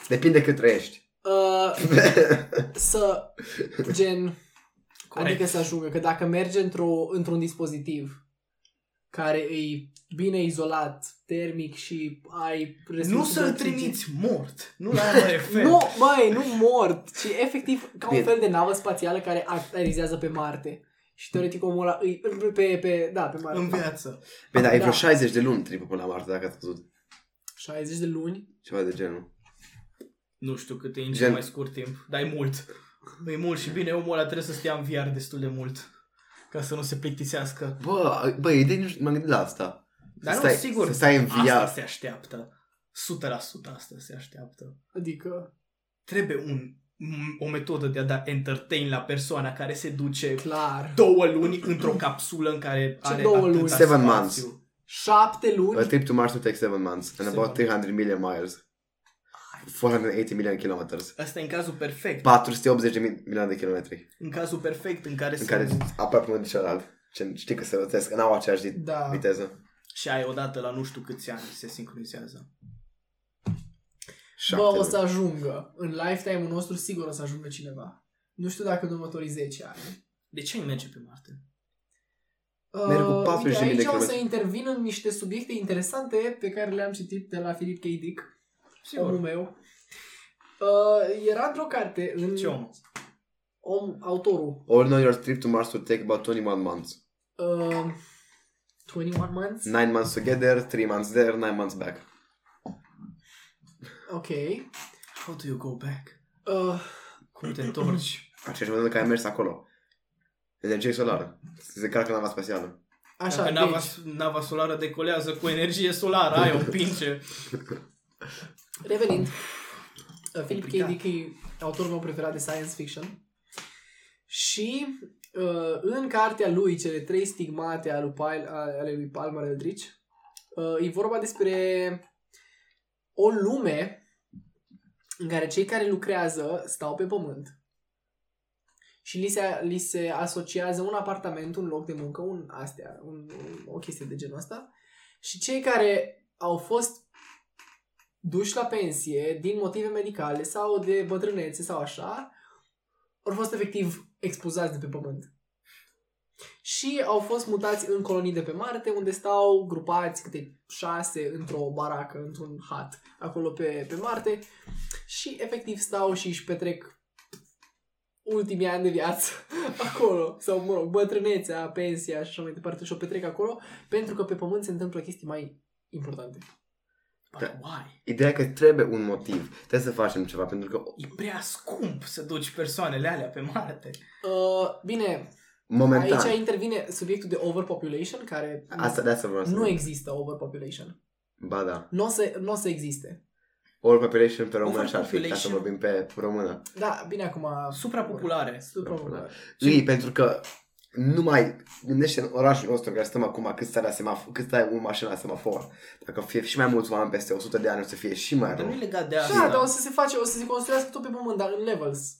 Speaker 3: Depinde cât trăiești.
Speaker 2: [LAUGHS]
Speaker 1: uh, să, gen,
Speaker 2: Corect.
Speaker 1: Adică să ajungă, că dacă merge într-o, într-un dispozitiv care e bine izolat, termic și ai resurse
Speaker 2: Nu
Speaker 1: de
Speaker 2: să-l
Speaker 1: oxigen-
Speaker 2: trimiți mort. [LAUGHS] Nu la aia mă refer.
Speaker 1: Nu, băi, nu mort, ci efectiv ca un
Speaker 3: Bine.
Speaker 1: fel de navă spațială care aterizează pe Marte. Și teoretic omul ăla îi, pe, pe, da, pe Marte.
Speaker 2: În viață.
Speaker 3: Bine, dar e vreo
Speaker 1: Da.
Speaker 3: 60 de luni tripul până la Marte, dacă ați văzut
Speaker 1: 60 de luni.
Speaker 3: ceva de genul.
Speaker 2: Nu știu cât e în
Speaker 3: Gen-
Speaker 2: cel mai scurt timp, dar e mult. E mult și bine, omul ăla trebuie să stea în VR destul de mult. Ca să nu se plictisească.
Speaker 3: Bă, bă, idei, nu știu, m-am gândit la asta.
Speaker 2: Dar
Speaker 3: să
Speaker 2: nu,
Speaker 3: stai,
Speaker 2: sigur,
Speaker 3: Să stai în
Speaker 2: Asta
Speaker 3: VR.
Speaker 2: se așteaptă. 100% asta se așteaptă.
Speaker 1: Adică,
Speaker 2: Trebuie un, m- o metodă de a da entertain la persoana care se duce
Speaker 1: clar,
Speaker 2: două luni într-o capsulă în care are
Speaker 1: două
Speaker 2: atâta
Speaker 1: luni?
Speaker 3: Seven
Speaker 2: spațiu.
Speaker 1: șapte
Speaker 3: A
Speaker 1: luni.
Speaker 3: trip to Mars will take 7 months and
Speaker 2: Seven.
Speaker 3: about 300 million miles. 480 million kilometers.
Speaker 2: Asta e în cazul perfect.
Speaker 3: 480 mi- milioane de kilometri.
Speaker 2: În cazul perfect în care,
Speaker 3: În
Speaker 2: se...
Speaker 3: care aproape unul de celălalt. Ce- Știi că se rățesc, că n-au aceeași di-
Speaker 1: Da.
Speaker 3: viteză.
Speaker 2: Și ai odată la nu știu câți ani se sincronizează.
Speaker 3: Șapte
Speaker 1: Bă, o
Speaker 3: luni.
Speaker 1: să ajungă. În lifetime-ul nostru sigur o să ajungă cineva. Nu știu dacă în următorii 10 ani.
Speaker 2: De ce ai merge pe Marte?
Speaker 3: Merg cu
Speaker 1: Uh,
Speaker 3: 40.000
Speaker 1: uite,
Speaker 3: de
Speaker 1: aici o să
Speaker 3: kilometri.
Speaker 1: intervin în niște subiecte interesante pe care le-am citit de la Philip K. Dick, omul meu. Uh, era într-o carte în...
Speaker 2: Ce om?
Speaker 1: Om, autorul.
Speaker 3: All in all, your trip to Mars will take about 21 months.
Speaker 1: Uh, 21 months?
Speaker 3: 9 months together, 3 months there, 9 months back.
Speaker 1: Ok.
Speaker 2: How do you go back?
Speaker 1: Uh,
Speaker 2: Cum te întorci?
Speaker 3: Aceeași metodă care ai mers acolo. Energie solară. Se carcă nava spațială.
Speaker 1: așa,
Speaker 2: Dacă nava,
Speaker 1: deci,
Speaker 2: nava solară decolează cu energie solară, ai
Speaker 1: [LAUGHS]
Speaker 2: o pince.
Speaker 1: revenind. Uh, Philip K.
Speaker 2: Complicat.
Speaker 1: Dick e autorul meu preferat de science fiction. Și uh, în cartea lui, cele trei stigmate ale lui, Pal- ale lui Palmer Eldritch, uh, e vorba despre o lume în care cei care lucrează stau pe pământ și li se, li se asociază un apartament, un loc de muncă, un astea, un, un, o chestie de genul ăsta. Și cei care au fost duși la pensie din motive medicale sau de bătrânețe sau așa, au fost efectiv expuzați de pe pământ. Și au fost mutați în colonii de pe Marte, unde stau grupați câte șase într-o baracă, într-un hat, acolo pe, pe Marte. Și efectiv stau și își petrec ultimii ani de viață [LAUGHS] acolo. Sau, mă rog, bătrânețea, pensia și așa mai departe și o petrec acolo, pentru că pe Pământ se întâmplă chestii mai importante.
Speaker 2: But
Speaker 3: Da.
Speaker 2: why?
Speaker 3: Ideea e că trebuie un motiv. Trebuie să facem ceva, pentru că
Speaker 2: E prea scump să duci persoanele alea pe Marte.
Speaker 1: Uh, bine,
Speaker 3: momentan...
Speaker 1: aici intervine subiectul de overpopulation, care
Speaker 3: Asta de asta vreau să
Speaker 1: nu
Speaker 3: zic.
Speaker 1: există overpopulation.
Speaker 3: Ba da.
Speaker 1: Nu o să, nu o să existe.
Speaker 3: Overpopulation pe română și ar fi, ca să
Speaker 2: Overpopulation.
Speaker 3: vorbim pe română.
Speaker 1: Da, bine acum...
Speaker 2: Suprapopulare.
Speaker 1: Păi, Suprapopular.
Speaker 3: Ei, pentru că nu mai gândește în orașul nostru în care stăm acum cât stai la semafor, cât stai un mașină la semafor. Dacă fie și mai mulți oameni peste 100 de ani, o să fie și mai
Speaker 2: Dar nu e
Speaker 3: rău.
Speaker 2: legat de
Speaker 1: Da,
Speaker 2: asta.
Speaker 1: dar o să se face, o să se construiască tot pe pământ, dar în levels.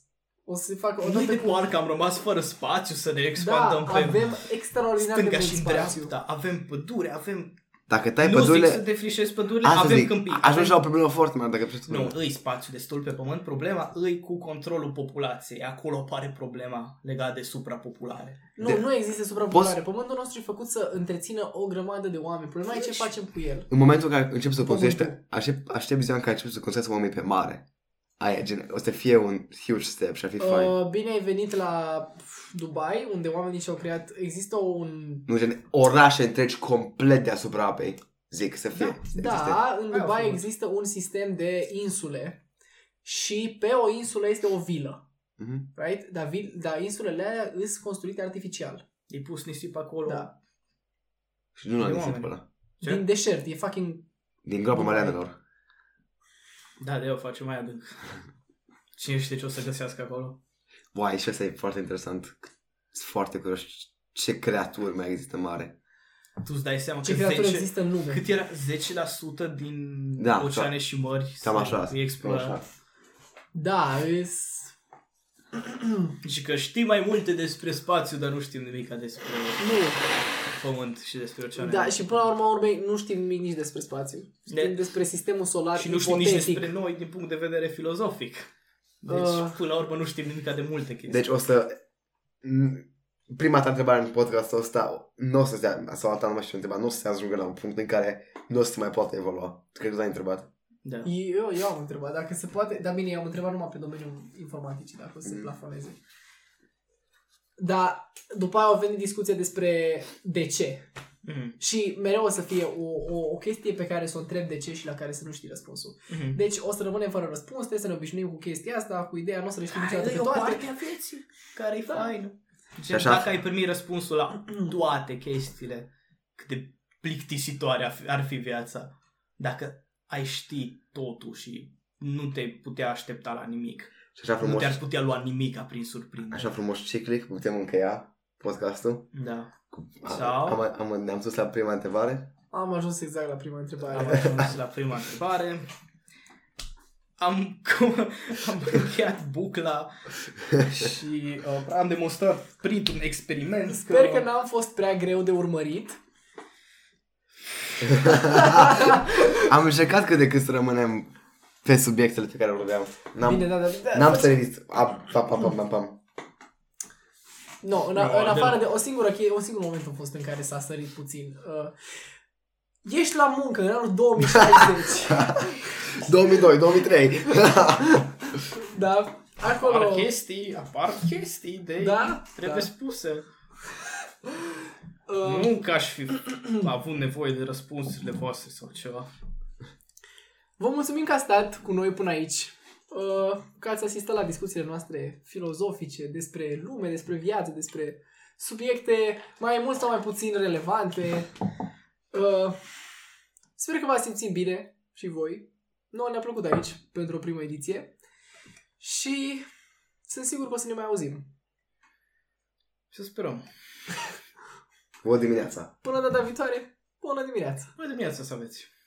Speaker 1: O să se facă o dată
Speaker 2: Noi de
Speaker 1: cu...
Speaker 2: parcă am rămas fără spațiu să ne
Speaker 1: Da,
Speaker 2: expandăm pe
Speaker 1: avem extraordinar de
Speaker 2: stânga
Speaker 1: mult
Speaker 2: și
Speaker 1: spațiu.
Speaker 2: dreapta, avem pădure, avem...
Speaker 3: Dacă tai
Speaker 2: nu
Speaker 3: pădurile,
Speaker 2: zic să defrișezi pădurile,
Speaker 3: asta
Speaker 2: avem
Speaker 3: zic,
Speaker 2: câmpii.
Speaker 3: ajungi la o
Speaker 2: avem...
Speaker 3: problemă foarte mare dacă pleci
Speaker 2: Nu, îi spațiu destul pe pământ. Problema îi cu controlul populației. Acolo apare problema legată de suprapopulare.
Speaker 1: Nu,
Speaker 3: De-
Speaker 1: nu există suprapopulare. Pământul nostru e făcut să întrețină o grămadă de oameni. Problema e ce
Speaker 2: Deci-
Speaker 1: facem cu el.
Speaker 3: În momentul în care încep să
Speaker 1: Pământul.
Speaker 3: construiește, aștept, aștept ziua în care încep să construiască oamenii pe mare. Aia, e gen, o să fie un huge step și ar fi uh,
Speaker 2: Oh.
Speaker 3: fain.
Speaker 1: Uh, bine ai venit la Dubai, unde oamenii și-au creat... Există un...
Speaker 3: Nu, gen, orașe întregi complet deasupra apei. Zic, să fie.
Speaker 1: Da,
Speaker 3: să existe.
Speaker 1: da în
Speaker 2: Aia a
Speaker 1: Dubai
Speaker 2: fost.
Speaker 1: există un sistem de insule și pe o insulă este o vilă,
Speaker 3: Mhm.
Speaker 1: right? Dar, vil, dar insulele alea sunt construite artificial.
Speaker 2: E pus nisip acolo.
Speaker 1: Da.
Speaker 3: Și nu l-am
Speaker 2: De
Speaker 3: găsit pe
Speaker 2: oameni.
Speaker 3: ăla.
Speaker 2: Ce?
Speaker 1: Din deșert, e fucking
Speaker 3: Din groapa maleanelor.
Speaker 2: Da, de eu face mai adânc. Cine știe ce o să găsească acolo?
Speaker 3: Uai, și asta e foarte interesant. Sunt foarte curios ce creaturi mai există mare.
Speaker 2: Tu îți dai seama
Speaker 1: Ce
Speaker 2: că
Speaker 1: creatură
Speaker 2: 10...
Speaker 1: există în lume?
Speaker 2: Cât era? 10% din
Speaker 3: Da,
Speaker 2: oceane și mări
Speaker 3: Cam așa.
Speaker 2: e
Speaker 3: Cam
Speaker 2: explorat.
Speaker 3: așa.
Speaker 1: Da, îs...
Speaker 2: Și că știi mai multe despre spațiu, dar nu știm nimic despre
Speaker 1: Nu,
Speaker 2: pământ și despre oceane.
Speaker 1: da, și până la urma urmei nu știm nimic nici despre spațiu. Știm
Speaker 2: De-
Speaker 1: despre sistemul solar
Speaker 2: și nu știm nici
Speaker 1: ipotetic.
Speaker 2: despre noi din punct de vedere filozofic. Deci,
Speaker 1: Ah.
Speaker 2: până la urmă, nu știm nimic de multe chestii.
Speaker 3: Deci o să... n- Prima ta întrebare în podcastul ăsta, nu o să se, sau a ta nu mai știu întreba, nu o să se ajungă la un punct în care nu o să se mai poate evolua. Cred că l-ai întrebat.
Speaker 2: da.
Speaker 1: Eu, eu am întrebat dacă se poate, dar bine, eu am întrebat numai pe domeniul informaticii dacă o să se
Speaker 3: Mm.
Speaker 1: plafoneze. Dar după aia o venit discuția despre de ce.
Speaker 2: Mm.
Speaker 1: Și mereu o să fie o, o, o chestie pe care să o întreb de ce și la care să nu știi răspunsul.
Speaker 3: Mhm.
Speaker 2: Mm.
Speaker 1: Deci o să rămânem fără răspuns, trebuie să ne obișnuim cu chestia asta, cu ideea, nu o să le știm
Speaker 2: Care
Speaker 1: niciodată
Speaker 2: e
Speaker 1: pe
Speaker 2: o
Speaker 1: toate.
Speaker 2: parte a vieții care e
Speaker 1: Da.
Speaker 2: faină.
Speaker 3: Și
Speaker 2: Gen,
Speaker 3: așa-
Speaker 2: dacă ai primit răspunsul la [CLEARS THROAT] toate chestiile, cât de plictisitoare ar fi, ar fi viața, dacă ai ști totul și nu te putea aștepta la nimic,
Speaker 3: Și așa
Speaker 2: nu
Speaker 3: frumos,
Speaker 2: te-ar putea lua nimic prin surprindere.
Speaker 3: așa frumos ciclic, putem încheia podcastul.
Speaker 2: Da.
Speaker 3: Am,
Speaker 2: Sau-
Speaker 3: am, am, ne-am sus la prima întrebare.
Speaker 1: Am ajuns exact la prima
Speaker 2: Am
Speaker 1: întrebare.
Speaker 2: ajuns la prima întrebare. Am, am încheiat
Speaker 3: [LAUGHS]
Speaker 2: bucla și uh, am demonstrat printr-un experiment
Speaker 1: Sper că n-am fost prea greu de urmărit.
Speaker 3: Am încercat cât de cât să rămânem pe subiectele pe care vorbeam. N-am,
Speaker 1: Bine, da, da, da.
Speaker 3: n-am sărit. A, pa, pam, pam, pam, pam, pam.
Speaker 1: No, în,
Speaker 2: Nu,
Speaker 1: a, în afară
Speaker 2: deloc.
Speaker 1: de o singură chie, un singur moment a fost în care s-a sărit puțin. Uh, ești la muncă în anul 2060.
Speaker 2: [LAUGHS]
Speaker 3: 2002, 2003.
Speaker 1: da,
Speaker 2: apar
Speaker 1: acolo.
Speaker 2: chestii, apar chestii de
Speaker 1: Da,
Speaker 2: trebuie
Speaker 1: da.
Speaker 2: spuse.
Speaker 1: [LAUGHS] Uh,
Speaker 2: Nu că aș fi avut nevoie de răspunsurile voastre sau ceva.
Speaker 1: vă mulțumim că ați stat cu noi până aici. Uh, că ați asistat la discuțiile noastre filozofice despre lume, despre viață, despre subiecte mai mult sau mai puțin relevante. Uh, sper că v-ați simțit bine și voi. Noi ne-a plăcut aici pentru o primă ediție și sunt sigur că o să ne mai auzim.
Speaker 2: Să sperăm.
Speaker 3: Bună dimineața.
Speaker 1: Până data viitoare, bună dimineața!
Speaker 2: Bună Păi, dimineața să aveți!